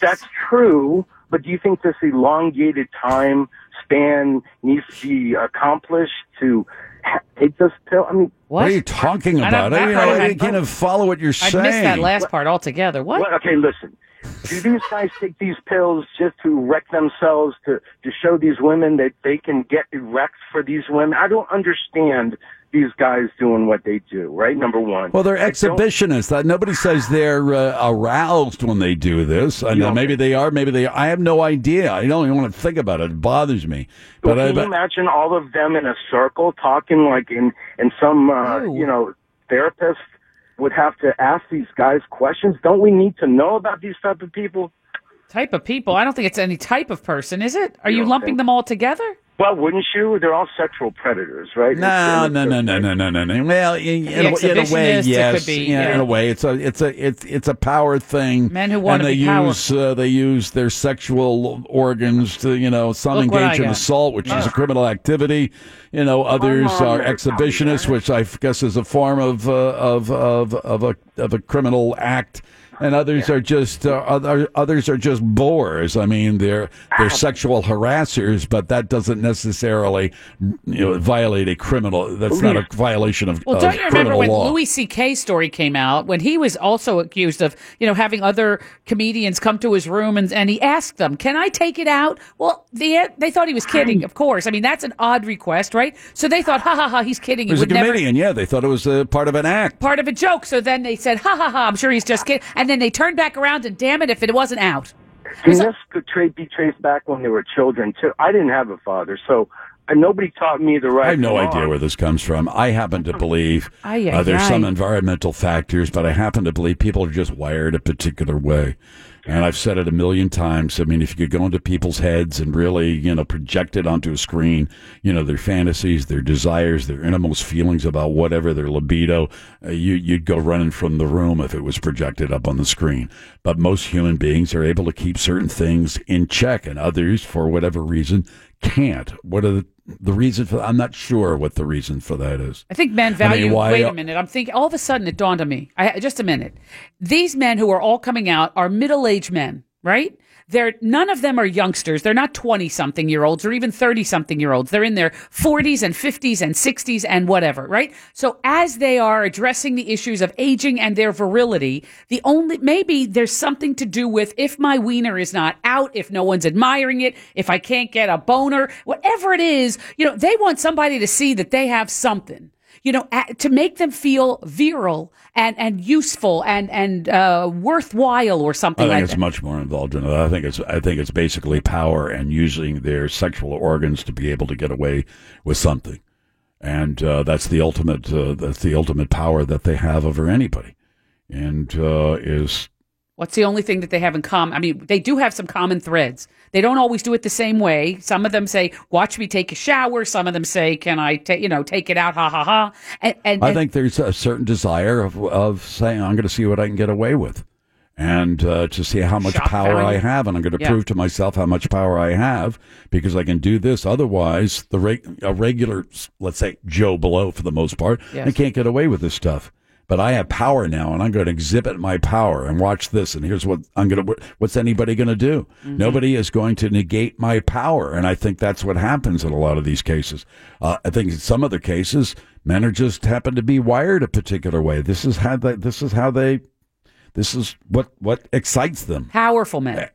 Speaker 18: that's true. But do you think this elongated time span needs to be accomplished to ha- take this pill? I mean,
Speaker 6: What, are you talking
Speaker 18: I don't-
Speaker 6: about? I,
Speaker 18: that
Speaker 6: you
Speaker 18: part
Speaker 6: know,
Speaker 18: I
Speaker 6: I
Speaker 18: don't-
Speaker 6: can't even follow what you're
Speaker 7: I
Speaker 6: saying.
Speaker 7: missed that last part altogether. What?
Speaker 18: Well, okay, listen. Do these guys take these pills just to wreck themselves to to show these women that they can get erect for these women? I don't understand these guys doing what they do. Right, number one.
Speaker 6: Well, they're
Speaker 18: I don't-
Speaker 6: exhibitionists. Uh, Nobody says they're uh, aroused when they do this. I know maybe they are, maybe they. I have no idea. I don't even want to think about it. It bothers me.
Speaker 18: Well,
Speaker 6: But I,
Speaker 18: can you
Speaker 6: but
Speaker 18: imagine all of them in a circle talking like in and some uh, you know therapist would have to ask these guys questions? Don't we need to know about these type of people?
Speaker 7: Type of people. I don't think it's any type of person, is it? Are you, lumping them all together?
Speaker 18: Well, wouldn't you? They're all sexual predators, right?
Speaker 6: No, no, no, no, no, no, no, no. Well, in, in, a, in a way,
Speaker 18: exhibitionists, it
Speaker 6: yes.
Speaker 18: could be,
Speaker 6: yeah,
Speaker 18: yeah.
Speaker 6: In a way, it's a it's a it's it's a power thing.
Speaker 7: Men who wanna
Speaker 6: and they
Speaker 7: be powerful.
Speaker 6: use uh, they use their sexual organs to you know some
Speaker 7: Look what I
Speaker 6: engage in
Speaker 7: got.
Speaker 6: assault, which is a criminal activity. You know, others
Speaker 7: Come on,
Speaker 6: are exhibitionists, which I guess is a form of uh, of of of a of a criminal act. And others are just uh, other, others are just bores. I mean, they're they're sexual harassers, but that doesn't necessarily you know violate a criminal. That's not a violation of,
Speaker 7: Well,
Speaker 6: of
Speaker 7: don't you remember
Speaker 6: criminal
Speaker 7: when
Speaker 6: law.
Speaker 7: Louis C.K. story came out when he was also accused of, you know, having other comedians come to his room and, and he asked them, "Can I take it out?" Well, they they thought he was kidding. Of course, I mean that's an odd request, right? So they thought, "Ha ha ha, he's kidding." He
Speaker 6: It was a
Speaker 7: would never
Speaker 6: comedian. Yeah, they thought it was uh part of an act.
Speaker 7: part of a joke. So then they said, "Ha ha ha, I'm sure he's just kidding." And then they turned back around and damn it, if it wasn't out.
Speaker 18: Can this could tra- be traced back when they were children too? I didn't have a father, so uh, nobody taught me the right.
Speaker 6: I have no
Speaker 18: from
Speaker 6: idea
Speaker 18: wrong.
Speaker 6: where this comes from. I happen
Speaker 7: Oh.
Speaker 6: to believe
Speaker 18: Ay, ay,
Speaker 6: uh, there's some
Speaker 18: ay.
Speaker 6: environmental factors, but I happen to believe people are just wired a particular way. And I've said it a million times. I mean, if you could go into people's heads and really, you know, project it onto a screen, you know, their fantasies, their desires, their innermost feelings about whatever, their libido, uh, you, you'd go running from the room if it was projected up on the screen. But most human beings are able to keep certain things in check, and others, for whatever reason, can't. What are the, the reason for? I'm not sure what the reason for that is.
Speaker 7: I think men
Speaker 6: I mean,
Speaker 7: value.
Speaker 6: why-
Speaker 7: wait a minute. I'm thinking. All of a sudden, it dawned on me. I, just a minute. These men who are all coming out are middle-aged men, right? They're none of them are youngsters. They're not twenty-something year olds or even thirty-something year olds. They're in their forties and fifties and sixties and whatever, right? So as they are addressing the issues of aging and their virility, the only maybe there's something to do with if my wiener is not out, if no one's admiring it, if I can't get a boner, whatever it is, you know, they want somebody to see that they have something you know a- to make them feel virile and and useful and and uh, worthwhile or
Speaker 6: I
Speaker 7: something
Speaker 6: think
Speaker 7: like
Speaker 6: it's
Speaker 7: that.
Speaker 6: much more involved in that. I think it's I think it's basically power and using their sexual organs to be able to get away with something, and uh, that's the ultimate uh, that's the ultimate power that they have over anybody, and uh, is
Speaker 7: What's the only thing that they have in common? I mean, they do have some common threads. They don't always do it the same way. Some of them say, "Watch me take a shower." Some of them say, "Can I take you know take it out?" Ha ha ha. And, and,
Speaker 6: I
Speaker 7: and-
Speaker 6: think there's a certain desire of, of saying, I'm going to see what I can get away with and uh, to see how much
Speaker 3: Shop
Speaker 6: power I
Speaker 3: value.
Speaker 6: have. And I'm going to
Speaker 3: Yeah.
Speaker 6: prove to myself how much power I have because I can do this. Otherwise, the reg- a regular, let's say, Joe Blow for the most part,
Speaker 3: Yes.
Speaker 6: they can't get away with this stuff. But I have power now, and I'm going to exhibit my power. And watch this. And here's what I'm going to. What's anybody going to do?
Speaker 3: Mhm.
Speaker 6: Nobody is going to negate my power. And I think that's what happens in a lot of these cases. Uh, I think in some other cases, men are just happen to be wired a particular way. This is how they. This is how they. This is what what excites them.
Speaker 7: powerful men.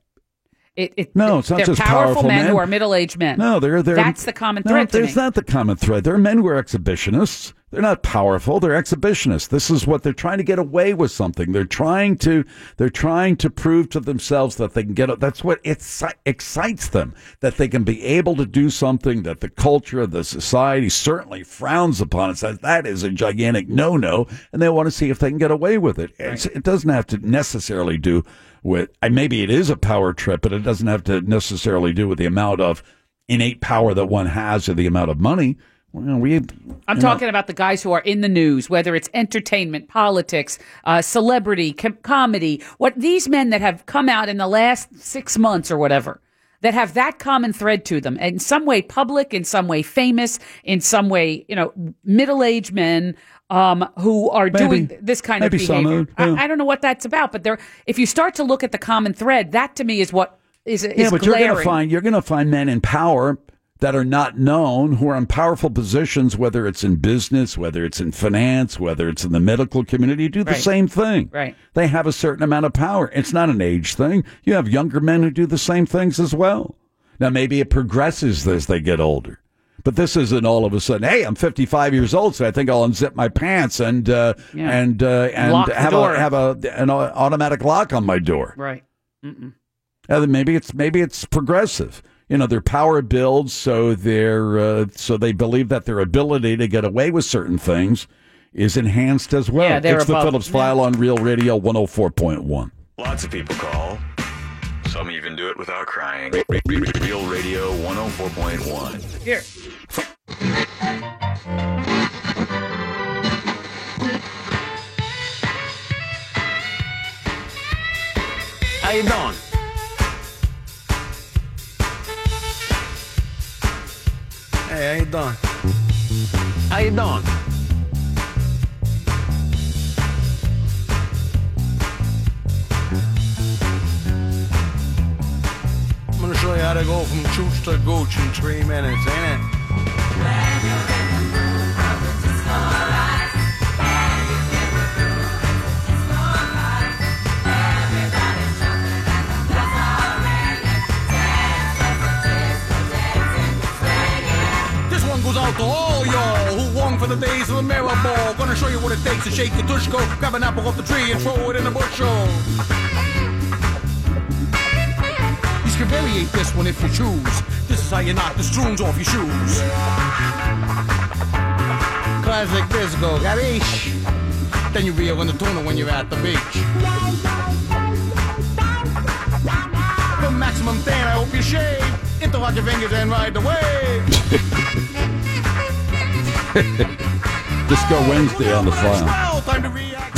Speaker 7: It, it,
Speaker 6: Eh. No, it's not
Speaker 7: they're
Speaker 6: just
Speaker 7: powerful,
Speaker 6: powerful
Speaker 7: men,
Speaker 6: men.
Speaker 7: who are middle-aged men.
Speaker 6: No, they're they're.
Speaker 7: That's the common
Speaker 6: No,
Speaker 7: thread. to
Speaker 6: there's
Speaker 7: me.
Speaker 6: not the common thread. They're men who are exhibitionists. They're not powerful. They're exhibitionists. This is what they're trying to get away with something. They're trying to they're trying to prove to themselves that they can get. That's what exci- excites them that they can be able to do something that the culture, the society certainly frowns upon and says that is a gigantic no no, and they want to see if they can get away with it. It's, it doesn't have to necessarily do with. And maybe it is a power trip, but it doesn't have to necessarily do with the amount of innate power that one has or the amount of money. Well, we,
Speaker 7: I'm
Speaker 6: you know,
Speaker 7: talking about the guys who are in the news, whether it's entertainment, politics, uh, celebrity, com- comedy. What these men that have come out in the last six months or whatever that have that common thread to them, in some way public, in some way famous, in some way, you know, middle-aged men um, who are
Speaker 6: Maybe.
Speaker 7: doing th- this kind
Speaker 6: Maybe
Speaker 7: of
Speaker 6: some
Speaker 7: behavior.
Speaker 6: of it, yeah.
Speaker 7: I, I don't know what that's about, but there, if you start to look at the common thread, that to me is what is is
Speaker 6: yeah, but
Speaker 7: glaring.
Speaker 6: you're going to find you're going to find men in power that are not known, who are in powerful positions, whether it's in business, whether it's in finance, whether it's in the medical community, do the
Speaker 3: Right.
Speaker 6: same thing.
Speaker 3: Right.
Speaker 6: They have a certain amount of power. It's not an age thing. You have younger men who do the same things as well. Now maybe it progresses as they get older. But this isn't all of a sudden. Hey, I'm 55 years old, so I think I'll unzip my pants and uh,
Speaker 7: Yeah.
Speaker 6: and uh, and
Speaker 7: Lock the
Speaker 6: have
Speaker 7: door.
Speaker 6: a have a an au- automatic lock on my door.
Speaker 7: right. Mm-mm.
Speaker 6: Uh, then maybe it's maybe it's progressive. You know, their power builds, so their uh, so they believe that their ability to get away with certain things is enhanced as well.
Speaker 1: Yeah, they're
Speaker 6: it's the
Speaker 1: above-
Speaker 6: oh Phillips File on Real Radio 104.1.
Speaker 1: Lots of people call. Some even do it without crying. Real Radio 104.1.
Speaker 7: Here.
Speaker 19: How you doing? Hey, how you doing? How you doing? I'm gonna show you how to go from chooch to gooch in three minutes, ain't it? This one goes out to all y'all who long for the days of the mirror ball. Gonna show you what it takes to shake your tushko, grab an apple off the tree and throw it in a bushel. You can variate this one if you choose. This is how you knock the strooms off your shoes. Classic disco, garish. Then you reel in the tuna when you're at the beach. For maximum tan, I hope you shave. Interlock your fingers and ride the wave.
Speaker 6: Disco Wednesday on the file.
Speaker 19: Well, time to react.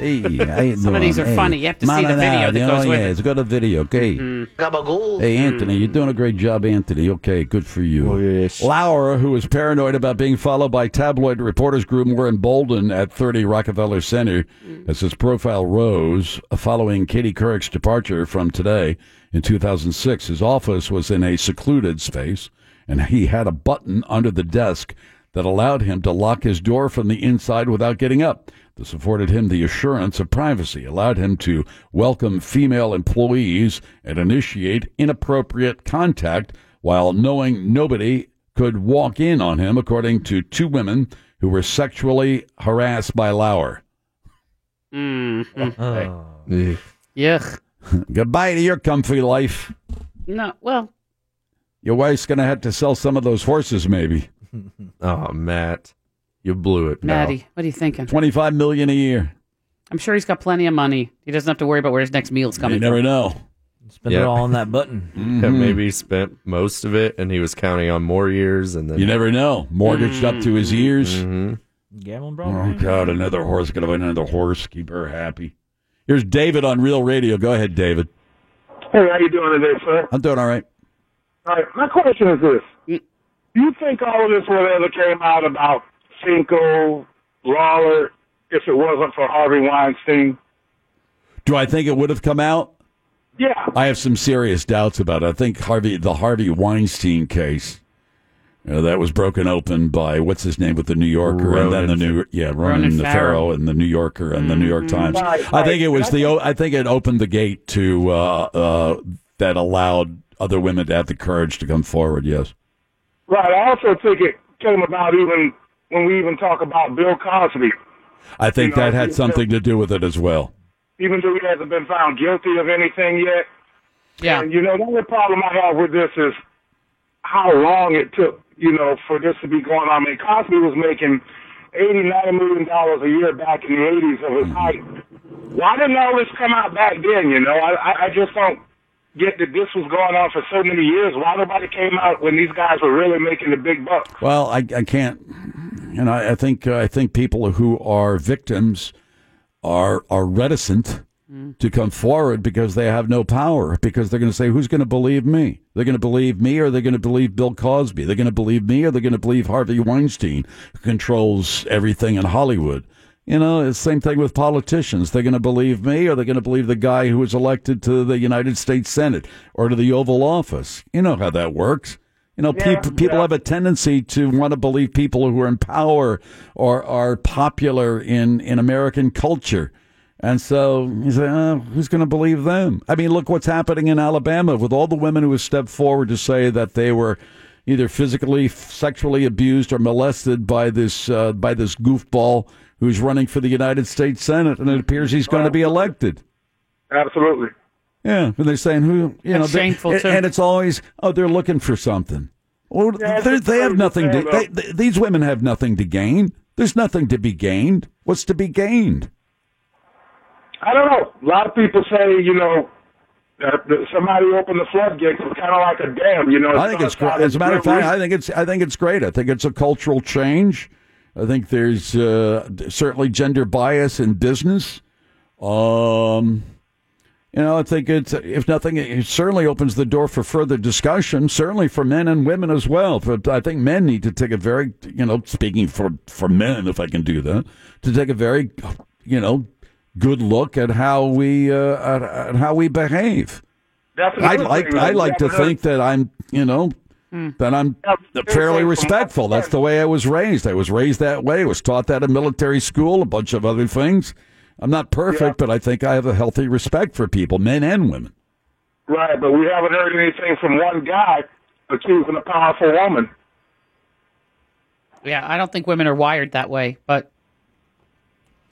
Speaker 6: Hey, how you
Speaker 7: Some of
Speaker 6: doing?
Speaker 7: these are
Speaker 6: Hey.
Speaker 7: funny. You have to
Speaker 6: Ma,
Speaker 7: see the
Speaker 6: ma, ma,
Speaker 7: video that
Speaker 6: you
Speaker 7: goes with
Speaker 6: know, yeah,
Speaker 7: it. Mm-hmm.
Speaker 6: It's got a video, okay.
Speaker 19: Gabagool.
Speaker 6: Hey, Anthony, you're doing a great job, Anthony. Okay, good for you. Laura, who is paranoid about being followed by tabloid reporters groom Warren Bolden at 30 Rockefeller Center,
Speaker 7: Mm.
Speaker 6: as his profile rose uh, following Katie Couric's departure from today in 2006. His office was in a secluded space, and he had a button under the desk that allowed him to lock his door from the inside without getting up. This afforded him the assurance of privacy, allowed him to welcome female employees and initiate inappropriate contact while knowing nobody could walk in on him, according to two women who were sexually harassed by Lauer.
Speaker 7: Mm.
Speaker 6: Yuck. Goodbye to your comfy life.
Speaker 7: No, well,
Speaker 6: Your wife's going to have to sell some of those horses, maybe.
Speaker 11: Oh, Matt, you blew it, pal.
Speaker 7: Maddie, what are you thinking?
Speaker 6: 25 million a year.
Speaker 7: I'm sure he's got plenty of money. He doesn't have to worry about where his next meal's coming
Speaker 6: You never know.
Speaker 7: Spend it all on that button.
Speaker 11: Yeah,
Speaker 6: Mm-hmm.
Speaker 7: Mhm.
Speaker 11: maybe he spent most of it, and he was counting on more years, and then Mm-hmm.
Speaker 6: You never know. Mortgaged up to his ears.
Speaker 15: Gambling
Speaker 6: Oh God, another horse. Gonna have another horse. Keep her happy. Here's David on Real Radio. Go ahead, David.
Speaker 17: Hey, how you doing today, sir?
Speaker 6: I'm doing all right.
Speaker 17: All right, my question is this: Do you think all of this would have ever came out about Cinco, Lawler, if it wasn't for Harvey Weinstein?
Speaker 6: Do I think it would have come out?
Speaker 17: Yeah.
Speaker 6: I have some serious doubts about it. I think Harvey, the Harvey Weinstein case, uh, that was broken open by what's his name with the New Yorker, and then the new yeah Ronan,
Speaker 1: Ronan
Speaker 6: the
Speaker 1: Farrow. Mm-hmm.
Speaker 6: Farrow and the New Yorker and the New York Times.
Speaker 1: Right,
Speaker 6: I think it was the o- I think it opened the gate to uh, uh, that allowed other women to have the courage to come forward. Yes.
Speaker 17: Right. I also think it came about even when we even talk about Bill Cosby.
Speaker 6: I think
Speaker 17: You know,
Speaker 6: that had something to do with it as well.
Speaker 17: even though he hasn't been found guilty of anything yet. Yeah. And, you know, the only problem I have with this is how long it took, you know, for this to be going on. I mean, Cosby was making $89 million a year back in the 80s of his height. Why didn't all this come out back then, you know? I, I, I just don't get that this was going on for so many years. Why nobody came out when these guys were really making the big bucks?
Speaker 6: Well, I, I can't, and I, I think I think people who are victims are are reticent to come forward because they have no power because they're going to say who's going to believe me? They're going to believe me, or they're going to believe Bill Cosby? They're going to believe me, or they're going to believe Harvey Weinstein, who controls everything in Hollywood? You know, it's the same thing with politicians. They're going to believe me, or they're going to believe the guy who was elected to the United States Senate or to the Oval Office. You know how that works. You know,
Speaker 1: Yeah,
Speaker 6: people people have a tendency to want to believe people who are in power or are popular in in American culture, and so you say, oh, who's going to believe them? I mean, look what's happening in Alabama with all the women who have stepped forward to say that they were either physically, sexually abused, or molested by this uh, by this goofball who's running for the United States Senate, and it appears he's going to be elected.
Speaker 17: Absolutely.
Speaker 6: Yeah, and they're saying who you know,
Speaker 17: That's
Speaker 6: they-
Speaker 17: shameful,
Speaker 6: and,
Speaker 17: too.
Speaker 6: and it's always oh they're looking for something. Well,
Speaker 17: Yeah,
Speaker 6: they're-
Speaker 17: it's
Speaker 6: they have
Speaker 17: crazy
Speaker 6: nothing to.
Speaker 17: thing,
Speaker 6: They, th these women have nothing to gain. There's nothing to be gained. What's to be gained?
Speaker 17: I don't know. A lot of people say, you know, Uh, somebody opened the floodgates. It's kind of like a dam, you know.
Speaker 6: I think it's great. As a matter of fact, I think it's I think it's great. I think it's a cultural change. I think there's uh, certainly gender bias in business. Um, you know, I think it's if nothing, it certainly opens the door for further discussion. Certainly for men and women as well. For, I think men need to take a very you know, speaking for for men, if I can do that, to take a very you know good look at how we uh, at, at how we behave.
Speaker 17: That's
Speaker 6: I
Speaker 17: another Hmm.
Speaker 6: like
Speaker 17: thing,
Speaker 6: I
Speaker 17: man.
Speaker 6: like to
Speaker 17: Yeah, but-
Speaker 6: think that I'm you know that I'm fairly respectful. That's the way I was raised. I was raised that way. I was taught that in military school, a bunch of other things. I'm not perfect, but I think I have a healthy respect for people, men and women.
Speaker 17: Right, but we haven't heard anything from one guy accusing a powerful woman.
Speaker 7: Yeah, I don't think women are wired that way, but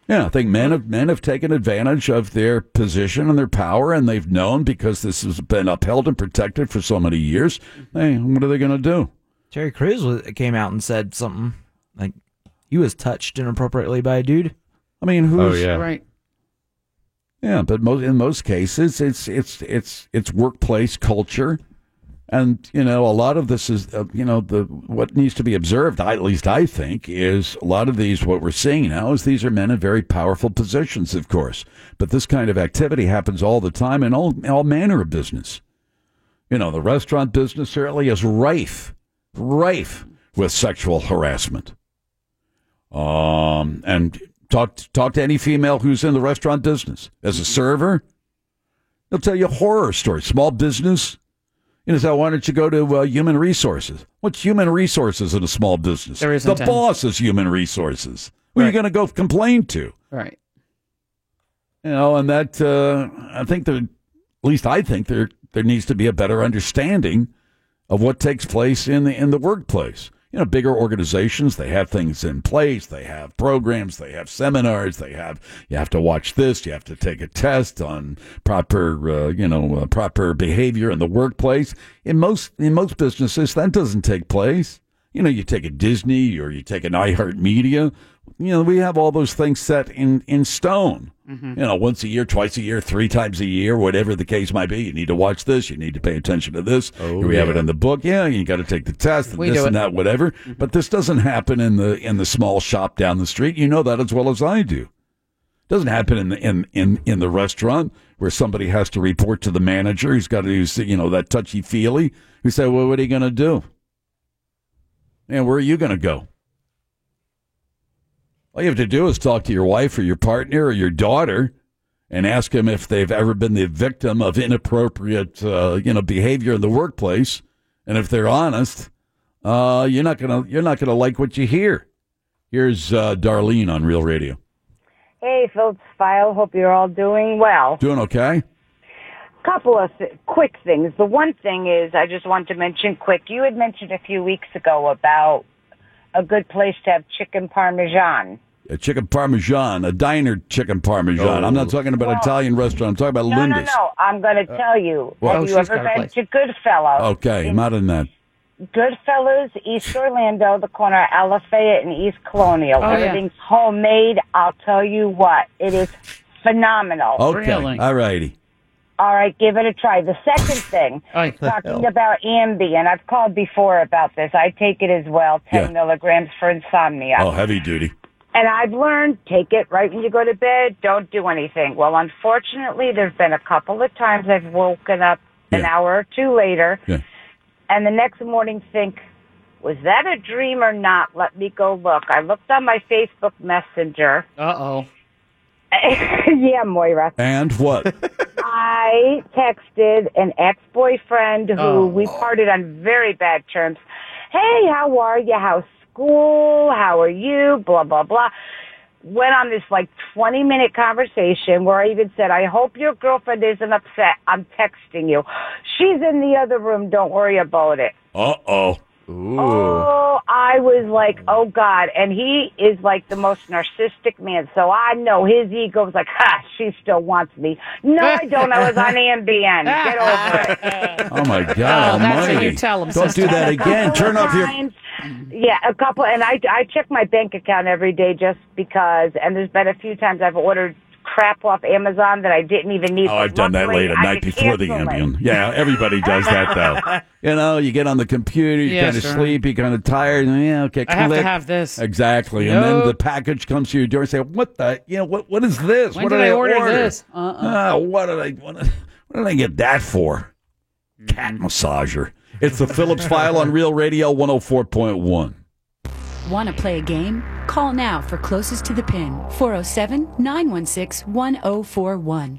Speaker 6: Yeah, I think men have men have taken advantage of their position and their power, and they've known because this has been upheld and protected for so many years.
Speaker 17: Mm-hmm.
Speaker 6: Hey, what are they going to do?
Speaker 8: Terry Crews was, came out and said something like he was touched inappropriately by a dude.
Speaker 6: I mean,
Speaker 11: Oh,
Speaker 6: who's Yeah, but most, in most cases, it's it's it's it's workplace culture, and you know a lot of this is uh, you know the what needs to be observed. I, at least I think is a lot of these what we're seeing now is these are men in very powerful positions, of course. But this kind of activity happens all the time in all all manner of business. You know, the restaurant business certainly is rife, rife with sexual harassment. Um, and talk talk to any female who's in the restaurant business as a server. They'll tell you horror stories. Small business, you know. So why don't you go to uh, human resources? What's human resources in a small business?
Speaker 7: There
Speaker 6: the
Speaker 7: isn't any.
Speaker 6: boss is human resources. Who are you going to go complain to?
Speaker 7: right.
Speaker 6: You know, and that uh, I think there, at least I think there there needs to be a better understanding of what takes place in the in the workplace. You know, bigger organizations they have things in place, they have programs, they have seminars, they have you have to watch this, you have to take a test on proper uh, you know uh, proper behavior in the workplace. In most in most businesses, that doesn't take place. You know, you take a Disney or you take an iHeartMedia. You know, we have all those things set in in stone
Speaker 11: Mm-hmm.
Speaker 6: you know, once a year, twice a year, three times a year, whatever the case might be. You need to watch this. You need to pay attention to this. we have it
Speaker 11: yeah.
Speaker 6: in the book. Yeah, you got to take the test and
Speaker 11: We
Speaker 6: this
Speaker 11: do
Speaker 6: and
Speaker 11: it. Mm-hmm.
Speaker 6: that, whatever. But this doesn't happen in the in the small shop down the street. You know that as well as I do. Doesn't happen in the in, in, in the restaurant where somebody has to report to the manager who's got to use you know that touchy feely who say, Well, what are you gonna do? And where are you gonna go? All you have to do is talk to your wife or your partner or your daughter and ask them if they've ever been the victim of inappropriate, uh, you know, behavior in the workplace. And if they're honest, uh, you're not gonna you're not gonna like what you hear. Here's uh, Darlene on Real Radio.
Speaker 20: Hey, Phillips File. Hope you're all doing well.
Speaker 6: Doing okay?
Speaker 20: Couple of th- quick things. The one thing is, I just want to mention quick. You had mentioned a few weeks ago about a good place to have chicken parmesan.
Speaker 6: A chicken parmesan, a diner chicken parmesan. I'm not talking about Italian restaurant. I'm talking about
Speaker 20: Oh. No, no,
Speaker 6: Linda's.
Speaker 20: no. I'm going to tell you.
Speaker 6: well- Oh,
Speaker 20: have you
Speaker 6: she's
Speaker 20: ever
Speaker 6: got a
Speaker 20: been
Speaker 6: place.
Speaker 20: to Goodfellow?
Speaker 6: Okay, I'm out in that.
Speaker 20: Goodfellas, East Orlando, the corner of Alafaya and East Colonial.
Speaker 6: Oh, yeah.
Speaker 20: Everything's homemade. I'll tell you what, it is phenomenal.
Speaker 6: Okay, all righty.
Speaker 20: All right, give it a try. The second thing,
Speaker 6: Aye.
Speaker 20: talking about Ambien, I've called before about this. I take it as well, 10
Speaker 6: Yeah.
Speaker 20: milligrams for insomnia.
Speaker 6: Oh, heavy duty.
Speaker 20: And I've learned, take it right when you go to bed. Don't do anything. Well, unfortunately, there's been a couple of times I've woken up an hour or two later,
Speaker 6: Yeah.
Speaker 20: and the next morning think, was that a dream or not? Let me go look. I looked on my Facebook Messenger.
Speaker 7: Uh oh.
Speaker 20: yeah, Moira.
Speaker 6: And what?
Speaker 20: I texted an ex-boyfriend who
Speaker 6: Oh.
Speaker 20: we parted on very bad terms. Hey, how are you? How's school? How are you? Blah, blah, blah. Went on this like 20 minute conversation where I even said, I hope your girlfriend isn't upset. I'm texting you. She's in the other room. Don't worry about it.
Speaker 6: Uh oh.
Speaker 20: Oh, I was like, oh God. And he is like the most narcissistic man. So I know his ego was like, ha, she still wants me. No, I don't. I was on AMBN. Get over it.
Speaker 6: Oh my
Speaker 20: Oh,
Speaker 6: God!
Speaker 20: that's what
Speaker 6: almighty.
Speaker 20: you tell 'em,
Speaker 6: Don't
Speaker 20: sister.
Speaker 6: do that again. Turn off your.
Speaker 20: Times. Yeah, a couple. And I, I check my bank account every day just because, and there's been a few times I've ordered crap off Amazon that I didn't even need.
Speaker 6: Oh, I've done that late at
Speaker 20: I
Speaker 6: night
Speaker 20: could
Speaker 6: before the
Speaker 20: cancel it.
Speaker 6: Ambien. Yeah, everybody does that though. You know, you get on the computer, you're
Speaker 7: Yeah,
Speaker 6: kind of
Speaker 7: sure.
Speaker 6: sleepy, kind of tired. And, yeah, okay,
Speaker 7: I have to
Speaker 6: click.
Speaker 7: have this.
Speaker 6: exactly. And then
Speaker 7: Nope.
Speaker 6: the package comes to your door. and Say, what the? You know, what? What is this?
Speaker 7: When
Speaker 6: what
Speaker 7: did I order this? Uh-uh.
Speaker 6: Ah, what did I? What did, what did I get that for? Cat massager. It's the Phillips File on Real Radio 104.1.
Speaker 14: Want to play a game? Call now for closest to the pin 407 916 1041.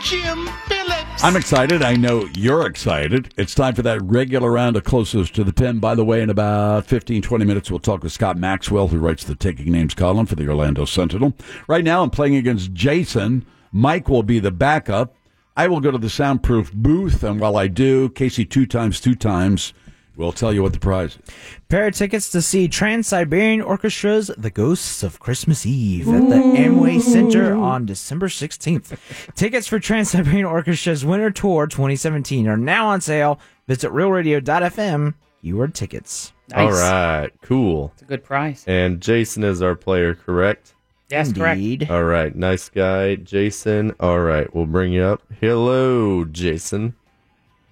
Speaker 9: Jim Phillips.
Speaker 6: I'm excited. I know you're excited. It's time for that regular round of closest to the pin. By the way, in about 15, 20 minutes, we'll talk with Scott Maxwell, who writes the Taking Names column for the Orlando Sentinel. Right now, I'm playing against Jason. Mike will be the backup. I will go to the soundproof booth, and while I do, Casey two times, two times, will tell you what the prize is.
Speaker 8: Pair of tickets to see Trans Siberian Orchestra's The Ghosts of Christmas Eve at the Amway Center on December 16th. tickets for Trans Siberian Orchestra's Winter Tour 2017 are now on sale. Visit realradio.fm, keyword tickets.
Speaker 11: All right, cool. It's a
Speaker 7: good prize.
Speaker 11: And Jason is our player, correct?
Speaker 7: Yes, correct.
Speaker 11: All right, nice guy, Jason. All right, we'll bring you up. Hello, Jason.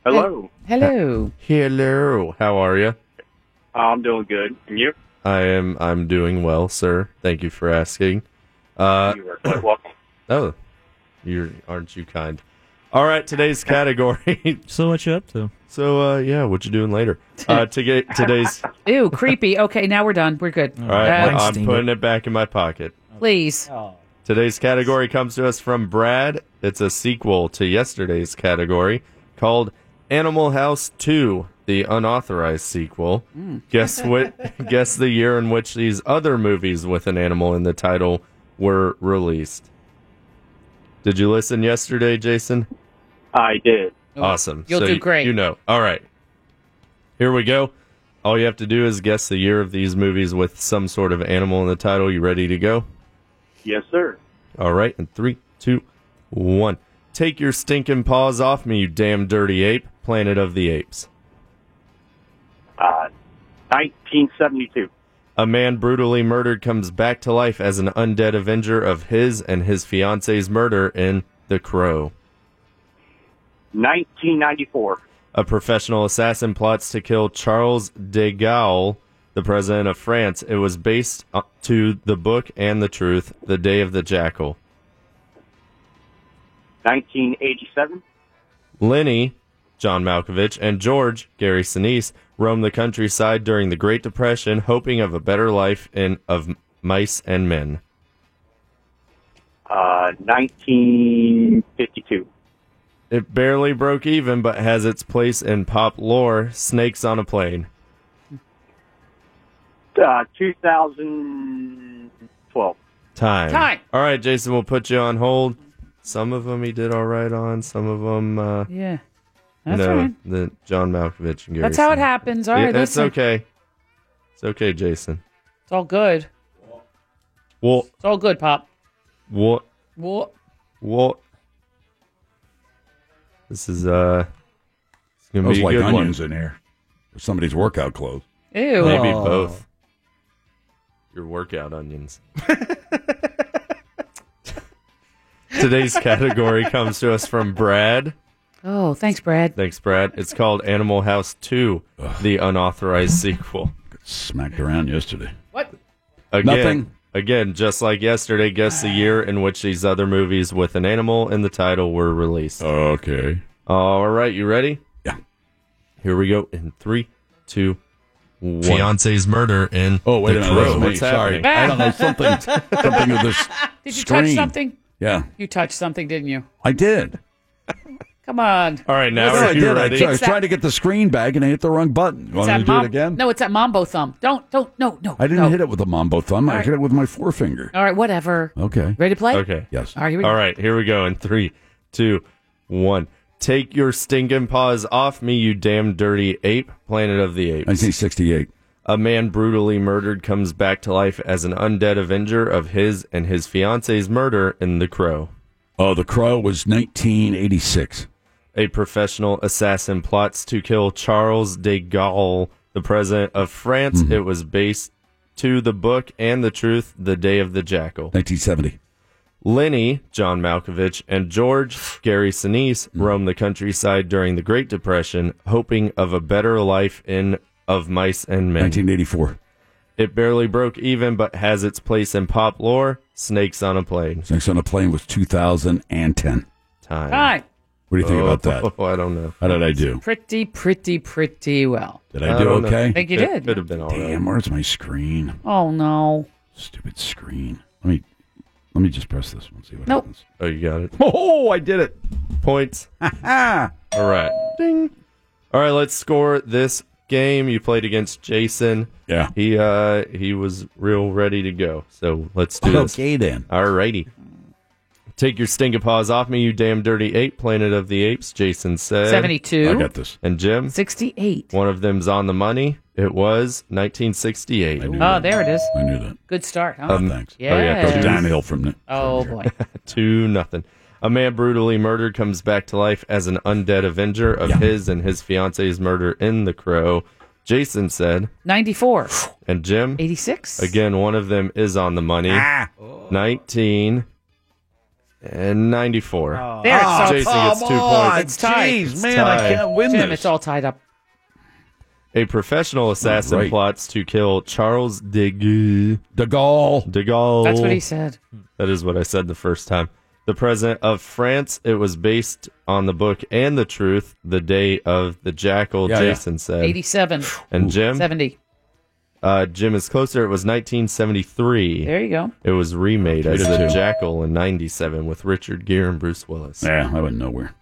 Speaker 21: Hello.
Speaker 7: Hello.
Speaker 11: Hello. How are you?
Speaker 21: I'm doing good. And you?
Speaker 11: I am. I'm doing well, sir. Thank you for asking. Uh,
Speaker 21: You are quite welcome.
Speaker 11: Oh, you're. Aren't you kind? All right, today's category.
Speaker 8: so what you up to?
Speaker 11: So uh, yeah, what you doing later? Uh, to get today's.
Speaker 7: Ew, creepy. Okay, now we're done. We're good.
Speaker 11: All right,
Speaker 7: Uh,
Speaker 11: I'm putting it back in my pocket.
Speaker 7: Please.
Speaker 6: Oh.
Speaker 11: Today's category comes to us from Brad. It's a sequel to yesterday's category called Animal House 2, the unauthorized sequel.
Speaker 21: Mm.
Speaker 11: Guess what guess the year in which these other movies with an animal in the title were released. Did you listen yesterday, Jason?
Speaker 21: I did.
Speaker 11: Awesome.
Speaker 21: Oh, You'll
Speaker 11: So
Speaker 21: do
Speaker 11: you-
Speaker 21: great.
Speaker 11: You know. All right. Here we go. All you have to do is guess the year of these movies with some sort of animal in the title. You ready to go?
Speaker 21: Yes, sir.
Speaker 11: All right, and three, two, one. Take your stinking paws off me, you damn dirty ape. Planet of the Apes.
Speaker 21: Uh, 1972.
Speaker 11: A man brutally murdered comes back to life as an undead avenger of his and his fiance's murder in The Crow.
Speaker 21: 1994.
Speaker 11: A professional assassin plots to kill Charles de Gaulle, the president of France. It was based uh, to the book and the truth, The Day of the Jackal.
Speaker 21: 1987.
Speaker 11: Lenny, John Malkovich, and George, Gary Sinise, roamed the countryside during the Great Depression, hoping of a better life in of mice and men.
Speaker 21: Uh, 1952.
Speaker 11: It barely broke even, but has its place in pop lore. Snakes on a plane.
Speaker 21: Uh, 2012.
Speaker 11: Time.
Speaker 21: Time.
Speaker 11: All right, Jason, we'll put you on hold. Some of them he did all right on. Some of them, uh,
Speaker 7: Yeah.
Speaker 11: you
Speaker 7: That's all
Speaker 11: know,
Speaker 7: right.
Speaker 11: the John Malkovich and Gary.
Speaker 7: That's how it
Speaker 11: Sinise.
Speaker 7: happens. All right,
Speaker 11: Yeah, that's
Speaker 7: listen.
Speaker 11: okay. It's okay, Jason.
Speaker 7: It's all good.
Speaker 11: Well,
Speaker 7: It's all good, Pop.
Speaker 11: what?
Speaker 7: What?
Speaker 11: What? This is uh, it's gonna
Speaker 6: Smells
Speaker 11: be a
Speaker 6: like
Speaker 11: good
Speaker 6: onions
Speaker 11: one.
Speaker 6: in here. Somebody's workout clothes.
Speaker 7: Ew.
Speaker 11: Maybe
Speaker 7: Oh.
Speaker 11: both. Your workout onions. Today's category comes to us from Brad.
Speaker 7: Oh, thanks, Brad.
Speaker 11: Thanks, Brad. It's called Animal House 2, the unauthorized sequel.
Speaker 6: Smacked around yesterday.
Speaker 7: What?
Speaker 11: Again,
Speaker 6: Nothing.
Speaker 11: Again, just like yesterday, guess the year in which these other movies with an animal in the title were released.
Speaker 6: Okay.
Speaker 11: All right, you ready?
Speaker 6: Yeah.
Speaker 11: Here we go in three, two, one.
Speaker 6: Fiance's
Speaker 11: murder in
Speaker 6: Oh wait a
Speaker 11: The
Speaker 6: minute, that was
Speaker 11: Crow.
Speaker 6: me.
Speaker 11: What's
Speaker 6: Sorry,
Speaker 11: happening?
Speaker 6: I don't know something. Something with this.
Speaker 7: Did you touch
Speaker 6: screen.
Speaker 7: something?
Speaker 6: Yeah,
Speaker 7: You touched something, didn't you?
Speaker 6: I did.
Speaker 7: Come on.
Speaker 11: All right,
Speaker 6: Yes, I did. I, I was trying to get the screen back and I hit the wrong button. You
Speaker 7: It's
Speaker 6: want me to
Speaker 7: that
Speaker 6: do
Speaker 7: mom-
Speaker 6: it again?
Speaker 7: No, it's that mambo thumb. Don't, don't, no, no.
Speaker 6: I didn't hit it with the mambo thumb. I
Speaker 7: All
Speaker 6: hit it with my forefinger.
Speaker 7: All right, whatever.
Speaker 6: Okay.
Speaker 7: Ready to play?
Speaker 11: Okay.
Speaker 6: Yes.
Speaker 7: All right, here we go.
Speaker 11: All right, here we go in three, two, one. Take your stinking paws off me, you damn dirty ape. Planet of the Apes.
Speaker 6: 1968.
Speaker 11: A man brutally murdered comes back to life as an undead avenger of his and his fiance's murder in The Crow.
Speaker 6: Oh, The Crow was 1986.
Speaker 11: A professional assassin plots to kill Charles de Gaulle, the president of France.
Speaker 6: Mm-hmm.
Speaker 11: It was based to the book and the truth, The Day of the Jackal.
Speaker 6: 1970.
Speaker 11: Lenny, John Malkovich, and George, Gary Sinise, roamed the countryside during the Great Depression, hoping of a better life in Of Mice and Men.
Speaker 6: 1984.
Speaker 11: It barely broke even, but has its place in pop lore. Snakes on a Plane.
Speaker 6: Sex on a Plane was 2010.
Speaker 11: Time.
Speaker 7: Hi.
Speaker 6: What do you think about that?
Speaker 11: Oh, I don't know.
Speaker 6: How did I do?
Speaker 7: Pretty, pretty, pretty well.
Speaker 6: Did I, do okay?
Speaker 7: I think you did.
Speaker 11: have been all
Speaker 6: Damn, where's my screen?
Speaker 7: Oh no.
Speaker 6: Stupid screen. Let me let me just press this one. See what
Speaker 7: Nope.
Speaker 6: happens.
Speaker 11: Oh, you got it.
Speaker 6: Oh, I did it.
Speaker 11: Points.
Speaker 6: all
Speaker 11: right. Ding. All right, let's score this game. You played against Jason.
Speaker 6: Yeah.
Speaker 11: He uh he was real ready to go. So let's do this.
Speaker 6: Okay, then.
Speaker 11: All righty. Take your stinking paws off me, you damn dirty ape. Planet of the Apes. Jason said
Speaker 7: 72. I got
Speaker 6: this.
Speaker 11: And Jim
Speaker 7: 68.
Speaker 11: One of them's on the money. It was 1968.
Speaker 7: Oh, there it is.
Speaker 6: I knew that.
Speaker 7: Good start, huh?
Speaker 11: Um,
Speaker 7: Yeah.
Speaker 11: Oh, yeah.
Speaker 7: Two-
Speaker 6: from it.
Speaker 7: Oh boy.
Speaker 11: Two nothing. A man brutally murdered comes back to life as an undead avenger of his and his fiance's murder in The Crow. Jason said,
Speaker 7: 94.
Speaker 11: and Jim,
Speaker 7: 86.
Speaker 11: Again, one of them is on the money.
Speaker 7: Ah.
Speaker 11: 19 and 94.
Speaker 7: There it's
Speaker 12: Oh,
Speaker 7: all-
Speaker 11: Jason
Speaker 7: come
Speaker 11: gets two
Speaker 7: on,
Speaker 11: points.
Speaker 7: It's tied.
Speaker 6: Jeez, man, I
Speaker 11: tied. can't
Speaker 6: win
Speaker 7: Jim,
Speaker 6: this.
Speaker 7: It's all tied up.
Speaker 11: A professional assassin
Speaker 6: Right.
Speaker 11: plots to kill Charles de Gaulle. De Gaulle. De Gaulle.
Speaker 7: That's what he said.
Speaker 11: That is what I said the first time. The president of France. It was based on the book and the truth. The day of the jackal.
Speaker 7: Yeah, yeah.
Speaker 11: Jason said.
Speaker 7: 87.
Speaker 11: And Jim.
Speaker 7: 70.
Speaker 11: Uh, Jim is closer. It was 1973.
Speaker 7: There you go.
Speaker 11: It was remade as
Speaker 6: Three to
Speaker 11: The
Speaker 6: two.
Speaker 11: Jackal in 97 with Richard Gere and Bruce Willis.
Speaker 6: Yeah, I went nowhere.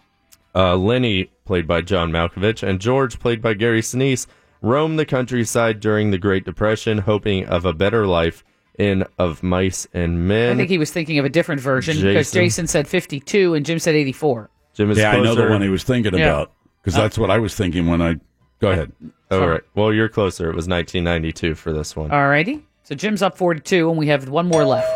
Speaker 11: Uh, Lenny, played by John Malkovich, and George, played by Gary Sinise, roamed the countryside during the Great Depression, hoping of a better life in Of Mice and Men.
Speaker 7: I think he was thinking of a different version because
Speaker 11: Jason.
Speaker 7: Jason said 52 and Jim said 84.
Speaker 11: Jim is
Speaker 6: yeah, I know the
Speaker 11: closer.
Speaker 6: one he was thinking
Speaker 7: Yeah. Uh,
Speaker 6: about because that's what I was thinking when I. Go ahead.
Speaker 11: All right. Well, you're closer. It was 1992 for this one.
Speaker 7: All righty. So Jim's up 42 and we have one more left.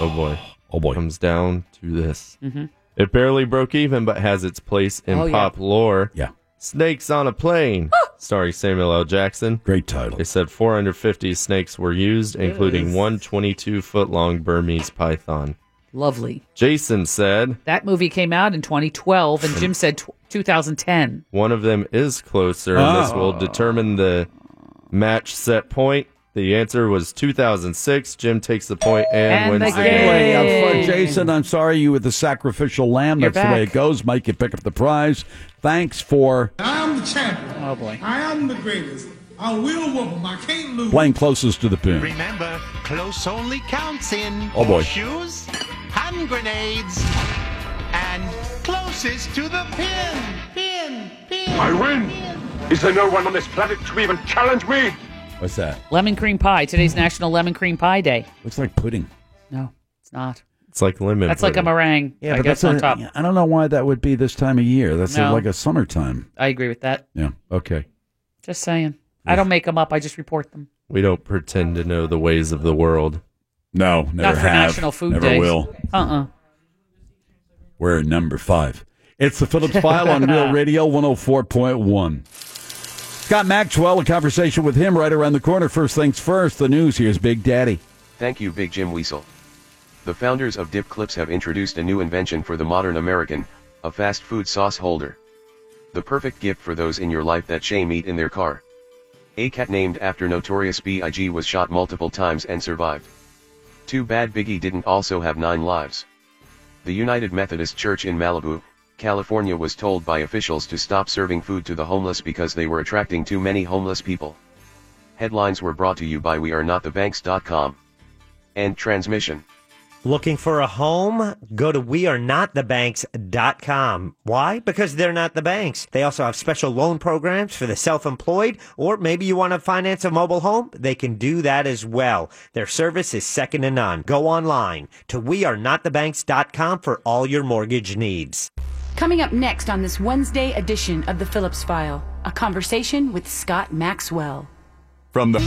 Speaker 11: Oh boy. Oh boy. Comes down to this.
Speaker 7: Mhm.
Speaker 11: It barely broke even, but has its place in
Speaker 7: Oh, yeah.
Speaker 11: pop lore.
Speaker 6: Yeah.
Speaker 11: Snakes on a Plane, starring Samuel L. Jackson.
Speaker 6: Great title.
Speaker 11: They said 450 snakes were used, including one 22 foot long Burmese python.
Speaker 7: Lovely.
Speaker 11: Jason said
Speaker 7: That movie came out in 2012 and Jim said tw 2010.
Speaker 11: one of them is closer, and this will
Speaker 7: Oh.
Speaker 11: determine the match set point. The answer was 2006. Jim takes the point and,
Speaker 6: And
Speaker 11: wins
Speaker 6: the
Speaker 11: the game.
Speaker 6: I'm sorry, Jason, I'm sorry you were the sacrificial lamb.
Speaker 11: You're
Speaker 6: That's the way
Speaker 11: back.
Speaker 6: it goes. Mike, you pick up the prize. Thanks for
Speaker 2: I am the champion.
Speaker 7: Oh boy.
Speaker 2: I am the greatest. I will whoop 'em. I can't lose.
Speaker 6: playing closest to the pin.
Speaker 9: Remember, close only counts in
Speaker 6: Oh, boy.
Speaker 9: shoes, hand grenades, and closest to the pin. Pin, pin.
Speaker 10: I win. Is there no one on this planet to even challenge me?
Speaker 6: What's that?
Speaker 7: Lemon cream pie. Today's National Lemon Cream Pie Day.
Speaker 6: Mm. Looks like pudding.
Speaker 7: No, it's not.
Speaker 11: It's like lemon.
Speaker 7: That's like a meringue. I guess
Speaker 6: that's
Speaker 7: on
Speaker 6: a-
Speaker 7: top.
Speaker 6: I don't know why that would be this time of year. That's
Speaker 7: No.
Speaker 6: like a summertime.
Speaker 7: I agree with that.
Speaker 6: Yeah. Okay.
Speaker 7: Just saying. I don't make them up. I just report them.
Speaker 11: We don't pretend to know the ways of the world.
Speaker 6: No, never
Speaker 7: Not for
Speaker 6: have.
Speaker 7: National Food
Speaker 6: never
Speaker 7: Days.
Speaker 6: will.
Speaker 7: Uh-uh.
Speaker 6: We're at number five. It's the Phillips File on Real Radio 104.1. Scott Maxwell, a conversation with him right around the corner. First things first, the news here's Big Daddy.
Speaker 16: Thank you, Big Jim Weasel. The founders of Dip Clips have introduced a new invention for the modern American, a fast food sauce holder. The perfect gift for those in your life that shame eat in their car. A cat named after Notorious B.I.G. was shot multiple times and survived. Too bad Biggie didn't also have nine lives. The United Methodist Church in Malibu, California was told by officials to stop serving food to the homeless because they were attracting too many homeless people. Headlines were brought to you by WeAreNotTheBanks.com. End transmission.
Speaker 22: Looking for a home? Go to wearenotthebanks.com. Why? Because they're not the banks. They also have special loan programs for the self-employed, or maybe you want to finance a mobile home? They can do that as well. Their service is second to none. Go online to wearenotthebanks.com for all your mortgage needs.
Speaker 14: Coming up next on this Wednesday edition of the Phillips File, a conversation with Scott Maxwell.
Speaker 3: From the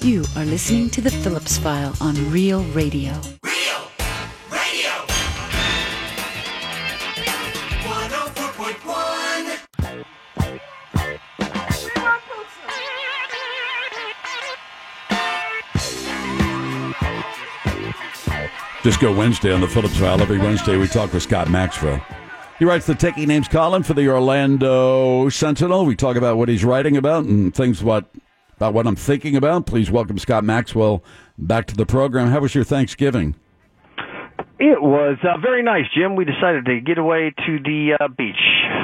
Speaker 14: You are listening to the Phillips File on Real Radio.
Speaker 6: Just go Wednesday on the Phillips File. Every Wednesday we talk with Scott Maxwell. He writes the Taking Names column for the Orlando Sentinel. We talk about what he's writing about and things what about what I'm thinking about. Please welcome Scott Maxwell back to the program. How was your Thanksgiving?
Speaker 4: It was uh, very nice, Jim. We decided to get away to the uh, beach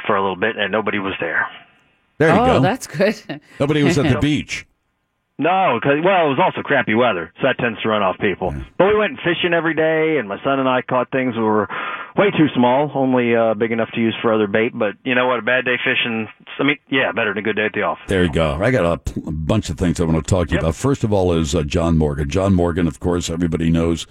Speaker 4: for a little bit, and nobody was there.
Speaker 6: There you
Speaker 7: oh,
Speaker 6: go.
Speaker 7: that's good.
Speaker 6: Nobody was at the beach.
Speaker 4: No, Oh, 'cause- well, it was also crappy weather, so that tends to run off people. But we went fishing every day, and my son and I caught things that were way too small, only uh, big enough to use for other bait. But you know what? A bad day fishing, I mean, yeah, better than a good day at the office.
Speaker 6: There you go. I got a, pl- a bunch of things I want to talk to you about. First of all, is uh, John Morgan. John Morgan, of course, everybody knows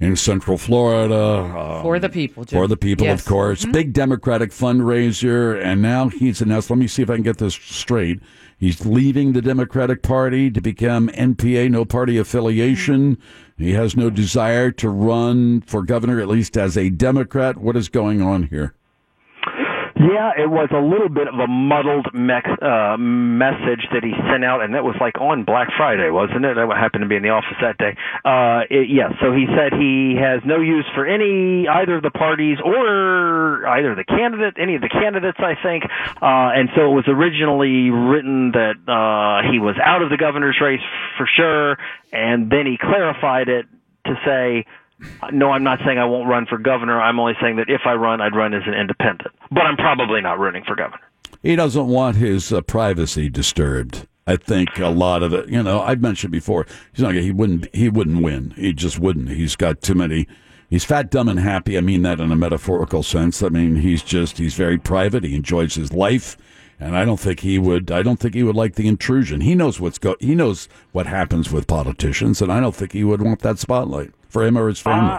Speaker 6: in Central Florida. uh,
Speaker 7: For the people, Jim.
Speaker 6: For the people,
Speaker 7: Yes. Mm-hmm.
Speaker 6: of course. Big Democratic fundraiser. And now he's announced, let me see if I can get this straight. He's leaving the Democratic Party to become NPA, no party affiliation. He has no desire to run for governor, at least as a Democrat. What is going on here?
Speaker 4: Yeah, it was a little bit of a muddled mex- uh, message that he sent out, and that was like on Black Friday, wasn't it? That happened to be in the office that day. Uh, it, yeah, so he said he has no use for any either of the parties or either the candidate, any of the candidates, I think. Uh, and so it was originally written that uh, he was out of the governor's race for sure, and then he clarified it to say Uh, no, I'm not saying I won't run for governor. I'm only saying that if I run, I'd run as an independent. But I'm probably not running for governor.
Speaker 6: He doesn't want his uh, privacy disturbed. I think a lot of it, you know, I've mentioned before. He's not. He wouldn't. He wouldn't win. He just wouldn't. He's got too many. He's fat, dumb, and happy. I mean that in a metaphorical sense. I mean he's just. He's very private. He enjoys his life, and I don't think he would. I don't think he would like the intrusion. He knows what's go. He knows what happens with politicians, and I don't think he would want that spotlight for him or his family.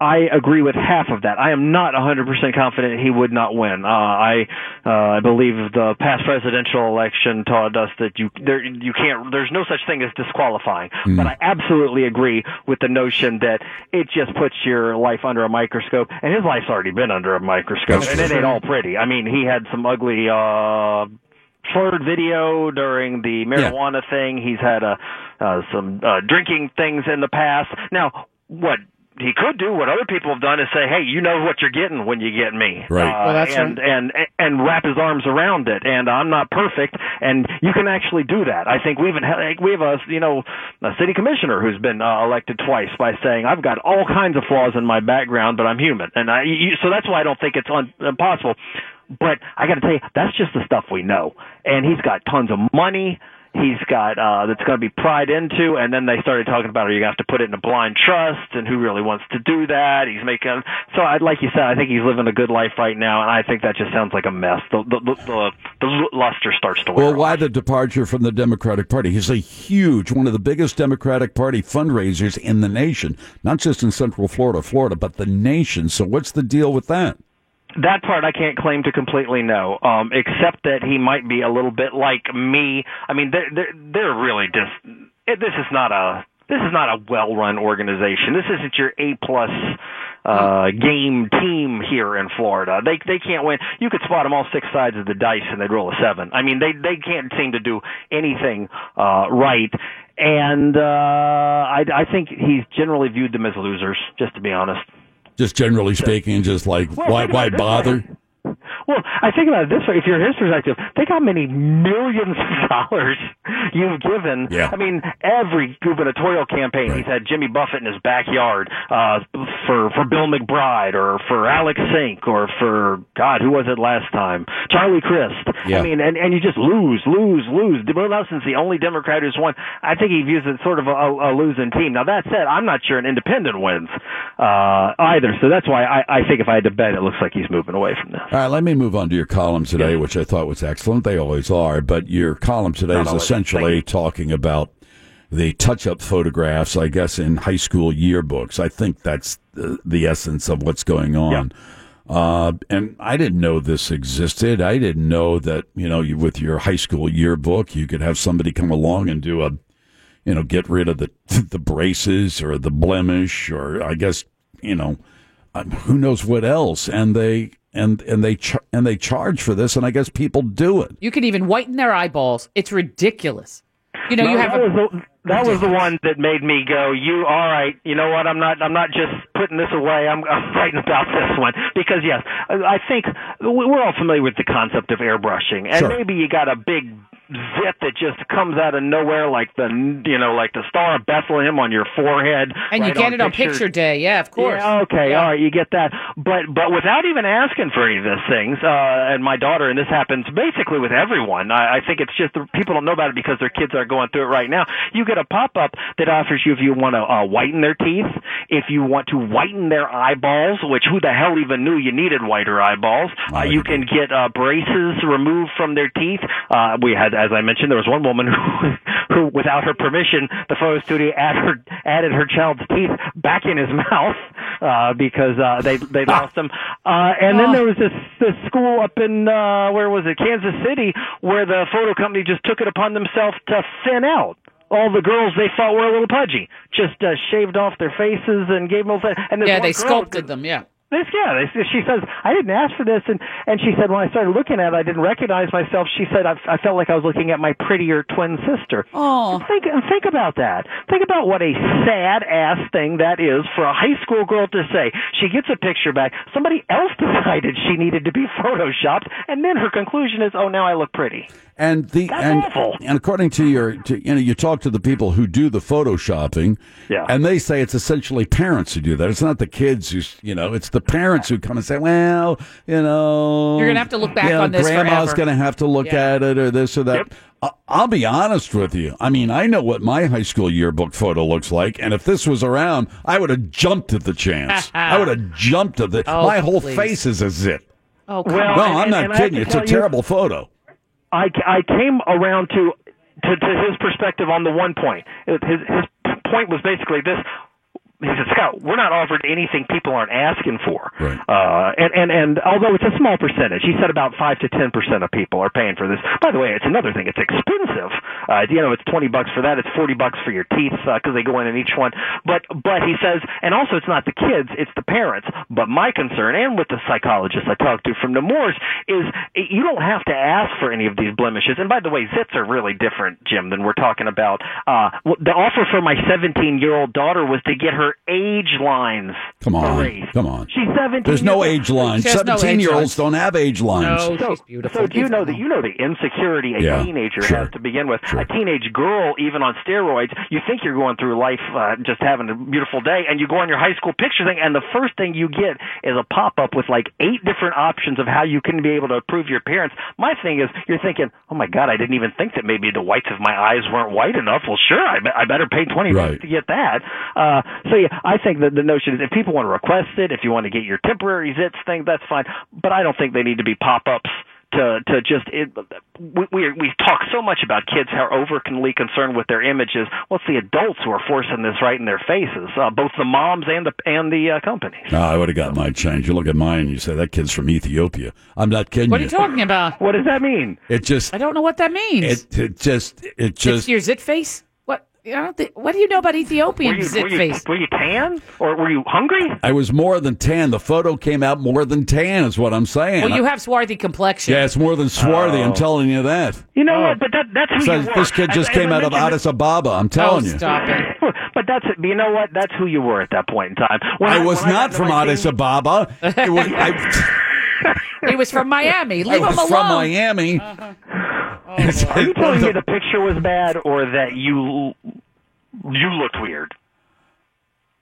Speaker 4: I agree with half of that. I am not 100% confident he would not win. Uh, I uh, I believe the past presidential election taught us that you there you can't there's no such thing as disqualifying.
Speaker 13: Hmm.
Speaker 4: But I absolutely agree with the notion that it just puts your life under a microscope and his life's already been under a microscope
Speaker 13: That's
Speaker 4: and
Speaker 13: true.
Speaker 4: it ain't all pretty. I mean, he had some ugly uh slurred video during the marijuana thing. He's had uh, uh, some uh, drinking things in the past. Now, what he could do, what other people have done, is say, "Hey, you know what you're getting when you get me,"
Speaker 5: Right.
Speaker 4: Uh,
Speaker 5: Well, that's
Speaker 4: and,
Speaker 5: right.
Speaker 4: and and wrap his arms around it. And I'm not perfect, and you can actually do that. I think we even ha- like, we have a you know a city commissioner who's been uh, elected twice by saying, "I've got all kinds of flaws in my background, but I'm human," and I you, so that's why I don't think it's un- impossible. But I got to tell you, that's just the stuff we know. And he's got tons of money. He's got uh that's going to be pried into, and then they started talking about, are you going to have to put it in a blind trust, and who really wants to do that? He's making so I like you said, I think he's living a good life right now, and I think that just sounds like a mess. The the the, the, the luster starts to wear.
Speaker 6: Well, why the departure from the Democratic Party? He's a huge, one of the biggest Democratic Party fundraisers in the nation, not just in Central Florida, Florida, but the nation. So, what's the deal with that?
Speaker 4: That part I can't claim to completely know, um, except that he might be a little bit like me. I mean, they're they're, they're really just. It, this is not a this is not a well run organization. This isn't your A plus uh, game team here in Florida. They they can't win. You could spot them all six sides of the dice and they'd roll a seven. I mean, they they can't seem to do anything uh, right. And uh, I, I think he's generally viewed them as losers, just to be honest.
Speaker 6: Just generally speaking, just like
Speaker 4: Well,
Speaker 6: why,
Speaker 4: think about
Speaker 6: why
Speaker 4: it this
Speaker 6: bother?
Speaker 4: Well, I think about it this way: if you're his perspective, think how many millions of dollars you've given.
Speaker 5: Yeah.
Speaker 4: I mean, every gubernatorial campaign he's had Jimmy Buffett in his backyard uh, for for Bill McBride or for Alex Sink or for God, who was it last time? Charlie Crist.
Speaker 5: Yeah.
Speaker 4: I mean, and and you just lose, lose, lose. Bill Nelson's the only Democrat who's won. I think he views it sort of a, a losing team. Now that said, I'm not sure an independent wins uh, either, so that's why I, I think if I had to bet, it looks like he's moving away from this.
Speaker 6: All right, let me move on to your column today, which I thought was excellent. They always are, but your column today
Speaker 4: Not
Speaker 6: is
Speaker 4: always.
Speaker 6: essentially talking about the touch-up photographs, I guess, in high school yearbooks. I think that's the, the essence of what's going on. Uh, and I didn't know this existed. I didn't know that you know you, with your high school yearbook, you could have somebody come along and do a, you know, get rid of the the braces or the blemish or I guess you know, um, who knows what else. And they and and they ch- and they charge for this, and I guess people do it.
Speaker 7: You can even whiten their eyeballs. It's ridiculous. You know,
Speaker 4: No,
Speaker 7: you have
Speaker 4: that
Speaker 7: a,
Speaker 4: was the, that was the one that made me go, "You all right? You know what? I'm not. I'm not just putting this away. I'm, I'm writing about this one because yes, I I think we- we're all familiar with the concept of airbrushing, and
Speaker 5: Sure.
Speaker 4: maybe you got a big zit that just comes out of nowhere, like the you know, like the Star of Bethlehem on your forehead,
Speaker 7: and you
Speaker 4: right
Speaker 7: get it on
Speaker 4: pictures.
Speaker 7: picture day. Yeah, of course.
Speaker 4: Yeah, okay, all right, you get that. But but without even asking for any of those things, uh, and my daughter, and this happens basically with everyone. I, I think it's just the, people don't know about it because their kids are going through it right now. You get a pop up that offers you if you want to uh, whiten their teeth, if you want to whiten their eyeballs, which who the hell even knew you needed whiter eyeballs. Uh, you can get uh, braces removed from their teeth. Uh, we had, as I mentioned, there was one woman who, who without her permission, the photo studio added her, added her child's teeth back in his mouth uh, because uh, they they lost them. Uh, and then there was this this school up in uh, where was it Kansas City where the photo company just took it upon themselves to thin out. All the girls they thought were a little pudgy just uh, shaved off their faces and gave them. a little- And this
Speaker 7: yeah,
Speaker 4: one
Speaker 7: they
Speaker 4: girl-
Speaker 7: sculpted them. Yeah.
Speaker 4: this yeah this, she says i didn't ask for this and and she said when i started looking at it i didn't recognize myself she said i, I felt like i was looking at my prettier twin sister
Speaker 7: oh
Speaker 4: think think about that think about what a sad ass thing that is for a high school girl to say she gets a picture back somebody else decided she needed to be photoshopped and then her conclusion is oh now i look pretty
Speaker 6: And the
Speaker 4: That's
Speaker 6: and
Speaker 4: awful.
Speaker 6: and according to your to, you know you talk to the people who do the photoshopping,
Speaker 4: Yeah.
Speaker 6: and they say it's essentially parents who do that. It's not the kids who s- you know, it's the parents who come and say, well, you know,
Speaker 7: You're gonna have to look back
Speaker 6: you know,
Speaker 7: on this
Speaker 6: Grandma's
Speaker 7: forever.
Speaker 6: going to have to look
Speaker 7: Yeah.
Speaker 6: at it or this or that. I, I'll be honest with you. I mean, I know what my high school yearbook photo looks like, and if this was around, I would have jumped at the chance. I would have jumped at the.
Speaker 4: Oh,
Speaker 6: my whole
Speaker 4: please.
Speaker 6: face is a zip.
Speaker 7: Oh,
Speaker 4: come
Speaker 6: no,
Speaker 4: on.
Speaker 6: I'm
Speaker 4: And-
Speaker 6: not
Speaker 4: and I have
Speaker 6: kidding.
Speaker 4: to
Speaker 6: It's a
Speaker 4: tell you-
Speaker 6: terrible photo.
Speaker 4: I, I came around to, to to his perspective on the one point. His his point was basically this. He said, Scott, we're not offered anything people aren't asking for. Uh, and, and, and although it's a small percentage, he said about 5 to 10% of people are paying for this. By the way, it's another thing. It's expensive. Uh, you know, it's 20 bucks for that. It's 40 bucks for your teeth because they go in in each one. But, but he says, and also it's not the kids, it's the parents. But my concern, and with the psychologist I talked to from Nemours, is eh, you don't have to ask for any of these blemishes. And by the way, zits are really different, Jim, than we're talking about. Uh, the offer for my 17 year old daughter was to get her age lines.
Speaker 6: Come on,
Speaker 4: erased.
Speaker 6: come on.
Speaker 4: She's 17.
Speaker 6: There's no age line.
Speaker 4: There's no age
Speaker 6: Seventeen-year-olds don't have age lines.
Speaker 4: so, so do you know that you know the insecurity a
Speaker 6: Yeah,
Speaker 4: teenager
Speaker 6: sure,
Speaker 4: has to begin with? A teenage girl, even on steroids, you think you're going through life uh, just having a beautiful day, and you go on your high school picture thing, and the first thing you get is a pop up with like eight different options of how you can be able to improve your appearance. My thing is, you're thinking, oh my god, I didn't even think that maybe the whites of my eyes weren't white enough. Well, sure, I, be- I better pay twenty
Speaker 6: Right.
Speaker 4: bucks to get that. Uh, so yeah, I think that the notion is if people want to request it, if you want to get your temporary zits thing, that's fine. But I don't think they need to be pop ups to to just it, we we we talk so much about kids how overly concerned with their images. What's the adults who are forcing this right in their faces? Uh, both the moms and the and the uh, companies.
Speaker 6: No, Ah, I would have got my change. You look at mine and you say, that kid's from Ethiopia. I'm not kidding
Speaker 7: What are
Speaker 6: you.
Speaker 7: you talking about?
Speaker 4: What does that mean?
Speaker 6: it just,
Speaker 7: I don't know what that means.
Speaker 6: it, it just, it just,
Speaker 7: it's your zit face. What? I don't think. What do you know about Ethiopian
Speaker 4: Were you-
Speaker 7: zit
Speaker 4: were you-
Speaker 7: face?
Speaker 4: Were you tan or were you hungry?
Speaker 6: I was more than tan. The photo came out more than tan is what I'm saying.
Speaker 7: Well, you have swarthy complexion.
Speaker 6: yeah, it's more than swarthy. I'm telling you that.
Speaker 4: Oh. You know what? But that, that's who
Speaker 6: So
Speaker 4: you were.
Speaker 6: this kid just
Speaker 4: As- as
Speaker 6: came
Speaker 4: I
Speaker 6: out of
Speaker 4: mentioned-
Speaker 6: Addis Ababa. I'm telling
Speaker 7: Oh,
Speaker 6: you.
Speaker 4: but that's it. You know what? That's who you were at that point in time. When
Speaker 6: I was
Speaker 4: when
Speaker 6: not
Speaker 4: got
Speaker 6: from
Speaker 4: to my
Speaker 6: Addis
Speaker 4: teens-
Speaker 6: Ababa. It was, I,
Speaker 7: He was from Miami. Leave
Speaker 6: I was
Speaker 7: him alone. Uh-huh.
Speaker 6: from Miami.
Speaker 4: Are you telling me the picture was bad or that you you looked weird?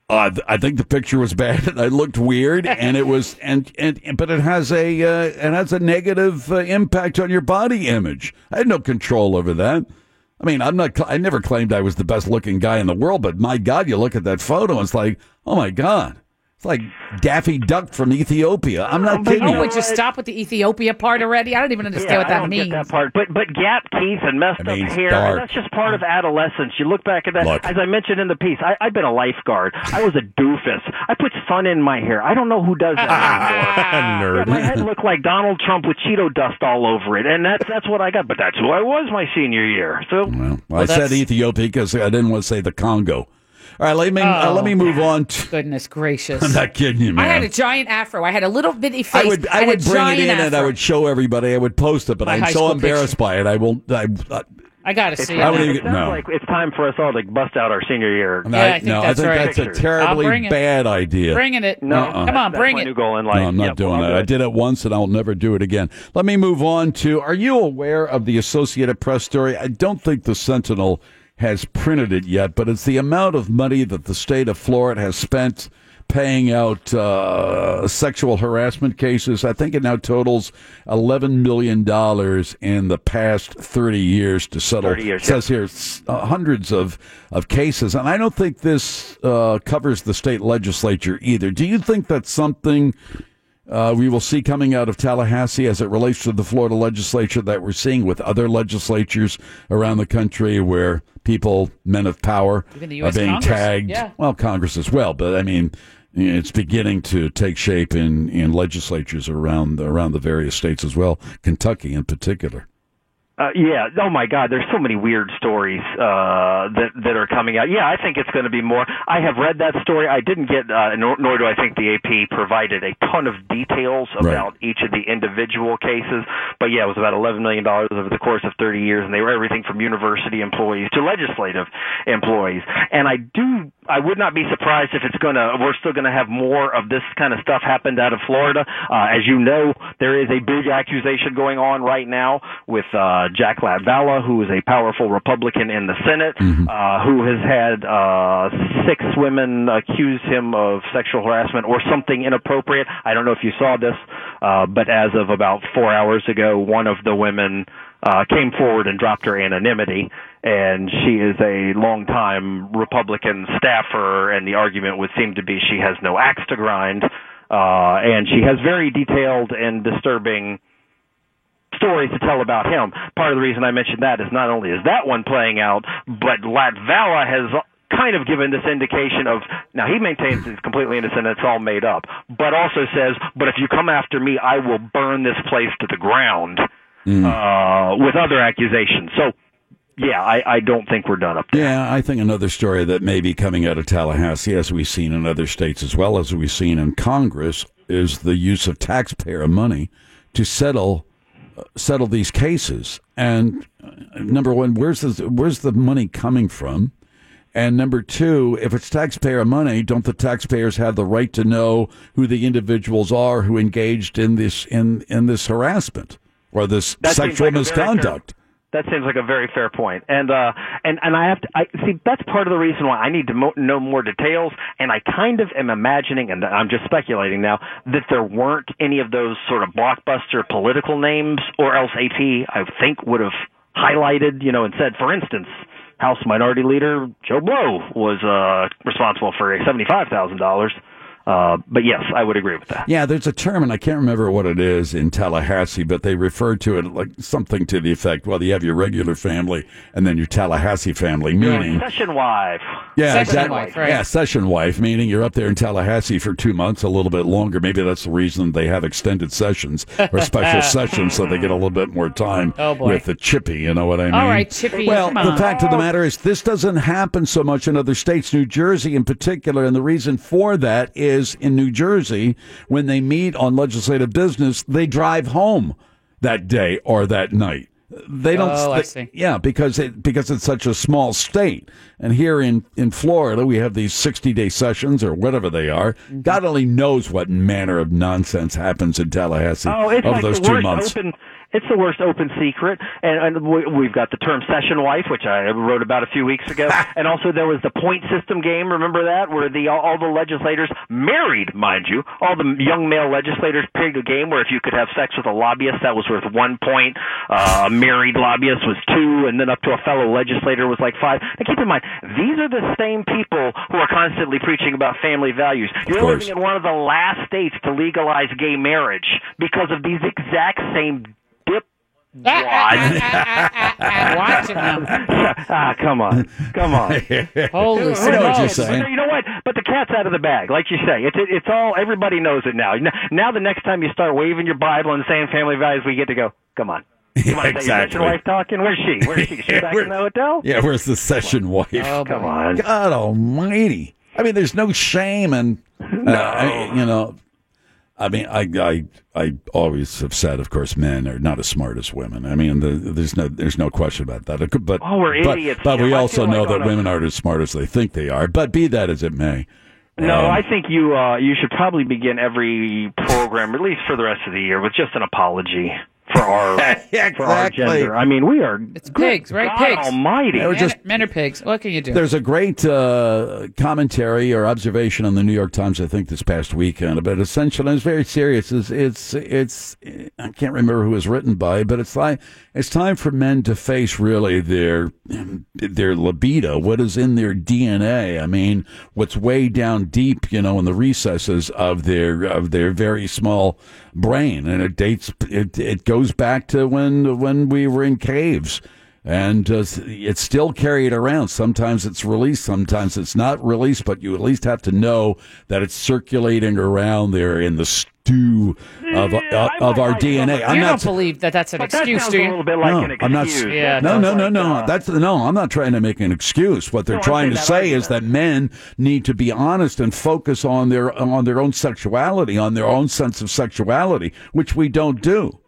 Speaker 6: Uh, th- I think the picture was bad, and I looked weird, and it was, and, and and- but it has a uh, it has a negative uh, impact on your body image. I had no control over that. I mean, I'm not. cl- I never claimed I was the best looking guy in the world, but my God, you look at that photo, and it's like, oh my God, It's like Daffy Duck from Ethiopia. I'm not
Speaker 7: But,
Speaker 6: kidding.
Speaker 7: oh, we just stop with the Ethiopia part already. I don't even understand
Speaker 4: Yeah,
Speaker 7: what
Speaker 4: I
Speaker 7: that
Speaker 4: don't
Speaker 7: means.
Speaker 4: Get that part, but but gap teeth and messed
Speaker 6: That means
Speaker 4: up hair.
Speaker 6: dark.
Speaker 4: That's just part of adolescence. You look back at that.
Speaker 6: Look.
Speaker 4: As I mentioned in the piece, I, I've been a lifeguard. I was a doofus. I put sun in my hair. I don't know who does that anymore.
Speaker 11: Nerd.
Speaker 4: Yeah, my head looked like Donald Trump with Cheeto dust all over it, and that's that's what I got. But that's who I was my senior year. So
Speaker 6: Well, I said Ethiopia because I didn't want to say the Congo. All right, let me uh,
Speaker 7: Oh,
Speaker 6: let me move on. To,
Speaker 7: goodness gracious!
Speaker 6: I'm not kidding you, man.
Speaker 7: I had a giant afro. I had a little bitty face.
Speaker 6: I would I
Speaker 7: and a
Speaker 6: would bring it
Speaker 7: giant
Speaker 6: in
Speaker 7: afro.
Speaker 6: and I would show everybody. I would post it, but
Speaker 7: My high
Speaker 6: I'm so
Speaker 7: school
Speaker 6: embarrassed
Speaker 7: picture.
Speaker 6: by it. I will. I, I,
Speaker 7: I gotta
Speaker 4: It's-
Speaker 7: see
Speaker 4: it
Speaker 7: it.
Speaker 4: sounds like it's time for us all to bust out our senior year.
Speaker 6: no, I- no, I think that's a
Speaker 7: I'll bring
Speaker 6: terribly
Speaker 7: it.
Speaker 6: bad idea.
Speaker 7: Bringing it.
Speaker 6: No. Uh-uh.
Speaker 7: Come on,
Speaker 4: That's
Speaker 7: bring
Speaker 4: my
Speaker 7: it.
Speaker 4: new goal in
Speaker 6: No,
Speaker 4: life.
Speaker 6: I'm not
Speaker 4: Yep,
Speaker 6: doing
Speaker 4: I'll
Speaker 6: that.
Speaker 4: do
Speaker 6: I did it once and I'll never do it again. Let me move on to Are you aware of the Associated Press story? I don't think the Sentinel has printed it yet, but it's the amount of money that the state of Florida has spent paying out uh, sexual harassment cases. I think it now totals $11 million in the past 30 years to settle
Speaker 4: 30 years,
Speaker 6: it says here s- uh, hundreds of, of cases, and I don't think this uh, covers the state legislature either. Do you think that's something uh, we will see coming out of Tallahassee as it relates to the Florida legislature that we're seeing with other legislatures around the country where people, men of power,
Speaker 7: Even the
Speaker 6: are
Speaker 7: US
Speaker 6: being
Speaker 7: Congress,
Speaker 6: tagged?
Speaker 7: yeah.
Speaker 6: Well, Congress as well, but I mean. It's beginning to take shape in, in legislatures around around the various states as well, Kentucky in particular.
Speaker 4: Uh, yeah. Oh my God. There's so many weird stories uh, that that are coming out. Yeah, I think it's going to be more. I have read that story. I didn't get, uh, nor, nor do I think the AP provided a ton of details
Speaker 6: Right.
Speaker 4: about each of the individual cases. But yeah, it was about 11 million dollars over the course of 30 years, and they were everything from university employees to legislative employees. And I do. I would not be surprised if it's going to. We're still going to have more of this kind of stuff happened out of Florida. Uh, as you know, there is a big accusation going on right now with uh, Jack Lavalla, who is a powerful Republican in the Senate, uh, who has had uh, six women accuse him of sexual harassment or something inappropriate. I don't know if you saw this, uh, but as of about four hours ago, one of the women uh, came forward and dropped her anonymity. And she is a longtime Republican staffer, and the argument would seem to be she has no axe to grind, uh, and she has very detailed and disturbing stories to tell about him. Part of the reason I mentioned that is not only is that one playing out, but Latvala has kind of given this indication of now he maintains it's completely innocent it's all made up but also says but if you come after me i will burn this place to the ground uh, with other accusations so yeah I, I don't think we're done up
Speaker 6: Yeah, I think another story that may be coming out of Tallahassee, as we've seen in other states as well as we've seen in Congress, is the use of taxpayer money to settle uh, settle these cases. And uh, number one, where's the where's the money coming from? And number two, if it's taxpayer money, don't the taxpayers have the right to know who the individuals are who engaged in this in in this harassment or this
Speaker 4: That seems
Speaker 6: sexual
Speaker 4: like a very fair-
Speaker 6: misconduct?
Speaker 4: That seems like a very fair point, and uh, and and I have to I, see. That's part of the reason why I need to mo- know more details, and I kind of am imagining, and I'm just speculating now, that there weren't any of those sort of blockbuster political names, or else AP I think would have highlighted, you know, and said, for instance, House Minority Leader Joe Blow was uh, responsible for seventy-five thousand dollars. Uh, but yes, I would agree with that.
Speaker 6: Yeah, there's a term, and I can't remember what it is in Tallahassee, but they refer to it like something to the effect well, you have your regular family and then your Tallahassee family, meaning.
Speaker 4: Session wife.
Speaker 6: Yeah, exactly. Yeah, session wife, meaning you're up there in Tallahassee for two months, a little bit longer. Maybe that's the reason they have extended sessions or special sessions so they get a little bit more time
Speaker 7: Oh, boy.
Speaker 6: with the chippy. You know what I mean?
Speaker 7: All right, Chippy.
Speaker 6: Well,
Speaker 7: come on.
Speaker 6: the fact of the matter is, this doesn't happen so much in other states, New Jersey in particular. And the reason for that is in New Jersey, when they meet on legislative business, they drive home that day or that night. They don't.
Speaker 7: Oh, I
Speaker 6: they-
Speaker 7: see.
Speaker 6: Yeah, because it because it's such a small state, and here in in Florida we have these sixty day sessions or whatever they are.
Speaker 7: Mm-hmm.
Speaker 6: God only knows what manner of nonsense happens in Tallahassee
Speaker 4: Oh, it's
Speaker 6: over
Speaker 4: like
Speaker 6: those
Speaker 4: the
Speaker 6: two
Speaker 4: worst
Speaker 6: months.
Speaker 4: open. It's the worst open secret, and, and we, we've got the term session wife, which I wrote about a few weeks ago, and also there was the point system game. Remember that, where the all, all the legislators married, mind you, all the young male legislators played a game where if you could have sex with a lobbyist, that was worth one point. Uh, a married lobbyist was two, and then up to a fellow legislator was like five. Now keep in mind, these are the same people who are constantly preaching about family values. You're living in one of the last states to legalize gay marriage because of these exact same dip.
Speaker 7: Watching them.
Speaker 4: ah, come on, come on.
Speaker 7: Holy
Speaker 4: Who- who
Speaker 7: smokes. I know what you're
Speaker 4: knows?
Speaker 7: saying.
Speaker 4: But You know what? But the cat's out of the bag, like you say. It's it, it's all everybody knows it now. N- Now the next time you start waving your Bible and saying family values, we get to go. Come on, come on. is that your
Speaker 6: exactly.
Speaker 4: session wife talking. Where's she? Where's she? She's back in the hotel.
Speaker 6: Yeah, where's the
Speaker 7: Oh,
Speaker 6: session wife?
Speaker 4: come on.
Speaker 6: God almighty. I mean, there's no shame in, uh, I- you know, I mean, I, I, I always have said, of course, men are not as smart as women. I mean, the, there's no, there's no question about that. But
Speaker 4: Oh, we're
Speaker 6: but,
Speaker 4: idiots,
Speaker 6: But
Speaker 4: Jim.
Speaker 6: we
Speaker 4: I
Speaker 6: also
Speaker 4: feel like
Speaker 6: know
Speaker 4: on
Speaker 6: that
Speaker 4: a-
Speaker 6: women aren't as smart as they think they are. But be that as it may,
Speaker 4: No,
Speaker 6: Um,
Speaker 4: I think you uh, you should probably begin every program, at least for the rest of the year, with just an apology for our for our gender. I mean, we are
Speaker 7: It's pigs, right?
Speaker 4: God
Speaker 7: pigs.
Speaker 4: almighty.
Speaker 6: They were
Speaker 7: Men,
Speaker 6: just-
Speaker 7: men are pigs. What can you do?
Speaker 6: There's a great uh, commentary or observation on the New York Times, I think, this past weekend about essential, and it's very serious. It's, it's, it's, I can't remember who it was written by, but it's like it's time for men to face really their their libido, what is in their DNA. I mean, what's way down deep, you know, in the recesses of their of their very small brain, and it dates, it, it goes back to when when we were in caves and uh, it's still carried around. Sometimes it's released, sometimes it's not released, but you at least have to know that it's circulating around there in the stew of of, of our DNA.
Speaker 7: you
Speaker 6: not
Speaker 7: don't believe that that's an
Speaker 4: But that
Speaker 7: excuse,
Speaker 4: sounds
Speaker 7: do
Speaker 4: a
Speaker 7: you?
Speaker 4: little bit like
Speaker 6: no,
Speaker 4: an
Speaker 6: I'm not,
Speaker 4: excuse. Yeah, it
Speaker 6: no,
Speaker 4: sounds
Speaker 6: no, no,
Speaker 4: like,
Speaker 6: no.
Speaker 4: uh,
Speaker 6: That's no. I'm not trying to make an excuse. What they're
Speaker 4: No, I'm
Speaker 6: trying
Speaker 4: saying
Speaker 6: to
Speaker 4: that
Speaker 6: say is that men need to be honest and focus on their on their own sexuality, on their own sense of sexuality, which we don't do.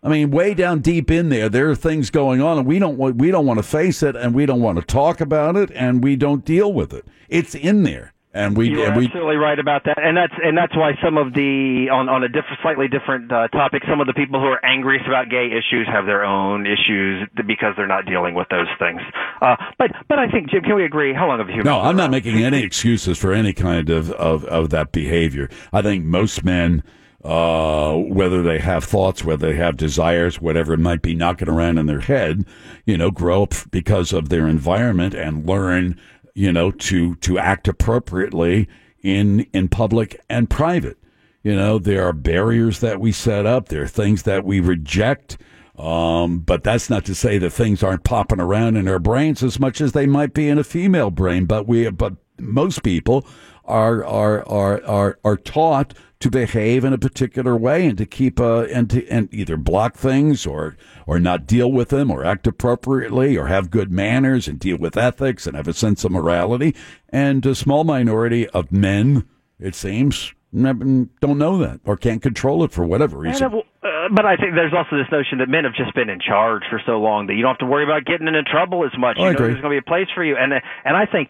Speaker 6: I mean, way down deep in there, there are things going on, and we don't want we don't want to face it, and we don't want to talk about it, and we don't deal with it. It's in there, and we
Speaker 4: You're
Speaker 6: and we
Speaker 4: absolutely right about that, and that's and that's why some of the on on a diff- slightly different uh, topic, some of the people who are angriest about gay issues have their own issues because they're not dealing with those things. Uh, but but I think Jim, can we agree? How long have you?
Speaker 6: No, I'm not making any excuses for any kind of, of, of that behavior. I think most men, uh, whether they have thoughts, whether they have desires, whatever it might be knocking around in their head, you know, grow up because of their environment and learn, you know, to, to act appropriately in, in public and private. You know, there are barriers that we set up. There are things that we reject. Um, but that's not to say that things aren't popping around in our brains as much as they might be in a female brain. But we, but most people are are are are are taught to behave in a particular way and to keep uh, and to and either block things or or not deal with them or act appropriately or have good manners and deal with ethics and have a sense of morality. And a small minority of men, it seems, never, don't know that or can't control it for whatever reason.
Speaker 4: And, uh, but I think there's also this notion that men have just been in charge for so long that you don't have to worry about getting into trouble as much.
Speaker 6: Oh, I
Speaker 4: you know,
Speaker 6: agree.
Speaker 4: there's going to be a place for you, and uh, and I think.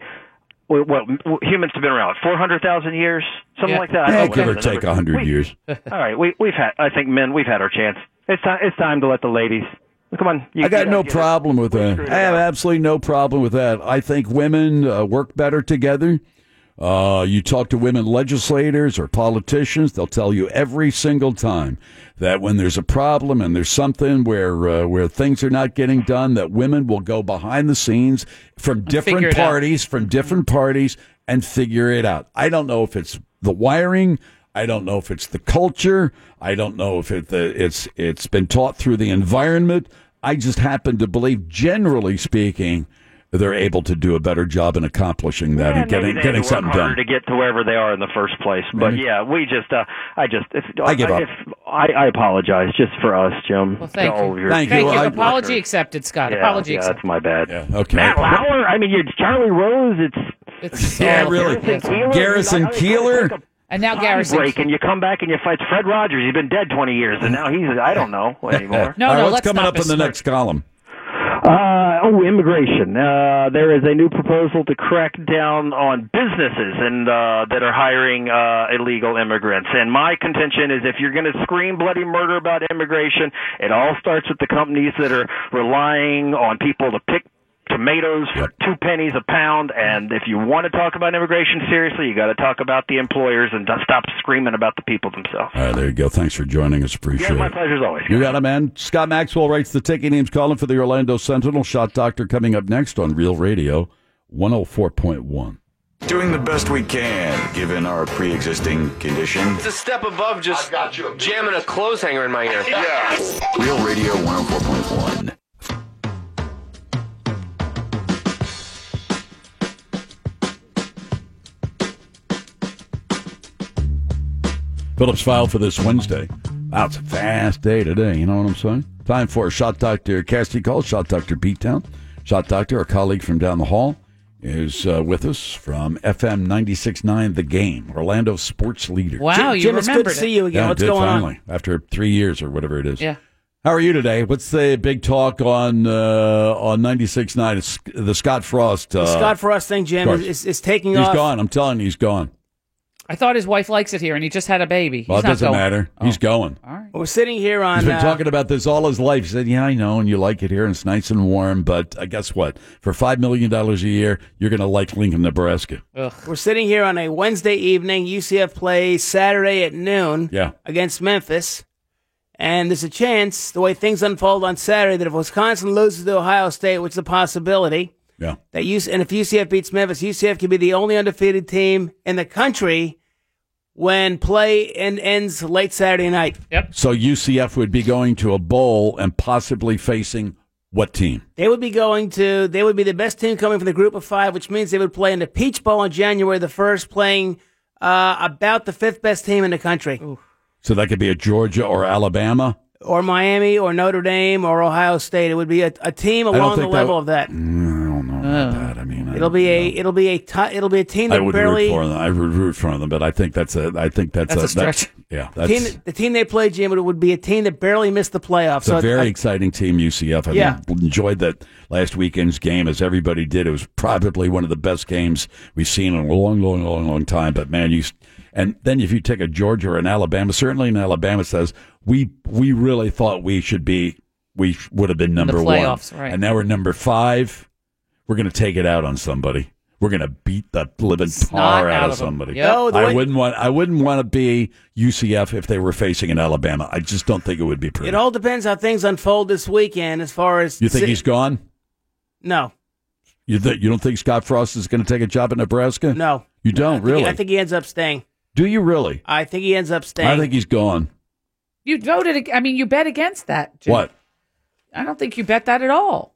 Speaker 4: Well, well, humans have been around four hundred thousand years, something
Speaker 6: Yeah.
Speaker 4: like that. I
Speaker 6: Yeah,
Speaker 4: don't know
Speaker 6: Eh, give
Speaker 4: what
Speaker 6: or
Speaker 4: the number-
Speaker 6: take 100
Speaker 4: We-
Speaker 6: years.
Speaker 4: All right, we we've had. I think men, we've had our chance. It's time. It's time to let the ladies. Come on. You,
Speaker 6: I got
Speaker 4: you
Speaker 6: no
Speaker 4: get it.
Speaker 6: problem with that. I have absolutely no problem with that. I think women uh, work better together. Uh, you talk to women legislators or politicians, they'll tell you every single time that when there's a problem and there's something where uh, where things are not getting done, that women will go behind the scenes from
Speaker 7: figure
Speaker 6: different
Speaker 7: it out.
Speaker 6: parties, from different parties, and figure it out. I don't know if it's the wiring. I don't know if it's the culture. I don't know if it, the, it's it's been taught through the environment. I just happen to believe, generally speaking, they're able to do a better job in accomplishing that and
Speaker 4: Maybe
Speaker 6: getting
Speaker 4: they
Speaker 6: getting
Speaker 4: had to work
Speaker 6: something done.
Speaker 4: harder to get to wherever they are in the first place. But
Speaker 6: Maybe.
Speaker 4: yeah, we just, uh, I just, if,
Speaker 6: I give up.
Speaker 4: If, I, I apologize just for us, Jim.
Speaker 7: Well, thank
Speaker 4: All of
Speaker 7: you.
Speaker 4: your-
Speaker 7: Thank you. Apology accepted, Scott.
Speaker 4: Yeah,
Speaker 7: Apology
Speaker 4: yeah,
Speaker 7: accepted.
Speaker 4: that's my bad.
Speaker 6: okay.
Speaker 4: Matt Lauer. I mean, you're Charlie Rose. It's,
Speaker 7: it's
Speaker 6: Yeah, really. Garrison Keeler?
Speaker 7: And now Garrison.
Speaker 4: break, and you come back and you fight Fred Rogers. He's been dead 20 years, and now he's I don't know anymore.
Speaker 6: All right, what's coming up in the next column?
Speaker 4: Uh, Oh, immigration. Uh, there is a new proposal to crack down on businesses and uh, that are hiring uh, illegal immigrants. And my contention is, if you're going to scream bloody murder about immigration, it all starts with the companies that are relying on people to pick tomatoes for two pennies a pound. And if you want to talk about immigration seriously, you got to talk about the employers and stop screaming about the people themselves.
Speaker 6: All right, there you go. Thanks for joining us. Appreciate
Speaker 4: Yeah, my
Speaker 6: it.
Speaker 4: pleasure as always.
Speaker 6: You got it, man. Scott Maxwell writes the ticket names column for the Orlando Sentinel. Shot Doctor coming up next on Real Radio 104.1.
Speaker 1: Doing the best we can, given our pre existing condition.
Speaker 12: It's a step above just jamming a clothes hanger in my ear.
Speaker 1: Yeah. Real Radio 104.1.
Speaker 6: Phillips file for this Wednesday. Wow, it's a fast day today. You know what I'm saying? Time for Shot Doctor Cassidy Call, Shot Doctor Beatdown. Shot Doctor, our colleague from down the hall, is uh, with us from FM 96.9 The Game, Orlando sports leader.
Speaker 7: Wow, Jim- you Jim, it's good to remembered it. see you again.
Speaker 6: Yeah, I
Speaker 7: What's
Speaker 6: did
Speaker 7: going on?
Speaker 6: finally, After three years or whatever it is.
Speaker 7: Yeah.
Speaker 6: How are you today? What's the big talk on uh, on 96.9? It's The Scott Frost. Uh,
Speaker 13: Scott Frost thing, Jim,
Speaker 6: course.
Speaker 13: is, is, is taking
Speaker 6: He's
Speaker 13: off.
Speaker 6: gone. I'm telling you, he's gone.
Speaker 7: I thought his wife likes it here, and he just had a baby.
Speaker 6: Well,
Speaker 7: He's
Speaker 6: it
Speaker 7: not
Speaker 6: doesn't
Speaker 7: going. Oh.
Speaker 6: matter. He's going.
Speaker 13: We're sitting here on.
Speaker 6: He's been
Speaker 13: uh,
Speaker 6: talking about this all his life. He said, "Yeah, I know, and you like it here, and it's nice and warm. But uh, guess what? For five million dollars a year, you're going to like Lincoln, Nebraska.
Speaker 13: We're sitting here on a Wednesday evening. UCF plays Saturday at noon
Speaker 6: Yeah.
Speaker 13: against Memphis. And there's a chance, the way things unfold on Saturday, that if Wisconsin loses to Ohio State, which is a possibility,
Speaker 6: Yeah.
Speaker 13: that UC- and if UCF beats Memphis, UCF could be the only undefeated team in the country when play end, ends late Saturday night.
Speaker 7: Yep.
Speaker 6: So UCF would be going to a bowl and possibly facing what team?
Speaker 13: They would be going to, they would be the best team coming from the group of five, which means they would play in the Peach Bowl on January the 1st, playing uh, about the fifth best team in the country,
Speaker 6: So that could be a Georgia or Alabama.
Speaker 13: or Miami, or Notre Dame, or Ohio State. It would be a, a team
Speaker 6: I don't
Speaker 13: along the
Speaker 6: think that
Speaker 13: level
Speaker 6: w-
Speaker 13: of that.
Speaker 6: Mm, I don't know about that. I mean,
Speaker 13: It'll be a, it'll be a, t- it'll be a team
Speaker 6: I,
Speaker 13: that
Speaker 6: would
Speaker 13: barely,
Speaker 6: root for them. I would root for them, but I think that's a. I think that's,
Speaker 13: That's a
Speaker 6: that-
Speaker 13: stretch.
Speaker 6: yeah,
Speaker 13: the
Speaker 6: that's
Speaker 13: team, the team they played, Jim, it would be a team that barely missed the playoffs.
Speaker 6: It's a very exciting team, UCF. I
Speaker 13: Yeah.
Speaker 6: enjoyed that last weekend's game as everybody did. It was probably one of the best games we've seen in a long, long, long, long time. But man, you and then if you take a Georgia or an Alabama, certainly an Alabama says we we really thought we should be we would have been number
Speaker 7: playoffs,
Speaker 6: one,
Speaker 7: right.
Speaker 6: and now we're number five. We're going to take it out on somebody. We're going to beat the living tar
Speaker 13: out
Speaker 6: out, of
Speaker 13: of 'em.
Speaker 6: somebody.
Speaker 13: Yep. No, the
Speaker 6: I
Speaker 13: way-
Speaker 6: wouldn't want. I wouldn't want to be UCF if they were facing an Alabama. I just don't think it would be pretty.
Speaker 13: it all depends how things unfold this weekend as far as.
Speaker 6: You think
Speaker 13: si-
Speaker 6: he's gone?
Speaker 13: No.
Speaker 6: You th- you don't think Scott Frost is going to take a job at Nebraska?
Speaker 13: No.
Speaker 6: You don't really.
Speaker 13: I think he ends up staying.
Speaker 6: Do you really?
Speaker 13: I think he ends up staying.
Speaker 6: I think he's gone.
Speaker 7: You voted. ag- I mean, you bet against that. Jim.
Speaker 6: What?
Speaker 7: I don't think you bet that at all.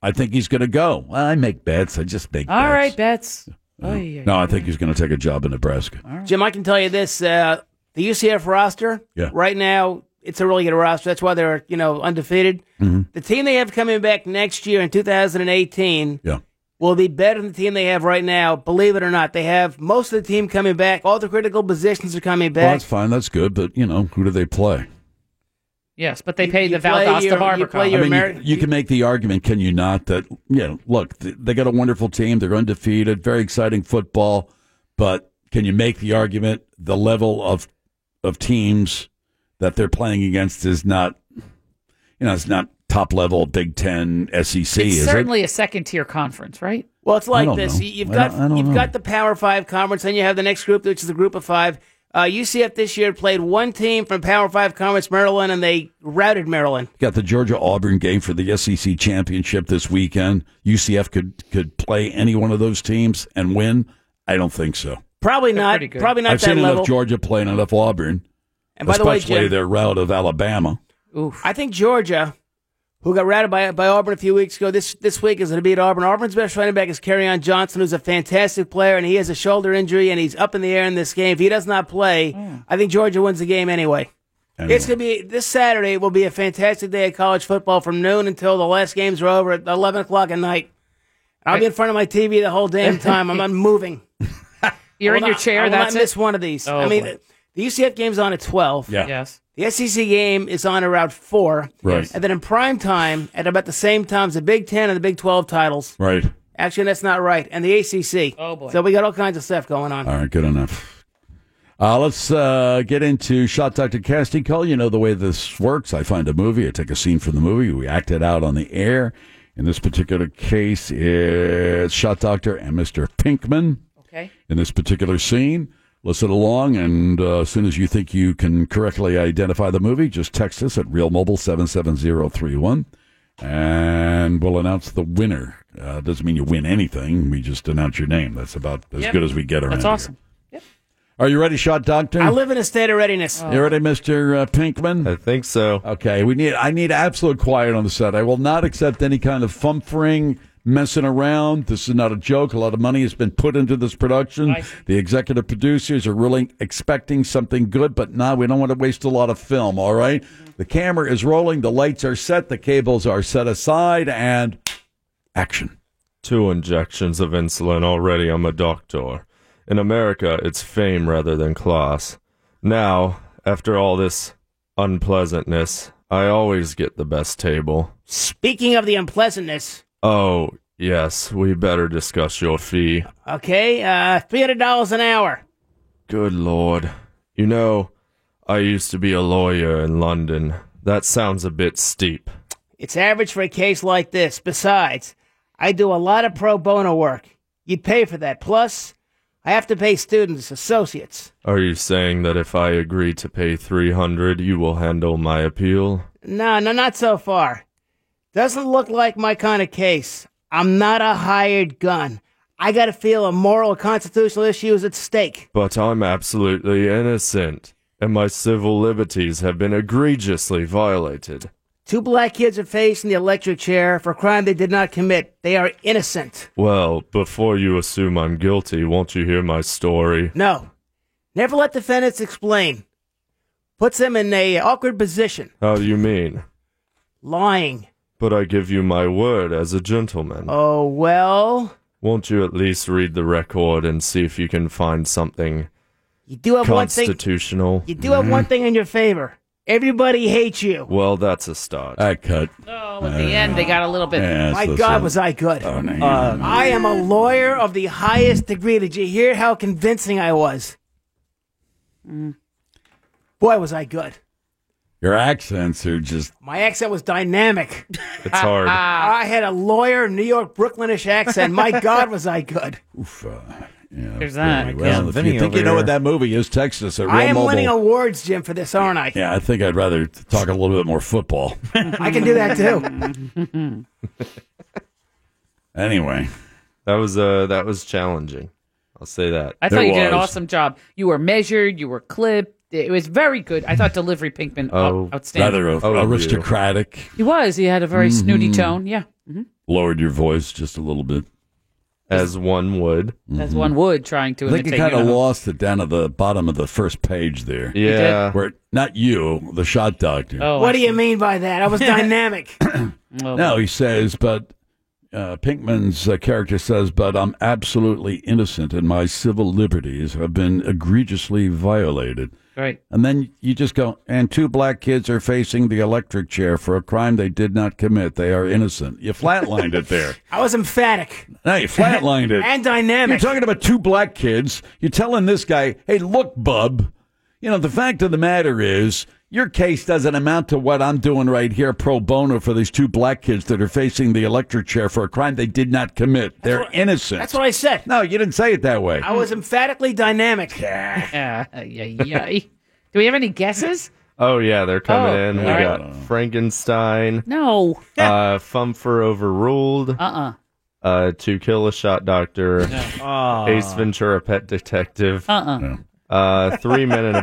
Speaker 6: I think he's going to go. Well, I make bets. I just make.
Speaker 13: All
Speaker 7: All
Speaker 13: right.
Speaker 7: right, bets. Oy,
Speaker 6: No, I think he's going to take a job in Nebraska.
Speaker 13: Jim, I can tell you this: uh, the UCF roster,
Speaker 6: Yeah.
Speaker 13: right now, it's a really good roster. That's why they're you know undefeated.
Speaker 6: Mm-hmm.
Speaker 13: The team they have coming back next year in 2018
Speaker 6: Yeah.
Speaker 13: will be better than the team they have right now. Believe it or not, they have most of the team coming back. All the critical positions are coming
Speaker 6: Well,
Speaker 13: back.
Speaker 6: that's fine. That's good. But you know, who do they play?
Speaker 7: Yes, but they paid the
Speaker 13: play
Speaker 7: Valdosta
Speaker 13: your-
Speaker 7: Harbor
Speaker 13: you play
Speaker 7: Cup.
Speaker 13: your
Speaker 6: I mean, you-
Speaker 13: Ameri-
Speaker 6: you, can make the argument, can you not? That you know, look, th- they got a wonderful team. They're undefeated. Very exciting football. But can you make the argument the level of of teams that they're playing against is not, you know, it's not top level Big Ten SEC.
Speaker 7: It's
Speaker 6: is it?
Speaker 7: certainly a second tier conference, right?
Speaker 13: Well, it's
Speaker 6: I
Speaker 13: like
Speaker 6: don't
Speaker 13: this:
Speaker 6: know.
Speaker 13: You- you've
Speaker 6: I
Speaker 13: got
Speaker 6: don't- I don't
Speaker 13: you've
Speaker 6: know.
Speaker 13: got the Power Five conference, and you have the next group, which is the Group of Five. Uh, UCF this year played one team from Power Five conference, Maryland, and they routed Maryland.
Speaker 6: Got the Georgia Auburn game for the SEC championship this weekend. UCF could could play any one of those teams and win. I don't think so.
Speaker 13: Probably not. Probably not
Speaker 6: I've
Speaker 13: that
Speaker 6: seen
Speaker 13: level.
Speaker 6: enough Georgia play and enough Auburn,
Speaker 13: And by the way,
Speaker 6: especially
Speaker 13: Jim-
Speaker 6: their route of Alabama.
Speaker 13: I think Georgia, who got routed by by Auburn a few weeks ago, this this week is going to be at Auburn. Auburn's best running back is Carryon Johnson, who's a fantastic player, and he has a shoulder injury, and he's up in the air in this game. If he does not play,
Speaker 7: Mm.
Speaker 13: I think Georgia wins the game anyway. It's going to be this Saturday will be a fantastic day of college football from noon until the last games are over at eleven o'clock at night. I'll be in front of my TV the whole damn time. I'm, I'm moving.
Speaker 7: You're
Speaker 13: I
Speaker 7: in
Speaker 13: will
Speaker 7: your
Speaker 13: not-
Speaker 7: chair,
Speaker 13: I will
Speaker 7: that's
Speaker 13: not
Speaker 7: it?
Speaker 13: miss one of these.
Speaker 7: Oh,
Speaker 13: I mean,
Speaker 7: boy.
Speaker 13: the UCF game's on at twelve.
Speaker 6: Yeah.
Speaker 7: Yes.
Speaker 13: The SEC game is on around four,
Speaker 6: Right.
Speaker 13: and then in prime time at about the same time as the Big Ten and the Big Twelve titles.
Speaker 6: Right.
Speaker 13: Actually, that's not right. And the ACC. Oh boy! So we got all kinds of stuff going on.
Speaker 6: All right, good enough. Uh, let's uh, get into Shot Dr. Casting Call. You know the way this works. I find a movie, I take a scene from the movie, we act it out on the air. In this particular case, it's Shot Doctor and Mr. Pinkman.
Speaker 7: Okay.
Speaker 6: In this particular scene, listen along, and uh, as soon as you think you can correctly identify the movie, just text us at Real Mobile 77031, and we'll announce the winner. Uh, doesn't mean you win anything. We just announce your name. That's about as
Speaker 13: Yep.
Speaker 6: good as we get around
Speaker 13: That's
Speaker 6: here.
Speaker 13: awesome.
Speaker 6: Are you ready, Shot Doctor?
Speaker 13: I live in a state of readiness.
Speaker 6: You ready, Mister uh, Pinkman? I
Speaker 11: think so.
Speaker 6: Okay, we need. I need absolute quiet on the set. I will not accept any kind of fumfering, messing around. This is not a joke. A lot of money has been put into this production.
Speaker 18: I see.
Speaker 6: The executive producers are really expecting something good, but nah, we don't want to waste a lot of film. All right, the camera is rolling, the lights are set, the cables are set aside, and action.
Speaker 11: Two injections of insulin already. I'm a doctor. In America, it's fame rather than class. Now, after all this unpleasantness, I always get the best table.
Speaker 13: Speaking of the unpleasantness,
Speaker 11: Oh, yes, we better discuss your fee.
Speaker 13: okay, uh, three hundred dollars an hour.
Speaker 11: Good lord. You know, I used to be a lawyer in London. That sounds a bit steep.
Speaker 13: It's average for a case like this. Besides, I do a lot of pro bono work. You'd pay for that. Plus, I have to pay students, associates.
Speaker 11: Are you saying that if I agree to pay 300, you will handle my appeal?
Speaker 13: No, no, not so far. Doesn't look like my kind of case. I'm not a hired gun. I gotta feel a moral constitutional issue is at stake.
Speaker 11: But I'm absolutely innocent, and my civil liberties have been egregiously violated.
Speaker 13: Two black kids are facing the electric chair for a crime they did not commit. They are innocent.
Speaker 11: Well, before you assume I'm guilty, won't you hear my story?
Speaker 13: No. Never let defendants explain. Puts them in a awkward position.
Speaker 11: How do you mean?
Speaker 13: Lying.
Speaker 11: But I give you my word as a gentleman.
Speaker 13: Oh, well.
Speaker 11: Won't you at least read the record and see if you can find something
Speaker 13: You do have one thing.
Speaker 11: constitutional?
Speaker 13: You do
Speaker 6: Mm-hmm.
Speaker 13: have one
Speaker 11: Mm-hmm.
Speaker 13: thing in your favor. Everybody hates you.
Speaker 11: Well, that's a start.
Speaker 6: I cut.
Speaker 7: Oh, at the end, they got a little bit.
Speaker 13: My God, was I good?
Speaker 6: Uh,
Speaker 7: uh,
Speaker 13: I am a lawyer of the highest degree. Did you hear how convincing I was?
Speaker 7: Mm.
Speaker 13: Boy, was I good.
Speaker 6: Your accents are just
Speaker 13: My accent was dynamic.
Speaker 6: It's hard.
Speaker 13: I had a lawyer, New York, Brooklynish accent. My God, was I good.
Speaker 6: Oof, uh, yeah,
Speaker 13: There's that.
Speaker 6: really
Speaker 13: My
Speaker 6: well.
Speaker 13: God,
Speaker 6: If
Speaker 13: Vinny
Speaker 6: you think
Speaker 13: over
Speaker 6: you know
Speaker 13: here.
Speaker 6: what that movie is, text us at Real
Speaker 13: I am
Speaker 6: Mobile.
Speaker 13: winning awards, Jim, for this, aren't I?
Speaker 6: Yeah, I think I'd rather talk a little bit more football.
Speaker 13: I can do that too.
Speaker 6: anyway,
Speaker 11: that was uh that was challenging. I'll say that.
Speaker 7: I thought you did an awesome job. You were measured. You were clipped. It was very good. I thought delivery Pinkman
Speaker 11: Oh,
Speaker 7: out- outstanding.
Speaker 6: rather
Speaker 11: Oh, you.
Speaker 6: aristocratic.
Speaker 7: He was. He had a very snooty
Speaker 6: Mhm.
Speaker 7: tone. Yeah. hmm
Speaker 6: Lowered your voice just a little bit,
Speaker 11: as one would.
Speaker 7: As one would trying to
Speaker 6: I think you
Speaker 7: imitate
Speaker 6: kind of
Speaker 7: Unum.
Speaker 6: lost it down at the bottom of the first page there.
Speaker 11: You did? Yeah.
Speaker 6: where not you, the shot doctor.
Speaker 7: Oh,
Speaker 13: what do you mean by that? I was dynamic.
Speaker 6: No, he says, but uh, Pinkman's uh, character says, but I'm absolutely innocent and my civil liberties have been egregiously violated.
Speaker 7: Right.
Speaker 6: And then you just go, and two black kids are facing the electric chair for a crime they did not commit. They are innocent. You flatlined it there.
Speaker 13: I was emphatic.
Speaker 6: No, you flatlined it.
Speaker 13: And dynamic.
Speaker 6: You're talking about two black kids. You're telling this guy, hey, look, bub, you know, the fact of the matter is your case doesn't amount to what I'm doing right here pro bono for these two black kids that are facing the electric chair for a crime they did not commit. They're innocent.
Speaker 13: That's what I said.
Speaker 6: No, you didn't say it that way.
Speaker 13: I was emphatically dynamic.
Speaker 7: Yeah. Do we have any guesses?
Speaker 11: Oh yeah, they're coming
Speaker 7: Oh,
Speaker 11: in. We
Speaker 7: all right.
Speaker 11: got Frankenstein.
Speaker 7: No.
Speaker 11: Uh, Fumfer overruled.
Speaker 7: Uh-uh.
Speaker 11: Uh, to kill a shot doctor.
Speaker 7: Aw.
Speaker 11: Ace Ventura, Pet Detective.
Speaker 7: Uh-uh. No.
Speaker 11: Uh, Three Men and a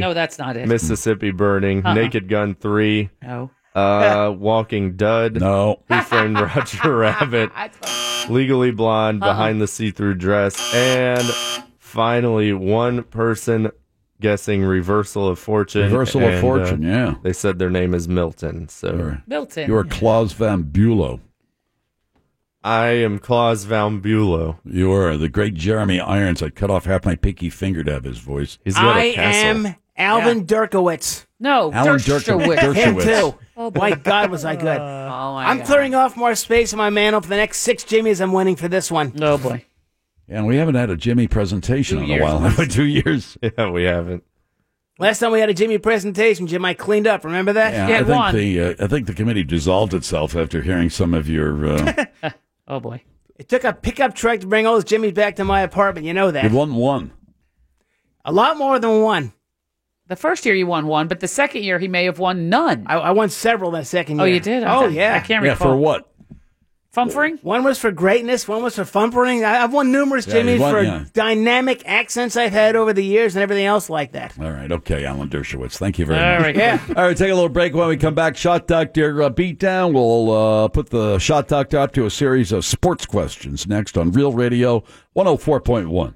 Speaker 7: No, that's not it.
Speaker 11: Mississippi Burning.
Speaker 7: Uh-uh.
Speaker 11: Naked Gun Three.
Speaker 7: No.
Speaker 11: Uh, Walking Dud.
Speaker 6: No.
Speaker 11: Who Framed Roger Rabbit? Legally Blonde.
Speaker 7: Uh-uh.
Speaker 11: Behind the See-Through Dress. And finally, one person guessing Reversal of Fortune.
Speaker 6: Reversal of
Speaker 11: and, uh,
Speaker 6: Fortune, yeah.
Speaker 11: They said their name is Milton. So
Speaker 7: Milton.
Speaker 6: You are Claus Van Bulow.
Speaker 11: I am Claus Van Bulow.
Speaker 6: You are the great Jeremy Irons. I cut off half my pinky finger to have his voice.
Speaker 11: He's
Speaker 13: I am Alvin Derkowitz.
Speaker 7: No,
Speaker 6: Alan Dershowitz. Dershowitz.
Speaker 13: Him
Speaker 6: Dershowitz.
Speaker 13: too. my God, was I good. I'm
Speaker 7: Oh, God.
Speaker 13: clearing off more space in my mantle for the next six Jimmys I'm winning for this one.
Speaker 7: No, Oh, boy.
Speaker 6: Yeah, and we haven't had a Jimmy presentation
Speaker 13: Two
Speaker 6: in a
Speaker 13: years.
Speaker 6: while. haven't we? Two years.
Speaker 11: Yeah, we haven't.
Speaker 13: Last time we had a Jimmy presentation, Jim, I cleaned up. Remember that?
Speaker 6: Yeah, I think the uh, I think the committee dissolved itself after hearing some of your. Uh,
Speaker 7: oh, boy.
Speaker 13: It took a pickup truck to bring all those Jimmys back to my apartment. You know that.
Speaker 6: you won one.
Speaker 13: A lot more than one.
Speaker 7: The first year you won one, but the second year he may have won none.
Speaker 13: I, I won several that second
Speaker 7: Oh,
Speaker 13: year.
Speaker 7: you did? I
Speaker 13: Oh,
Speaker 7: thought-
Speaker 13: yeah.
Speaker 7: I can't Yeah, recall. for
Speaker 6: what?
Speaker 7: Fumfering?
Speaker 13: One was for greatness, one was for fumpering. I, I've won numerous
Speaker 6: Yeah, you
Speaker 13: Jimmys
Speaker 6: won-
Speaker 13: for
Speaker 6: yeah.
Speaker 13: dynamic accents I've had over the years and everything else like that.
Speaker 6: All right, okay, Alan Dershowitz. Thank you very
Speaker 13: All
Speaker 6: much.
Speaker 13: right, yeah.
Speaker 6: All right, take a little break when we come back. Shot Doctor uh, Beatdown. We'll uh, put the Shot Doctor up to a series of sports questions next on Real Radio 104.1.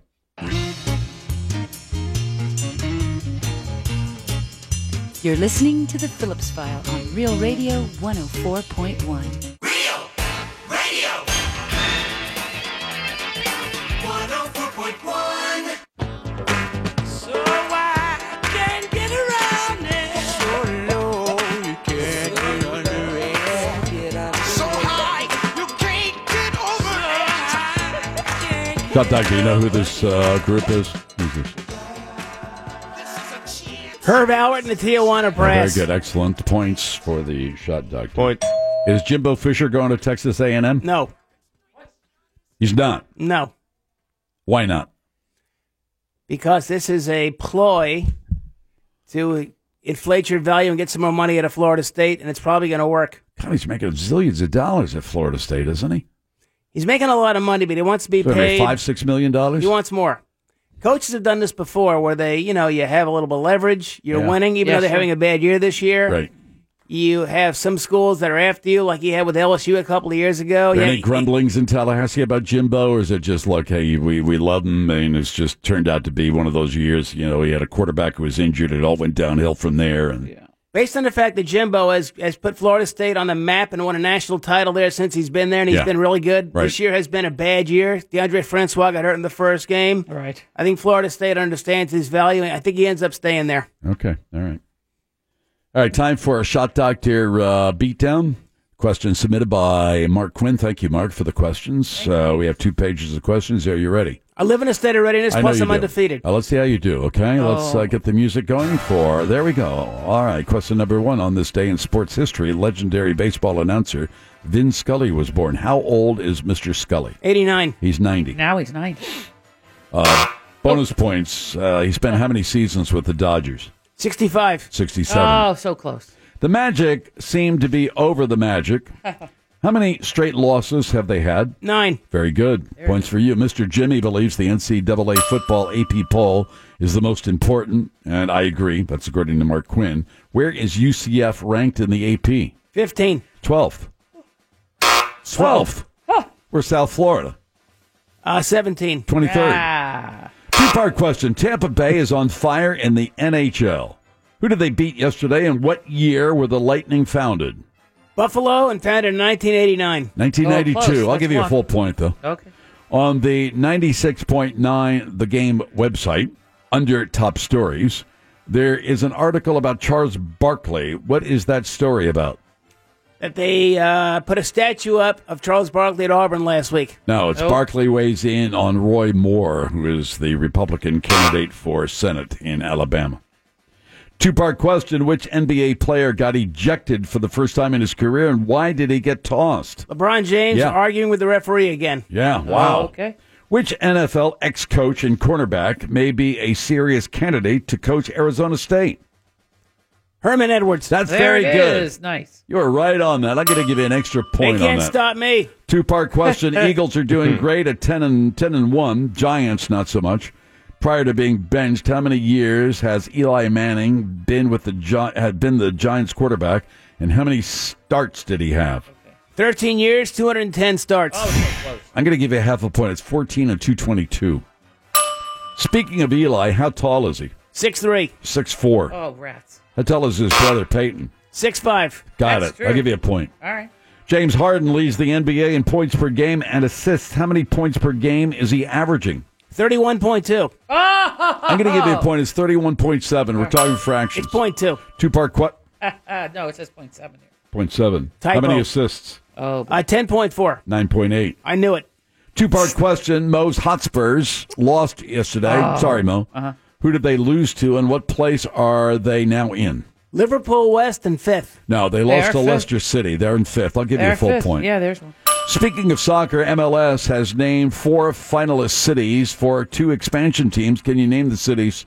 Speaker 14: You're listening to The Phillips File on Real Radio 104.1.
Speaker 5: 104.1. So I can get around it. So low, you can't get under it. So high, you can't get over it.
Speaker 6: Shot Doctor, you know who this uh, group is? Who's this?
Speaker 13: Herb Alpert and the Tijuana
Speaker 6: Oh, very
Speaker 13: Brass.
Speaker 6: good, excellent points for the Shot Doctor. Point. Is Jimbo Fisher going to Texas A and M?
Speaker 13: No,
Speaker 6: he's not.
Speaker 13: No,
Speaker 6: Why not?
Speaker 13: because this is a ploy to inflate your value and get some more money out of Florida State, and it's probably going to work.
Speaker 6: God, he's making zillions of dollars at Florida State, isn't he?
Speaker 13: He's making a lot of money, but he wants to be
Speaker 6: So he made
Speaker 13: paid.
Speaker 6: five, six million dollars.
Speaker 13: He wants more. Coaches have done this before where they, you know, you have a little bit of leverage, you're
Speaker 6: Yeah.
Speaker 13: winning, even
Speaker 6: Yeah,
Speaker 13: though they're
Speaker 6: sure.
Speaker 13: having a bad year this year.
Speaker 6: Right.
Speaker 13: You have some schools that are after you, like you had with LSU a couple of years ago.
Speaker 6: Are there
Speaker 13: Oh, Yeah,
Speaker 6: any grumblings in Tallahassee about Jimbo, or is it just like, hey, we, we love him, and it's just turned out to be one of those years? You know, he had a quarterback who was injured; it all went downhill from there. And
Speaker 13: Based on the fact that Jimbo has, has put Florida State on the map and won a national title there since he's been there, and he's
Speaker 6: Yeah.
Speaker 13: been really good.
Speaker 6: Right.
Speaker 13: This year has been a bad year. DeAndre Francois got hurt in the first game.
Speaker 7: Right.
Speaker 13: I think Florida State understands his value, and I think he ends up staying there.
Speaker 6: okay, all right, all right, time for a shot doctor uh, beatdown. Question submitted by Mark Quinn. Thank you, Mark, for the questions. Uh, we have two pages of questions. Are you ready?
Speaker 13: I live in a state of readiness,
Speaker 6: I know
Speaker 13: plus
Speaker 6: you
Speaker 13: I'm
Speaker 6: do.
Speaker 13: undefeated.
Speaker 6: Uh, let's see how you do, okay? Let's
Speaker 13: Oh.
Speaker 6: uh, get the music going for. There we go. All right, question number one. On this day in sports history, legendary baseball announcer Vin Scully was born. How old is Mr. Scully?
Speaker 13: 89.
Speaker 6: He's 90.
Speaker 7: Now he's 90.
Speaker 6: Uh, bonus points. Uh, he spent how many seasons with the Dodgers?
Speaker 13: 65.
Speaker 6: 67.
Speaker 7: Oh, so close.
Speaker 6: The Magic seemed to be over the Magic. How many straight losses have they had?
Speaker 13: Nine.
Speaker 6: Very good. Points for you. Mr. Jimmy believes the NCAA football AP poll is the most important, and I agree. That's according to Mark Quinn. Where is UCF ranked in the AP?
Speaker 13: 15.
Speaker 6: 12th. 12th. We're South Florida.
Speaker 13: Uh, 17.
Speaker 6: 23rd.
Speaker 7: Ah.
Speaker 6: Two part question. Tampa Bay is on fire in the NHL. Who did they beat yesterday, and what year were the Lightning founded?
Speaker 13: Buffalo and founded in 1989.
Speaker 7: Oh,
Speaker 13: Oh,
Speaker 6: 1992. I'll give you a full point, though.
Speaker 7: Okay.
Speaker 6: On the 96.9 The Game website, under top stories, there is an article about Charles Barkley. What is that story about?
Speaker 13: That they uh, put a statue up of Charles Barkley at Auburn last week.
Speaker 6: No, it's
Speaker 13: Oh.
Speaker 6: Barkley weighs in on Roy Moore, who is the Republican candidate for Senate in Alabama. Two part question Which NBA player got ejected for the first time in his career, and why did he get tossed?
Speaker 13: LeBron James
Speaker 6: Yeah.
Speaker 13: arguing with the referee again.
Speaker 6: Yeah, wow.
Speaker 13: okay.
Speaker 6: Which NFL ex coach and cornerback may be a serious candidate to coach Arizona State?
Speaker 13: Herman Edwards.
Speaker 6: That's
Speaker 7: There
Speaker 6: very
Speaker 7: it
Speaker 6: good.
Speaker 7: is. Nice.
Speaker 6: You're right on that. I'm going to give you an extra
Speaker 13: They
Speaker 6: point on
Speaker 13: can't
Speaker 6: that.
Speaker 13: stop me.
Speaker 6: Two part question. Eagles are doing great at 10 and 10 and 1. Giants not so much. Prior to being benched, how many years has Eli Manning been with the Gi- had been the Giants quarterback and how many starts did he have?
Speaker 13: 13 years, 210 starts.
Speaker 7: Oh,
Speaker 6: I'm going to give you half a point. It's 14 and 222. Speaking of Eli, how tall is he?
Speaker 13: 6'3.
Speaker 6: 6'4.
Speaker 7: Oh, rats.
Speaker 6: How tall is his brother Peyton?
Speaker 13: 6'5.
Speaker 6: Got
Speaker 7: That's
Speaker 6: it.
Speaker 7: true.
Speaker 6: I'll give you a point.
Speaker 7: All right.
Speaker 6: James Harden leads the NBA in points per game and assists. How many points per game is he averaging?
Speaker 13: 31.2.
Speaker 6: I'm going to give you a point. It's 31.7. We're talking fractions. It's
Speaker 13: Oh. point two.
Speaker 6: Two part qu-
Speaker 7: no, it says point seven.
Speaker 6: point seven. How
Speaker 13: Typo.
Speaker 6: many assists?
Speaker 7: Oh,
Speaker 13: uh, 10.4.
Speaker 6: 9.8.
Speaker 13: I knew it.
Speaker 6: Two part question. Mo's Hotspurs lost yesterday.
Speaker 13: Oh.
Speaker 6: Sorry, Mo. Who did they lose to, and what place are they now in?
Speaker 13: Liverpool West and fifth.
Speaker 6: No, they
Speaker 13: They
Speaker 6: lost
Speaker 13: are
Speaker 6: to
Speaker 13: fifth.
Speaker 6: Leicester City. They're in fifth. I'll give you a full point.
Speaker 7: Yeah, there's one.
Speaker 6: Speaking of soccer, MLS has named four finalist cities for two expansion teams. Can you name the cities?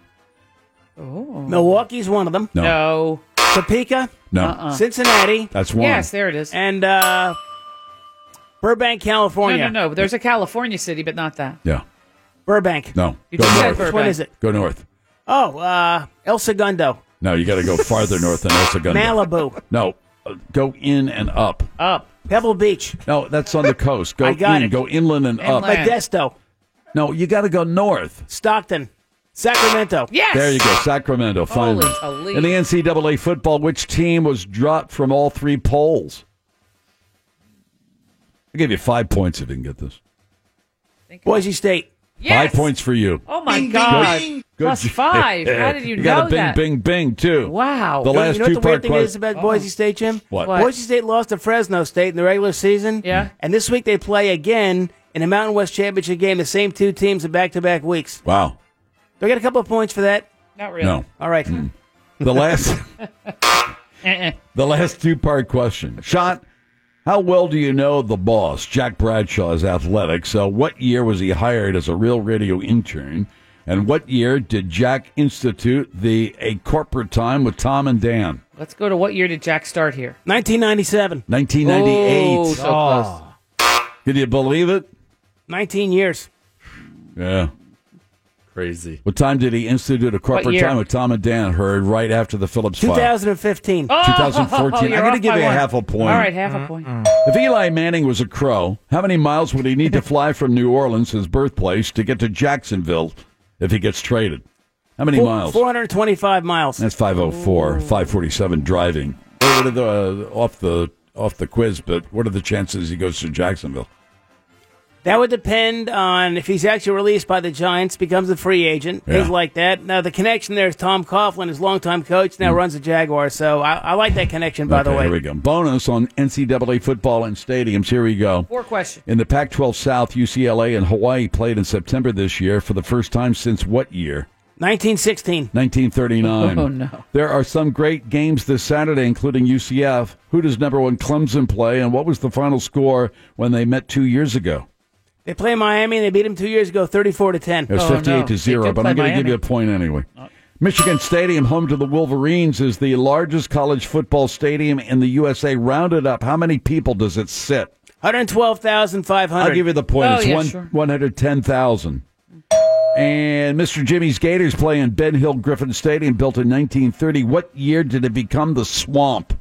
Speaker 7: Oh.
Speaker 13: Milwaukee's one of them.
Speaker 6: No.
Speaker 13: Topeka.
Speaker 6: No. Uh-uh.
Speaker 13: Cincinnati.
Speaker 6: That's one. Yes,
Speaker 7: there it is.
Speaker 13: And uh, Burbank,
Speaker 7: No,
Speaker 13: California.
Speaker 7: no, no. There's a California city, but not that.
Speaker 6: Yeah.
Speaker 13: Burbank.
Speaker 6: No.
Speaker 7: You
Speaker 6: Go
Speaker 7: just said
Speaker 6: north.
Speaker 7: Burbank.
Speaker 13: What is it?
Speaker 6: Go north.
Speaker 13: Oh, uh, El Segundo.
Speaker 6: No, you got to go farther north than El Segundo.
Speaker 13: Malibu.
Speaker 6: No, uh, go in and up.
Speaker 7: Up.
Speaker 13: Pebble Beach.
Speaker 6: No, that's on the coast. Go
Speaker 13: I got
Speaker 6: in.
Speaker 13: it.
Speaker 6: Go inland and up.
Speaker 13: Inland. Modesto.
Speaker 6: No, you got to go north.
Speaker 13: Stockton. Sacramento.
Speaker 7: Yes.
Speaker 6: There you go, Sacramento. Finally,
Speaker 7: Holy
Speaker 6: in the NCAA football, which team was dropped from all three polls? I give you five points if you can get this.
Speaker 13: Boise State.
Speaker 6: Five points for you.
Speaker 7: Oh my God!
Speaker 6: Good- good
Speaker 7: Plus
Speaker 6: j-
Speaker 7: five. How did you,
Speaker 6: you
Speaker 7: know
Speaker 6: got a bing,
Speaker 7: that?
Speaker 6: bing, bing too.
Speaker 7: Wow.
Speaker 6: The
Speaker 13: You know-
Speaker 6: last
Speaker 13: you know
Speaker 6: two
Speaker 13: what the weird
Speaker 6: part Oh.
Speaker 13: thing is about Boise State, Jim?
Speaker 6: What? What?
Speaker 13: Boise State lost to Fresno State in the regular season. Yeah. And this week they play again in a Mountain West Championship game. The same two teams in back-to-back weeks.
Speaker 6: Wow.
Speaker 13: Do I get a couple of points for that?
Speaker 7: Not
Speaker 6: No.
Speaker 13: All right.
Speaker 6: The Mm. last. The last two part question. Shot, how well do you know the boss, Jack Bradshaw, is athletic? So, what year was he hired as a real radio intern? And what year did Jack institute the A Corporate Time with Tom and Dan?
Speaker 7: Let's go to what year did Jack start here?
Speaker 13: 1997.
Speaker 6: 1998.
Speaker 7: Oh, so close.
Speaker 6: Can you believe it?
Speaker 13: 19 years.
Speaker 6: Yeah.
Speaker 11: Crazy.
Speaker 6: What time did he institute a corporate
Speaker 13: year?
Speaker 6: time with Tom and Dan? Heard right after the Phillips file.
Speaker 13: 2015.
Speaker 7: Oh,
Speaker 6: 2014. I'm going to give you a half a point.
Speaker 7: All right, half a point.
Speaker 6: If Eli Manning was a crow, how many miles would he need to fly from New Orleans, his birthplace, to get to Jacksonville if he gets traded? How many
Speaker 13: Four-
Speaker 6: miles?
Speaker 13: 425 miles.
Speaker 6: That's 504, 547 driving. What are the, uh, off the off the quiz, but what are the chances he goes to Jacksonville?
Speaker 13: That would depend on if he's actually released by the Giants, becomes a free agent, things
Speaker 6: Yeah.
Speaker 13: like that. Now, the connection there is Tom Coughlin, his longtime coach, now runs the Jaguars. So I, I like that connection, by the
Speaker 6: Mm. Okay,
Speaker 13: way.
Speaker 6: here we go. Bonus on NCAA football and stadiums. Here we go.
Speaker 7: Four questions.
Speaker 6: In the Pac 12 South, UCLA and Hawaii played in September this year for the first time since what year?
Speaker 13: 1916.
Speaker 6: 1939.
Speaker 13: Oh, no.
Speaker 6: There are some great games this Saturday, including UCF. Who does number one Clemson play, and what was the final score when they met two years ago?
Speaker 13: They play Miami, and they beat him two years ago, 34 to 10.
Speaker 6: It
Speaker 7: Oh,
Speaker 6: was 58 to 0, but I'm going to give you a point anyway. Michigan Stadium, home to the Wolverines, is the largest college football stadium in the USA. Rounded up, how many people does it sit?
Speaker 13: 112,500.
Speaker 6: I'll give you the point.
Speaker 13: Oh,
Speaker 7: Oh,
Speaker 6: it's one, 110,000. And Mr. Jimmy's Gators play in Ben Hill Griffin Stadium, built in 1930. What year did it become the swamp?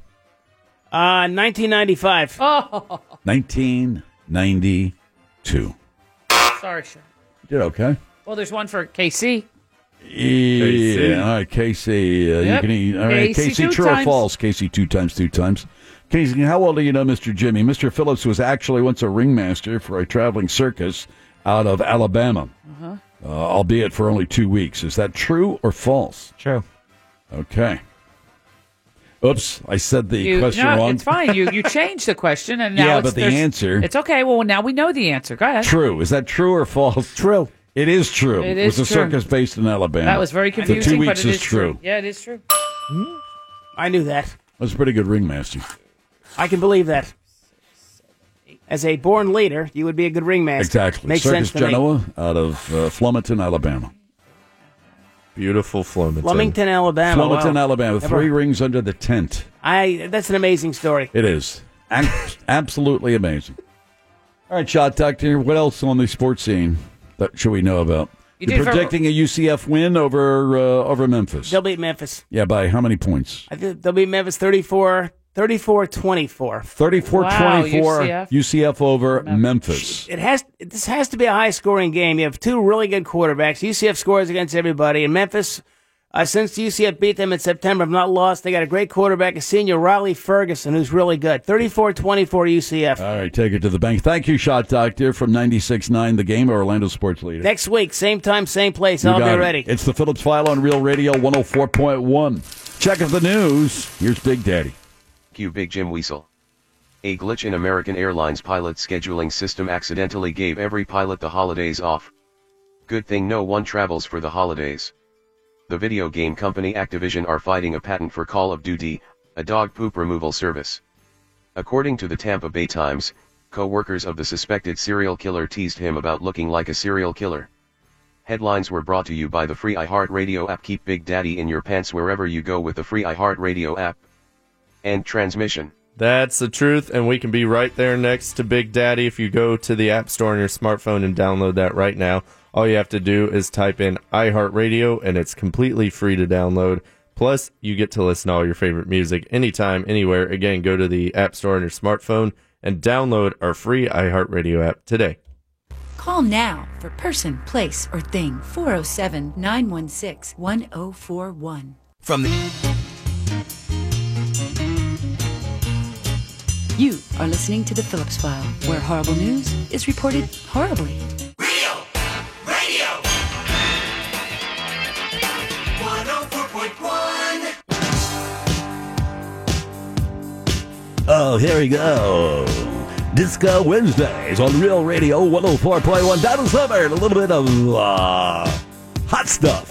Speaker 13: Uh, 1995.
Speaker 7: Oh,
Speaker 6: 1992.
Speaker 7: sorry, Sean.
Speaker 6: Did okay.
Speaker 7: Well, there's one for KC.
Speaker 6: Yeah, all right, Casey. Uh,
Speaker 7: Yep.
Speaker 6: You can eat. All right,
Speaker 7: Casey
Speaker 6: Casey,
Speaker 7: two
Speaker 6: true or
Speaker 7: times.
Speaker 6: false? Casey, two times, two times. Casey, how well do you know Mr. Jimmy? Mr. Phillips was actually once a ringmaster for a traveling circus out of Alabama,
Speaker 5: Uh-huh.
Speaker 6: uh, albeit for only two weeks. Is that true or false?
Speaker 8: True.
Speaker 6: Okay. Oops, I said the
Speaker 7: You,
Speaker 6: question
Speaker 7: no,
Speaker 6: wrong.
Speaker 7: it's fine. You you changed the question, and now
Speaker 6: Yeah,
Speaker 7: it's,
Speaker 6: but the
Speaker 7: there's-
Speaker 6: answer-
Speaker 7: It's okay. Well, now we know the answer. Go ahead.
Speaker 6: True. Is that true or false?
Speaker 13: True.
Speaker 6: It is true.
Speaker 7: It
Speaker 6: was
Speaker 7: is
Speaker 6: a
Speaker 7: true.
Speaker 6: circus based in Alabama.
Speaker 7: That was very
Speaker 6: The
Speaker 7: confusing,
Speaker 6: two
Speaker 7: but
Speaker 6: weeks
Speaker 7: it
Speaker 6: is
Speaker 7: is true. Yeah, it is true.
Speaker 13: I knew that.
Speaker 6: That's a pretty good ringmaster.
Speaker 13: I can believe that. As a born leader, you would be a good ringmaster.
Speaker 6: Exactly.
Speaker 13: Makes
Speaker 6: Circus
Speaker 13: sense to me.
Speaker 6: Genoa out of uh, Flemington, Alabama.
Speaker 11: Beautiful Flemington.
Speaker 13: Flemington, Alabama.
Speaker 6: Flemington,
Speaker 13: Wow.
Speaker 6: Alabama.
Speaker 13: Never-
Speaker 6: Three rings under the tent.
Speaker 13: I. That's an amazing story.
Speaker 6: It is Ac- absolutely amazing. All right, shot doctor. What else on the sports scene that should we know about?
Speaker 13: You
Speaker 6: You're
Speaker 13: did for-
Speaker 6: predicting a UCF win over uh, over Memphis.
Speaker 13: They'll beat Memphis.
Speaker 6: Yeah, by how many points?
Speaker 13: I think they'll beat Memphis 34, 34 24.
Speaker 6: 34-24
Speaker 13: Wow, UCF.
Speaker 6: over Memphis.
Speaker 13: It has this has to be a high scoring game. You have two really good quarterbacks. UCF scores against everybody, and Memphis Uh, since UCF beat them in September, I've not lost. They got a great quarterback, a senior, Riley Ferguson, who's really good. 34 24 UCF.
Speaker 6: All right, take it to the bank. Thank you, Shot Doctor from 96.9 The Game, Orlando Sports Leader.
Speaker 13: Next week, same time, same place.
Speaker 6: You
Speaker 13: I'll
Speaker 6: got
Speaker 13: be
Speaker 6: it.
Speaker 13: ready.
Speaker 6: It's the Phillips File on Real Radio 104.1. Check of the news. Here's Big Daddy.
Speaker 16: Q Big Jim Weasel. A glitch in American Airlines pilot scheduling system accidentally gave every pilot the holidays off. Good thing no one travels for the holidays. The video game company Activision are fighting a patent for Call of Duty, a dog poop removal service. According to the Tampa Bay Times, co-workers of the suspected serial killer teased him about looking like a serial killer. Headlines were brought to you by the free iHeartRadio app. Keep Big Daddy in your pants wherever you go with the free iHeartRadio app. End transmission.
Speaker 11: That's the truth, and we can be right there next to Big Daddy if you go to the App Store on your smartphone and download that right now. All you have to do is type in iHeartRadio, and it's completely free to download. Plus, you get to listen to all your favorite music anytime, anywhere. Again, go to the App Store on your smartphone and download our free iHeartRadio app today.
Speaker 14: Call now for person, place, or thing 407 916 1041.
Speaker 5: From the.
Speaker 14: You are listening to The Phillips File, where horrible news is reported horribly.
Speaker 5: Radio. 104.1.
Speaker 6: Oh, here we go. Disco Wednesdays on Real Radio 104.1. Donald Summer, and a little bit of uh, hot stuff.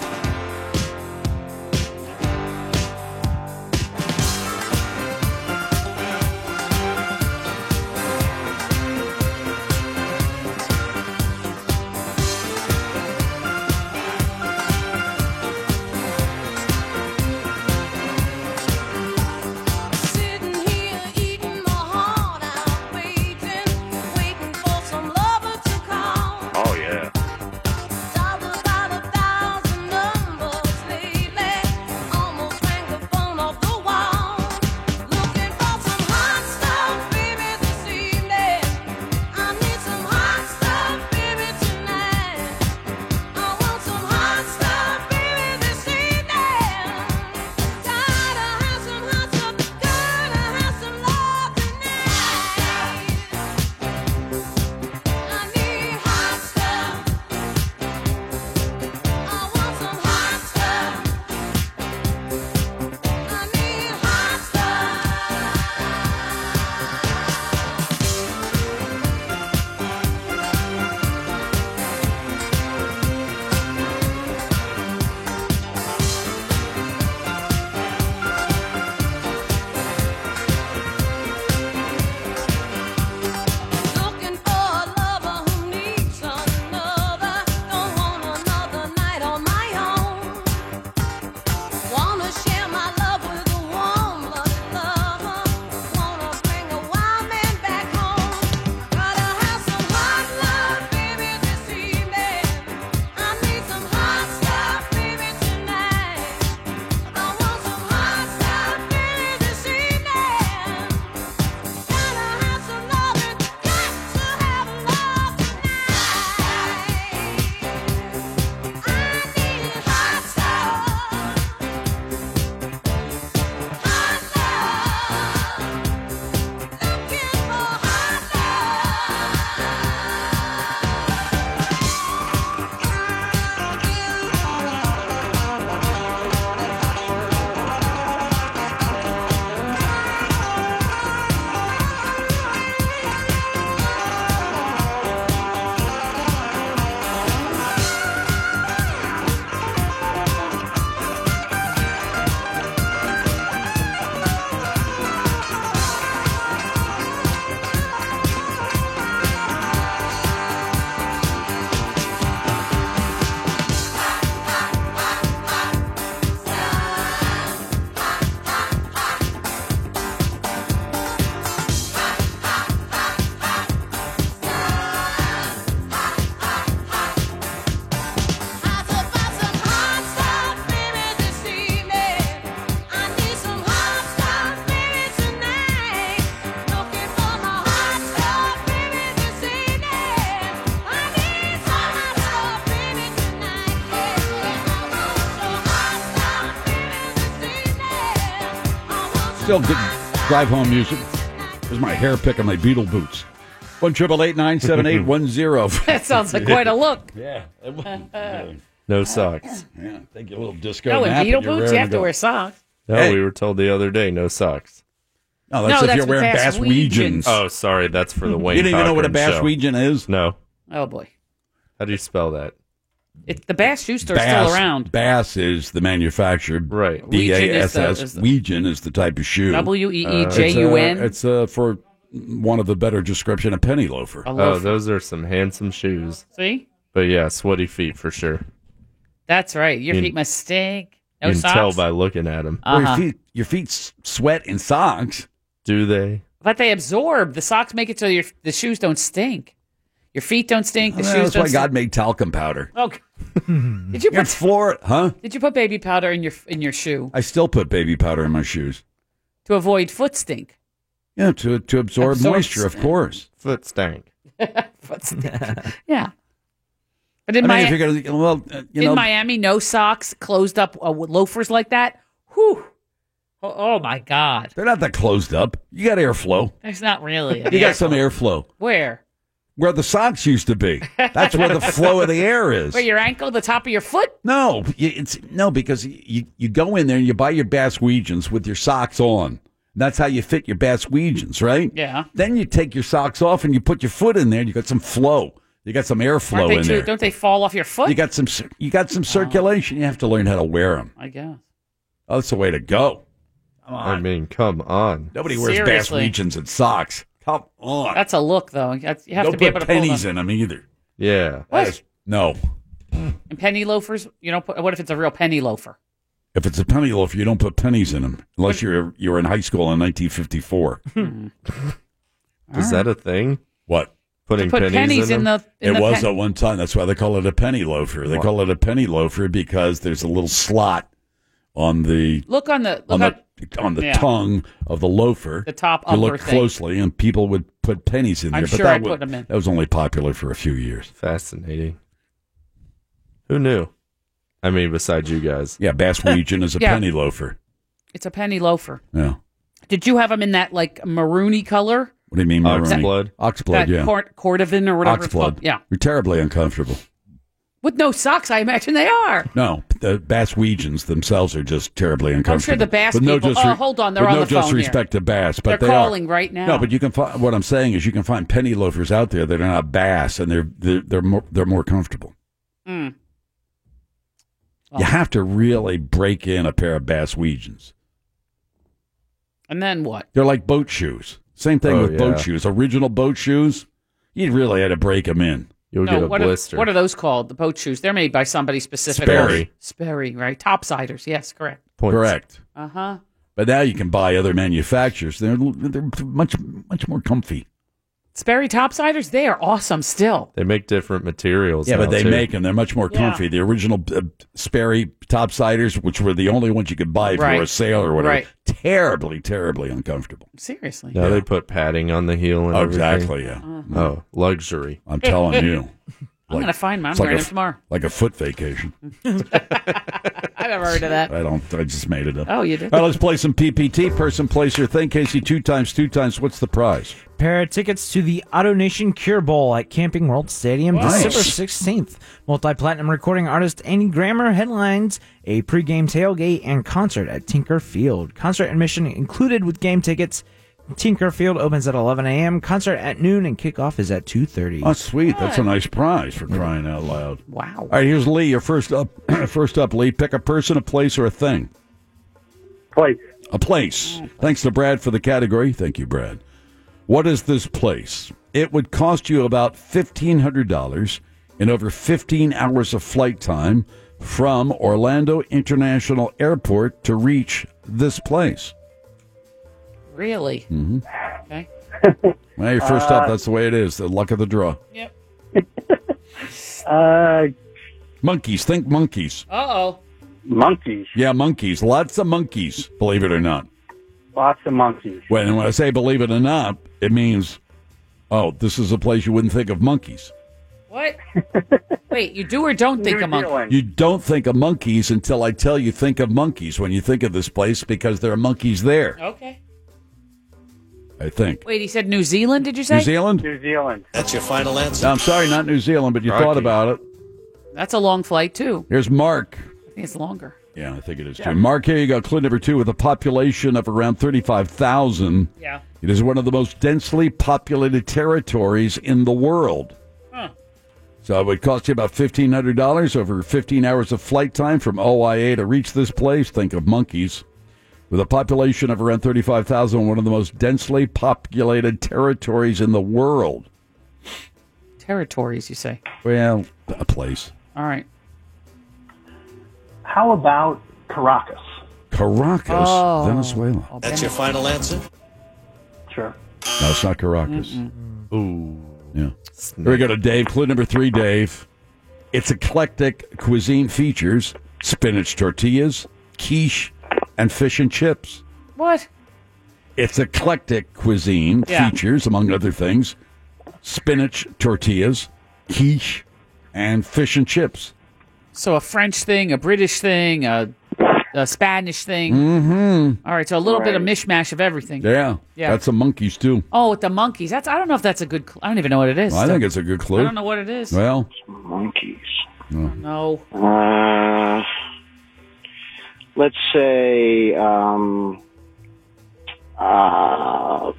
Speaker 5: Sitting here eating my heart out, waiting, waiting for some lover to call.
Speaker 4: Oh yeah.
Speaker 5: Thought about a thousand
Speaker 6: still good drive home music. There's my hair pick and my beetle boots. One triple eight nine seven eight one zero.
Speaker 7: That sounds like quite a look.
Speaker 6: Yeah.
Speaker 11: No socks.
Speaker 6: Yeah, take a little disco
Speaker 7: No,
Speaker 6: nap.
Speaker 7: in beetle
Speaker 6: and you're
Speaker 7: boots,
Speaker 6: raring
Speaker 7: you have to
Speaker 6: go.
Speaker 7: wear socks.
Speaker 11: No,
Speaker 6: Hey.
Speaker 11: we were told the other day, no socks.
Speaker 6: No, that's No, if that's you're wearing Baswegians. Baswegians.
Speaker 11: Oh, sorry, that's for the Wayne.
Speaker 6: You don't even know what a
Speaker 11: Cochran show.
Speaker 6: Baswegian is?
Speaker 11: No.
Speaker 7: Oh boy,
Speaker 11: How do you spell that?
Speaker 7: it, the Bass shoe store's
Speaker 6: Bass-
Speaker 7: still around.
Speaker 6: Bass is the manufacturer. Right. B
Speaker 7: Weijin
Speaker 6: A
Speaker 7: is
Speaker 6: S
Speaker 7: the-
Speaker 6: S.
Speaker 7: is the-
Speaker 6: Weijin is the type of shoe.
Speaker 7: W E E
Speaker 6: Uh,
Speaker 7: J U N.
Speaker 6: It's, uh, it's uh, for one of the better description, a penny loafer.
Speaker 7: A
Speaker 11: Oh,
Speaker 7: loafer.
Speaker 11: those are some handsome shoes.
Speaker 7: See?
Speaker 11: But yeah, sweaty feet for sure.
Speaker 7: That's right. Your
Speaker 11: You-
Speaker 7: feet must stink. No
Speaker 11: you can
Speaker 7: socks.
Speaker 11: tell by looking at them.
Speaker 7: Well, your Uh-huh. feet-
Speaker 6: your feet sweat in socks.
Speaker 11: Do they?
Speaker 7: But they absorb. The socks make it so your the shoes don't stink. Your feet don't stink. The
Speaker 6: Well,
Speaker 7: shoes
Speaker 6: that's
Speaker 7: don't
Speaker 6: why God
Speaker 7: stink.
Speaker 6: made talcum powder.
Speaker 7: Oh, God. did you
Speaker 6: Your
Speaker 7: put
Speaker 6: floor, huh?
Speaker 7: did you put baby powder in your in your shoe
Speaker 6: I still put baby powder in my shoes.
Speaker 7: to avoid foot stink?
Speaker 6: Yeah, to to absorb
Speaker 7: Absorbs-
Speaker 6: moisture, of course.
Speaker 11: Foot stank.
Speaker 7: foot stink. yeah. But
Speaker 6: I
Speaker 7: in
Speaker 6: mean,
Speaker 7: my
Speaker 6: if you're gonna, well, uh, you
Speaker 7: in
Speaker 6: know,
Speaker 7: Miami, no socks, closed up uh, loafers like that. Whew. Oh, oh my God.
Speaker 6: they're not that closed up. You got airflow.
Speaker 7: There's not really. an
Speaker 6: You
Speaker 7: air-
Speaker 6: got some airflow
Speaker 7: where
Speaker 6: where the socks used to be. That's where the flow of the air is.
Speaker 7: where your ankle, the top of your foot.
Speaker 6: No, y- it's no because you you go in there and you buy your Baswegians with your socks on. That's how you fit your Baswegians, right?
Speaker 7: Yeah.
Speaker 6: Then you take your socks off and you put your foot in there. You got some flow. You got some
Speaker 7: Aren't
Speaker 6: airflow
Speaker 7: they
Speaker 6: in
Speaker 7: too, Oh.
Speaker 6: there.
Speaker 7: don't they fall off your foot?
Speaker 6: You got some. cir- You got some circulation. You have to learn how to wear them.
Speaker 7: I guess.
Speaker 6: Oh, that's the way to go.
Speaker 11: I mean, come on.
Speaker 6: Nobody wears
Speaker 7: Seriously.
Speaker 6: Baswegians and socks. Come on.
Speaker 7: That's a look, though. You have you have
Speaker 6: Don't
Speaker 7: to be
Speaker 6: put
Speaker 7: able to pull
Speaker 6: pennies
Speaker 7: them.
Speaker 6: in them either.
Speaker 11: Yeah.
Speaker 7: What?
Speaker 6: That is- no.
Speaker 7: And penny loafers, you know, what if it's a real penny loafer?
Speaker 6: If it's a penny loaf, you don't put pennies in them unless you're you're in high school in 1954.
Speaker 11: Is that a thing?
Speaker 6: What?
Speaker 11: Putting
Speaker 7: put pennies pennies in in them? the- in
Speaker 6: it
Speaker 7: the
Speaker 6: was
Speaker 7: pen-
Speaker 6: at one time. That's why they call it a penny loafer. They call it a penny loafer because there's a little slot on the
Speaker 7: Look on the look
Speaker 6: on
Speaker 7: on,
Speaker 6: the on the
Speaker 7: yeah.
Speaker 6: tongue of the loafer.
Speaker 7: The top
Speaker 6: You look
Speaker 7: upper thing.
Speaker 6: closely, and people would put pennies in there.
Speaker 7: I'm
Speaker 6: but
Speaker 7: sure
Speaker 6: that
Speaker 7: I
Speaker 6: wa-
Speaker 7: put 'em in.
Speaker 6: That was only popular for a few years.
Speaker 11: Fascinating. Who knew? I mean, besides you guys.
Speaker 6: Yeah, Baswegian is a
Speaker 7: Yeah.
Speaker 6: penny loafer.
Speaker 7: It's a penny loafer.
Speaker 6: Yeah.
Speaker 7: Did you have them in that like maroony color?
Speaker 6: What do you mean,
Speaker 11: Ox
Speaker 6: maroon?
Speaker 11: blood.
Speaker 6: Ox blood,
Speaker 7: that
Speaker 6: yeah.
Speaker 7: cor- cordovan or whatever.
Speaker 6: Ox
Speaker 7: it's called.
Speaker 6: blood.
Speaker 7: Yeah.
Speaker 6: You're terribly uncomfortable.
Speaker 7: With no socks, I imagine they are.
Speaker 6: No, the Baswegians themselves are just terribly uncomfortable.
Speaker 7: I'm sure the Bass
Speaker 6: With no
Speaker 7: people.
Speaker 6: disre-
Speaker 7: oh, hold on, they're
Speaker 6: with
Speaker 7: on
Speaker 6: no
Speaker 7: the phone
Speaker 6: disrespect to Bass,
Speaker 7: here.
Speaker 6: but
Speaker 7: they're
Speaker 6: they are.
Speaker 7: calling right now.
Speaker 6: No, but you can find what I'm saying is you can find penny loafers out there that are not bass and they're they're they're more, they're more comfortable.
Speaker 7: Mm. Oh.
Speaker 6: You have to really break in a pair of Baswegians.
Speaker 7: and then what?
Speaker 6: They're like boat shoes. Same thing
Speaker 11: Oh,
Speaker 6: with boat
Speaker 11: yeah.
Speaker 6: shoes. Original boat shoes, you really had to break them in.
Speaker 11: You'll
Speaker 7: no, what Are, what are those called? The boat shoes. They're made by somebody specific.
Speaker 6: Sperry.
Speaker 7: Sperry, right? Topsiders. Yes, correct.
Speaker 6: Correct.
Speaker 7: Uh huh.
Speaker 6: But now you can buy other manufacturers. They're they're much much more comfy.
Speaker 7: Sperry topsiders. They are awesome still.
Speaker 11: They make different materials.
Speaker 6: Yeah, but
Speaker 11: now,
Speaker 6: they
Speaker 11: too.
Speaker 6: make them. They're much more
Speaker 7: Yeah.
Speaker 6: comfy. The original uh, Sperry topsiders, which were the only ones you could buy if you were a
Speaker 7: Right.
Speaker 6: sailor or whatever,
Speaker 7: Right.
Speaker 6: terribly, terribly uncomfortable.
Speaker 7: Seriously.
Speaker 11: Now they put padding on the heel and
Speaker 6: Oh, Exactly,
Speaker 11: everything.
Speaker 7: Uh-huh.
Speaker 6: yeah.
Speaker 11: Oh, luxury.
Speaker 6: I'm telling you.
Speaker 7: I'm
Speaker 6: Like-
Speaker 7: gonna find mine.
Speaker 6: it's
Speaker 7: I'm wearing
Speaker 6: a
Speaker 7: them
Speaker 6: f-
Speaker 7: tomorrow.
Speaker 6: Like a foot vacation.
Speaker 7: I've never heard of that.
Speaker 6: I don't. I just made it up.
Speaker 7: Oh, you did?
Speaker 6: All right, let's play some PPT. Person, place, or thing. Casey, two times, two times. What's the prize?
Speaker 8: Pair of tickets to the Auto Nation Cure Bowl at Camping World Stadium
Speaker 6: Nice.
Speaker 8: December 16th. Multi platinum recording artist Andy Grammer headlines a pregame tailgate and concert at Tinker Field. Concert admission included with game tickets. Tinker Field opens at 11 a.m., concert at noon, and kickoff is at 2.30.
Speaker 6: Oh, sweet. That's a nice prize for crying out loud.
Speaker 7: Wow. All
Speaker 6: right, here's Lee. Your first up. first up, Lee. Pick a person, a place, or a thing.
Speaker 18: Place.
Speaker 6: A place. Thanks to Brad for the category. Thank you, Brad. What is this place? It would cost you about $1,500 and over 15 hours of flight time from Orlando International Airport to reach this place.
Speaker 7: Really?
Speaker 6: Mm-hmm.
Speaker 7: Okay.
Speaker 6: Well, you're first up.
Speaker 18: Uh,
Speaker 6: That's the way it is. The luck of the draw.
Speaker 18: Uh,
Speaker 6: Monkeys. Think monkeys.
Speaker 7: Uh oh.
Speaker 18: Monkeys.
Speaker 6: Yeah, monkeys. Lots of monkeys, believe it or not.
Speaker 18: Lots of monkeys.
Speaker 6: When, when I say believe it or not, it means, oh, this is a place you wouldn't think of monkeys.
Speaker 7: What? Wait, you do or don't think a monkey?
Speaker 6: You don't think of monkeys until I tell you think of monkeys when you think of this place because there are monkeys there.
Speaker 7: Okay.
Speaker 6: I think.
Speaker 7: Wait, he said New Zealand. Did you say
Speaker 6: New Zealand?
Speaker 7: New
Speaker 18: Zealand.
Speaker 22: That's your final answer.
Speaker 6: I'm sorry, not New Zealand, but you
Speaker 7: Crikey.
Speaker 6: thought about it.
Speaker 7: That's a long flight too.
Speaker 6: Here's Mark.
Speaker 7: I think it's longer.
Speaker 6: Yeah, I think it is
Speaker 7: Yeah.
Speaker 6: too. Mark, here you go. Clue number two with a population of around 35,000.
Speaker 7: Yeah.
Speaker 6: It is one of the most densely populated territories in the world.
Speaker 7: Huh.
Speaker 6: So it would cost you about $1,500 over 15 hours of flight time from OIA to reach this place. Think of monkeys. With a population of around 35,000, one of the most densely populated territories in the world.
Speaker 7: Territories, you say?
Speaker 6: Well, a place.
Speaker 7: All right.
Speaker 15: How about Caracas?
Speaker 6: Caracas,
Speaker 15: Oh.
Speaker 6: Venezuela.
Speaker 22: That's your final answer?
Speaker 15: Sure.
Speaker 6: No, it's not Caracas. Ooh. Yeah. Here we go to Dave. Clue number three, Dave. Its eclectic cuisine features spinach tortillas, quiche, and fish and chips.
Speaker 7: What?
Speaker 6: Its eclectic cuisine
Speaker 7: Yeah.
Speaker 6: features, among other things, spinach tortillas, quiche, and fish and chips.
Speaker 7: So a French thing, a British thing, a, a Spanish thing.
Speaker 6: Mm-hmm.
Speaker 7: All right, so a little bit of
Speaker 6: Right.
Speaker 7: mishmash of everything.
Speaker 6: Yeah.
Speaker 7: Yeah.
Speaker 6: That's the monkeys, too.
Speaker 7: Oh, with the monkeys. That's I don't know if that's a good. Cl- I don't even know what it is.
Speaker 6: I
Speaker 7: still.
Speaker 6: think it's a good clue.
Speaker 7: I don't know what it is.
Speaker 6: Well,
Speaker 19: monkeys.
Speaker 7: no.
Speaker 19: Uh, let's say um, uh,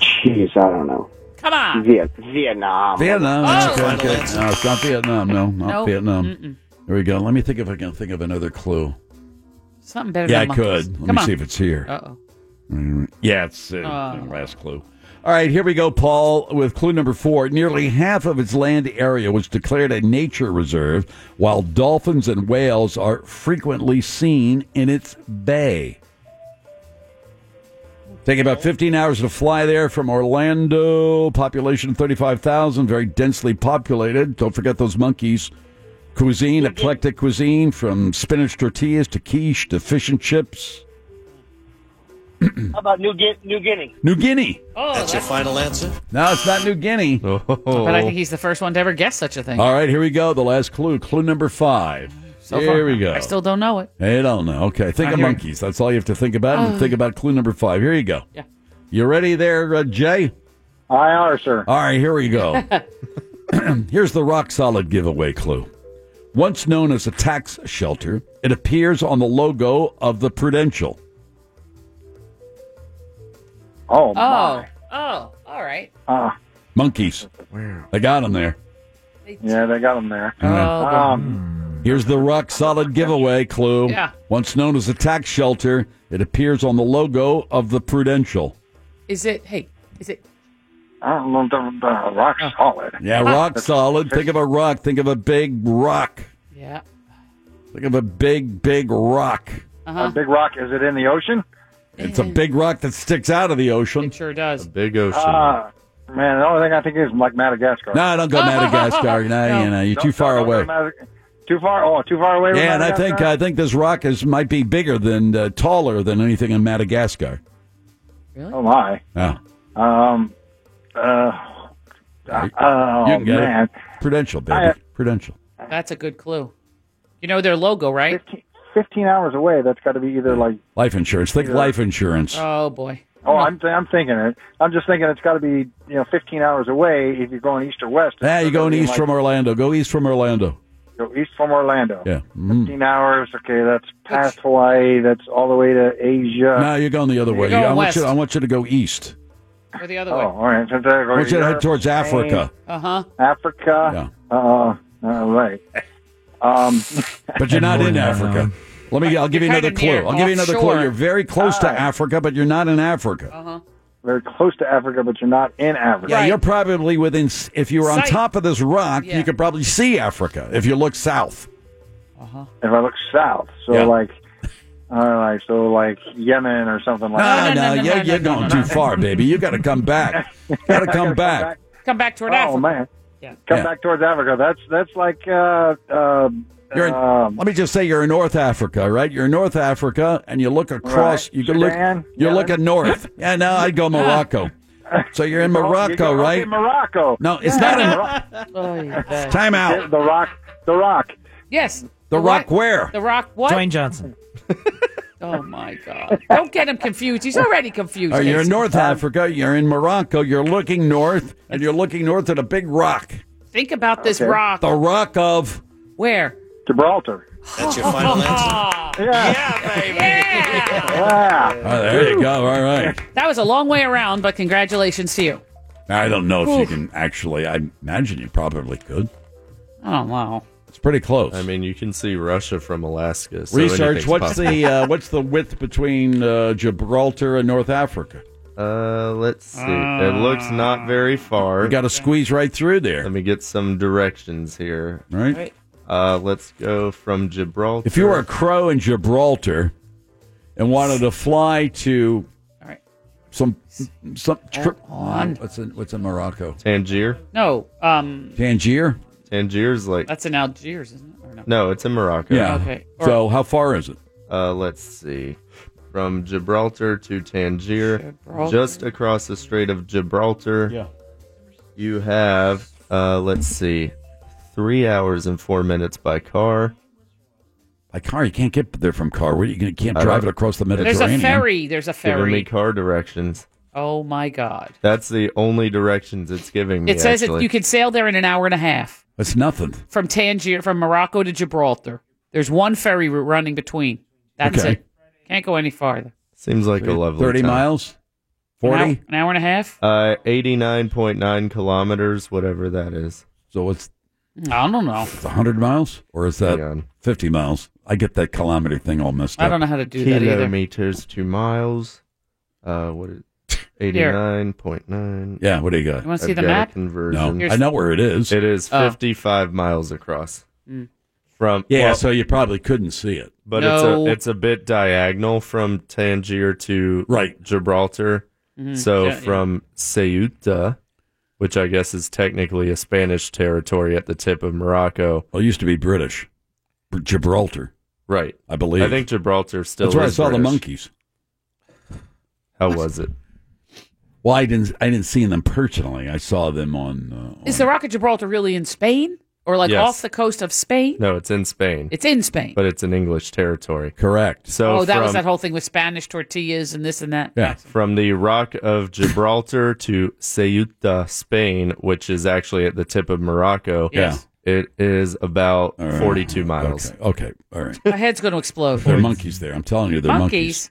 Speaker 19: jeez, I don't know.
Speaker 7: Come on.
Speaker 19: Viet- Vietnam.
Speaker 6: Vietnam.
Speaker 19: Oh.
Speaker 6: okay, okay. No, it's not Vietnam. No, not
Speaker 7: Nope.
Speaker 6: Vietnam.
Speaker 7: Mm-mm.
Speaker 6: There we go. Let me think if I can think of another clue.
Speaker 7: Something better.
Speaker 6: yeah, I
Speaker 7: than monkeys.
Speaker 6: could. Let
Speaker 7: Come
Speaker 6: me
Speaker 7: on.
Speaker 6: see if it's here.
Speaker 7: Uh oh.
Speaker 6: Mm, Yeah, it's uh,
Speaker 7: Oh.
Speaker 6: last clue. All right, here we go, Paul, with clue number four. Nearly half of its land area was declared a nature reserve, while dolphins and whales are frequently seen in its bay. Taking about 15 hours to fly there from Orlando. Population 35,000, very densely populated. Don't forget those monkeys. Cuisine, eclectic cuisine, from spinach tortillas to quiche to fish and chips.
Speaker 23: How about New, Gu- New Guinea?
Speaker 6: New Guinea.
Speaker 23: Oh,
Speaker 22: that's your final answer?
Speaker 6: No, it's not New Guinea.
Speaker 7: But I think he's the first one to ever guess such a thing.
Speaker 6: Oh. All right, here we go. The last clue, clue number five.
Speaker 7: So
Speaker 6: here
Speaker 7: far,
Speaker 6: we go.
Speaker 7: I still don't know it.
Speaker 6: I don't know. Okay, think
Speaker 7: I'm
Speaker 6: of
Speaker 7: hearing-
Speaker 6: monkeys. That's all you have to think about. and
Speaker 7: Oh.
Speaker 6: think about clue number five. Here you go.
Speaker 7: Yeah.
Speaker 6: You ready there, uh, Jay? I are, sir. All right, here we go. Here's the rock solid giveaway clue. Once known as a tax shelter, it appears on the logo of the Prudential.
Speaker 7: Oh. Oh. All right.
Speaker 6: Monkeys. They got them there.
Speaker 19: Yeah, they got them there.
Speaker 7: Oh,
Speaker 19: Uh,
Speaker 6: Yeah. Oh,
Speaker 19: Um,
Speaker 6: Hmm. Here's the rock solid giveaway clue.
Speaker 7: Yeah.
Speaker 6: Once known as a tax shelter, it appears on the logo of the Prudential.
Speaker 7: Is it? Hey, is it? Oh.
Speaker 19: I don't know the, the uh, rock solid.
Speaker 6: Yeah, rock solid. Think of a rock. Think of a big rock.
Speaker 7: Yeah.
Speaker 6: Think of a big, big rock.
Speaker 7: Uh-huh.
Speaker 19: A big rock. Is it in the ocean?
Speaker 6: It's a big rock that sticks out of the ocean. It
Speaker 7: sure does.
Speaker 6: big ocean.
Speaker 19: Ah, man, the only thing I think is like Madagascar.
Speaker 6: no, don't
Speaker 7: Oh,
Speaker 6: go Madagascar. No, you know, you're
Speaker 19: Don't-
Speaker 6: too far
Speaker 19: don't go
Speaker 6: away.
Speaker 19: to Madag- too far. Oh, too far away. from
Speaker 6: Yeah, and I think
Speaker 19: Madagascar?
Speaker 6: I think this rock is might be bigger than uh, taller than anything in Madagascar. uh,
Speaker 19: Oh my.
Speaker 6: Yeah.
Speaker 19: Um. Uh.
Speaker 6: you
Speaker 19: Oh
Speaker 6: can get
Speaker 19: man.
Speaker 6: it. Prudential, baby.
Speaker 19: I-
Speaker 6: Prudential.
Speaker 7: That's a good clue. You know their logo, right?
Speaker 19: Fifteen hours away. That's got to be either like.
Speaker 6: Life insurance. Think
Speaker 19: Yeah.
Speaker 6: life insurance.
Speaker 7: Oh boy.
Speaker 19: Oh, I'm th- I'm thinking it. I'm just thinking it's got to be you know 15 hours away if you're going east or west.
Speaker 6: Yeah, you're going
Speaker 19: I mean,
Speaker 6: east
Speaker 19: like,
Speaker 6: from Orlando. Go east from Orlando.
Speaker 19: Go east from Orlando.
Speaker 6: Yeah. Mm.
Speaker 19: 15 hours. Okay, that's past Hawaii. That's all the way to Asia.
Speaker 6: No, you're going the other way.
Speaker 19: uh, going
Speaker 6: I want
Speaker 19: west.
Speaker 6: you. I want you to go east.
Speaker 7: Or the other
Speaker 19: oh,
Speaker 7: way.
Speaker 19: all right. Since I
Speaker 6: I want you to head towards Africa.
Speaker 7: Uh huh.
Speaker 19: Africa. Yeah. Uh, all right. Um,
Speaker 6: But you're not in Africa. Let me. I'll give you
Speaker 19: You're
Speaker 6: another
Speaker 19: kinda
Speaker 6: clue.
Speaker 19: near,
Speaker 6: I'll give you another clue.
Speaker 19: offshore.
Speaker 6: You're very close to
Speaker 19: Ah.
Speaker 6: Africa, but you're not in Africa.
Speaker 19: uh Very close to Africa, but you're not in Africa.
Speaker 6: Yeah, you're probably within. s- If you were on
Speaker 19: Uh, Sight.
Speaker 6: top of this rock,
Speaker 19: Yeah.
Speaker 6: you could probably see Africa if you look south.
Speaker 19: If I look south, so
Speaker 6: Yeah.
Speaker 19: like, all right, so like Yemen or something like
Speaker 6: No,
Speaker 19: that.
Speaker 6: no, you're, you're going too far, baby. You got to come back. Got to come back.
Speaker 7: Come back toward
Speaker 19: oh,
Speaker 7: Africa.
Speaker 19: man.
Speaker 7: Yeah.
Speaker 19: Come
Speaker 6: Yeah.
Speaker 19: back towards Africa. That's that's like uh, uh,
Speaker 6: You're in,
Speaker 19: um,
Speaker 6: let me just say you're in North Africa, right? You're in North Africa, and you look across.
Speaker 19: Right.
Speaker 6: You can look.
Speaker 19: Sudan,
Speaker 6: You're
Speaker 19: Yemen.
Speaker 6: looking north. Yeah, no, I'd go Morocco. So you're in
Speaker 19: Oh, you
Speaker 6: Morocco,
Speaker 19: go- okay,
Speaker 6: right?
Speaker 19: Morocco.
Speaker 6: No, it's not in-
Speaker 7: Oh, Uh, in.
Speaker 6: Time out.
Speaker 19: The Rock. The Rock.
Speaker 7: Yes.
Speaker 6: The Rock where?
Speaker 7: The Rock what?
Speaker 8: Johnson.
Speaker 7: Oh my God! Don't get him confused. He's already confused.
Speaker 6: Oh, you're in
Speaker 7: Casey.
Speaker 6: North Africa. You're in Morocco. You're looking north, and you're looking north at a big rock.
Speaker 7: Think about this rock.
Speaker 6: The rock of Oh,
Speaker 7: where? oh.
Speaker 6: Gibraltar.
Speaker 7: That's
Speaker 6: your final
Speaker 7: answer.
Speaker 6: Oh, there you go. All right.
Speaker 7: That was a long way around, but congratulations to you.
Speaker 6: I don't know if you
Speaker 7: Oof.
Speaker 6: can actually. I imagine you probably could.
Speaker 7: Oh wow,
Speaker 6: it's pretty close.
Speaker 11: I mean, you can see Russia from Alaska. So
Speaker 6: Research.
Speaker 11: anything's
Speaker 6: What's the
Speaker 11: possible.
Speaker 6: uh, what's the width between uh, Gibraltar and North Africa?
Speaker 11: Uh, let's see. it looks
Speaker 7: Ah.
Speaker 11: not very far. You
Speaker 6: got to squeeze right through there.
Speaker 11: Let me get some directions here.
Speaker 6: Right. Right.
Speaker 11: Uh, let's go from Gibraltar.
Speaker 6: If you were a crow in Gibraltar and wanted to fly to some some
Speaker 7: on.
Speaker 6: what's in what's in Morocco?
Speaker 11: Tangier.
Speaker 7: No, um,
Speaker 6: Tangier.
Speaker 11: Tangier's like
Speaker 7: that's in Algiers, isn't it? Or no?
Speaker 11: no, it's in Morocco.
Speaker 6: Yeah. Okay. So how far is it?
Speaker 11: Uh, let's see. From Gibraltar to Tangier,
Speaker 7: Gibraltar.
Speaker 11: just across the Strait of Gibraltar.
Speaker 6: Yeah.
Speaker 11: You have uh, let's see, three hours and four minutes by car.
Speaker 6: By car, you can't get there from car. Where you you can't drive it across the
Speaker 7: There's a
Speaker 6: Mediterranean.
Speaker 7: ferry. There's a
Speaker 11: Giving me
Speaker 7: ferry.
Speaker 11: car directions.
Speaker 7: Oh my God!
Speaker 11: That's the only directions it's giving me.
Speaker 7: It says that
Speaker 11: actually.
Speaker 7: you could sail there in an hour and a half
Speaker 6: That's nothing.
Speaker 7: from Tangier, from Morocco to Gibraltar. There's one ferry route running between. That's
Speaker 11: Okay.
Speaker 7: it. Can't go any farther.
Speaker 11: Seems like a lovely.
Speaker 6: Thirty
Speaker 11: time.
Speaker 6: miles.
Speaker 7: An hour-
Speaker 6: Forty.
Speaker 7: an hour and a half.
Speaker 11: Uh, eighty-nine point nine kilometers, whatever that is.
Speaker 6: So what's
Speaker 7: I don't know.
Speaker 6: hundred miles, or is that fifty miles? I get that kilometer thing all messed up.
Speaker 7: I don't know how to do that either.
Speaker 11: kilometers to miles? Uh, what is eighty-nine point nine?
Speaker 6: Yeah, what do you got? You wanna see
Speaker 11: I've
Speaker 6: the
Speaker 11: got a
Speaker 6: map? No.
Speaker 11: Conversion.
Speaker 6: Here's- I know where it is.
Speaker 11: It is
Speaker 6: Oh.
Speaker 11: fifty-five miles across.
Speaker 7: Mm.
Speaker 11: From
Speaker 6: Yeah,
Speaker 11: well,
Speaker 6: so you probably couldn't see it.
Speaker 11: but
Speaker 6: No.
Speaker 11: it's a it's a bit diagonal from Tangier to
Speaker 6: right
Speaker 11: Gibraltar.
Speaker 6: Mhm.
Speaker 11: So
Speaker 6: Yeah, yeah.
Speaker 11: from Ceuta, which I guess is technically a Spanish territory at the tip of Morocco.
Speaker 6: Well, it used to be British, Br- Gibraltar.
Speaker 11: Right,
Speaker 6: I believe.
Speaker 11: I think Gibraltar still.
Speaker 6: That's where I
Speaker 11: is
Speaker 6: saw the
Speaker 11: British.
Speaker 6: monkeys.
Speaker 11: How was it?
Speaker 6: Well, I didn't. I didn't see them personally. I saw them on. Uh,
Speaker 7: Is the Rock of Gibraltar really in Spain or like
Speaker 11: Yes.
Speaker 7: off the coast of Spain?
Speaker 11: No, it's in Spain.
Speaker 7: It's in Spain.
Speaker 11: but it's an English territory.
Speaker 6: Correct.
Speaker 11: So
Speaker 7: oh, that
Speaker 11: from,
Speaker 7: was that whole thing with Spanish tortillas and this and that.
Speaker 11: yeah. From the Rock of Gibraltar to Ceuta, Spain, which is actually at the tip of Morocco.
Speaker 7: Yes.
Speaker 11: It is about 42 miles.
Speaker 6: uh, Okay. All right.
Speaker 7: My head's going to explode. Oh,
Speaker 6: There are monkeys there. I'm telling you, they're monkeys.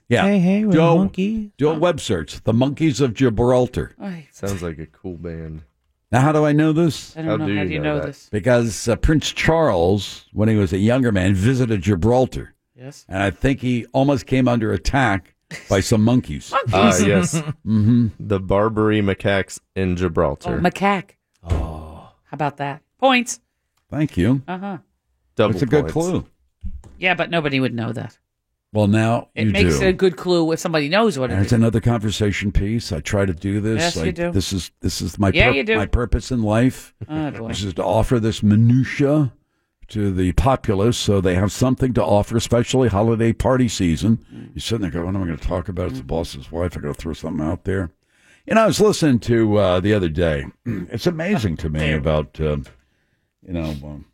Speaker 7: Monkeys?
Speaker 6: Yeah.
Speaker 7: Hey, hey, we're
Speaker 6: do, a-
Speaker 7: monkeys.
Speaker 6: Do a web search. The Monkeys of Gibraltar.
Speaker 7: Ay.
Speaker 11: Sounds like a cool band.
Speaker 6: Now, how do I know this?
Speaker 7: I don't How know. do How you do you know know that? this?
Speaker 6: Because uh, Prince Charles, when he was a younger man, visited Gibraltar.
Speaker 7: Yes.
Speaker 6: And I think he almost came under attack by some monkeys.
Speaker 11: Ah, yes.
Speaker 6: mm-hmm.
Speaker 11: The Barbary Macaques in
Speaker 7: Oh,
Speaker 11: Gibraltar.
Speaker 7: macaque. Oh. How about that? Points.
Speaker 6: Thank you.
Speaker 7: Uh huh.
Speaker 11: Double
Speaker 6: That's a good
Speaker 11: points.
Speaker 6: clue.
Speaker 7: Yeah, but nobody would know that.
Speaker 6: Well, now
Speaker 7: It
Speaker 6: you
Speaker 7: makes
Speaker 6: do.
Speaker 7: it a good clue if somebody knows what it
Speaker 6: There's
Speaker 7: is.
Speaker 6: another conversation piece. I try to do this.
Speaker 7: Yes,
Speaker 6: I-
Speaker 7: you do.
Speaker 6: This is this is my
Speaker 7: Yeah, you do.
Speaker 6: my purpose in life.
Speaker 7: Oh, boy.
Speaker 6: This is to offer this minutia to the populace so they have something to offer, especially holiday party season.
Speaker 7: Mm.
Speaker 6: You're sitting there going, "What am I going to talk about?" It's the boss's wife. I got to throw something out there. You know, I was listening to uh, the other day. It's amazing to me about uh, you know. Um,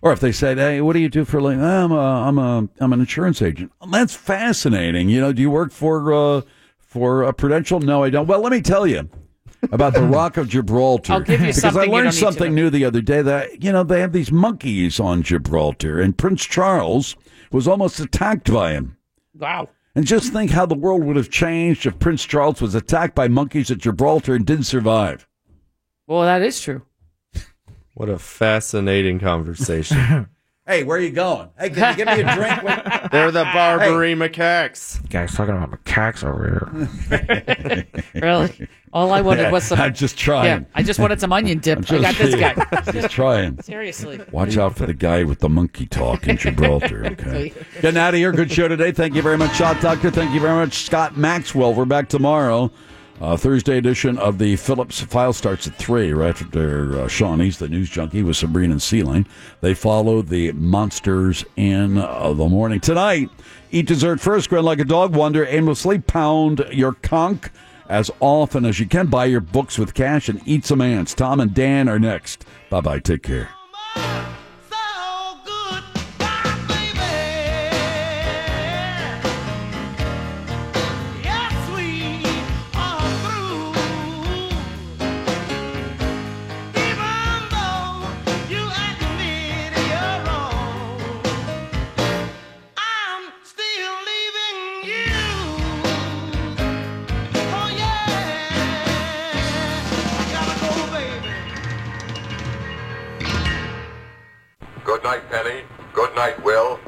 Speaker 6: or if they said, "Hey, what do you do for a living?" "Ah, I'm a, I'm a, I'm an insurance agent. Well, That's fascinating. You know, do you work for uh, for a Prudential? No, I don't. Well, let me tell you about the Rock of Gibraltar.
Speaker 7: I'll give you
Speaker 6: because
Speaker 7: something
Speaker 6: I
Speaker 7: you
Speaker 6: learned
Speaker 7: don't need to
Speaker 6: something new the other day. That you know they have these monkeys on Gibraltar, and Prince Charles was almost attacked by him.
Speaker 7: Wow.
Speaker 6: And just think how the world would have changed if Prince Charles was attacked by monkeys at Gibraltar and didn't survive.
Speaker 7: Well, that is true.
Speaker 11: What a fascinating conversation.
Speaker 6: Hey, where are you going? Hey, can you give me a drink?
Speaker 11: They're the Barbary Macaques.
Speaker 8: Guys talking about macaques over
Speaker 7: Really? All I wanted was some.
Speaker 6: I'm just trying.
Speaker 7: Yeah, I just wanted some onion
Speaker 6: I'm
Speaker 7: dip. I got this
Speaker 6: saying.
Speaker 7: guy.
Speaker 6: just trying.
Speaker 7: Seriously.
Speaker 6: Watch out for the guy with the monkey talk in Gibralter. Okay. Getting out of here. Good show today. Thank you very much, Shot Doctor. Thank you very much, Scott Maxwell. We're back tomorrow. Uh, Thursday edition of the Phillips File starts at 3, right after uh, Shawnee's, the news junkie, with Sabrina and Sealing. They follow the monsters in uh, the morning. Tonight, eat dessert first, grin like a dog, wander aimlessly, pound your conch as often as you can. Buy your books with cash and eat some ants. Tom and Dan are next. Bye bye. Take care.
Speaker 17: Good night, Penny. Good night, Will.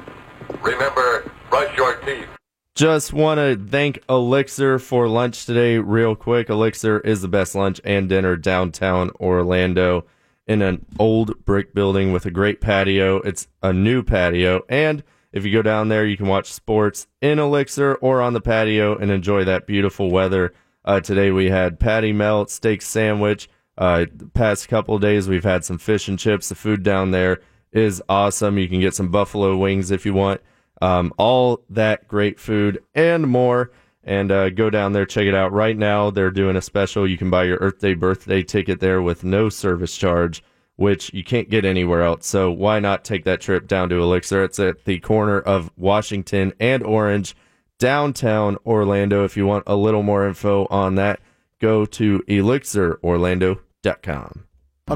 Speaker 17: Remember, brush your teeth.
Speaker 11: Just want to thank Elixir for lunch today, real quick. Elixir is the best lunch and dinner downtown Orlando in an old brick building with a great patio. It's a new patio. And if you go down there, you can watch sports in Elixir or on the patio and enjoy that beautiful weather. Uh, today we had patty melt, steak sandwich. Uh, the past couple of days we've had some fish and chips. The food down there is awesome. You can get some buffalo wings if you want. Um, all that great food and more. And uh, go down there, check it out. Right now, they're doing a special. You can buy your Earth Day birthday ticket there with no service charge, which you can't get anywhere else. So why not take that trip down to Elixir? It's at the corner of Washington and Orange, downtown Orlando. If you want a little more info on that, go to elixirorlando.com.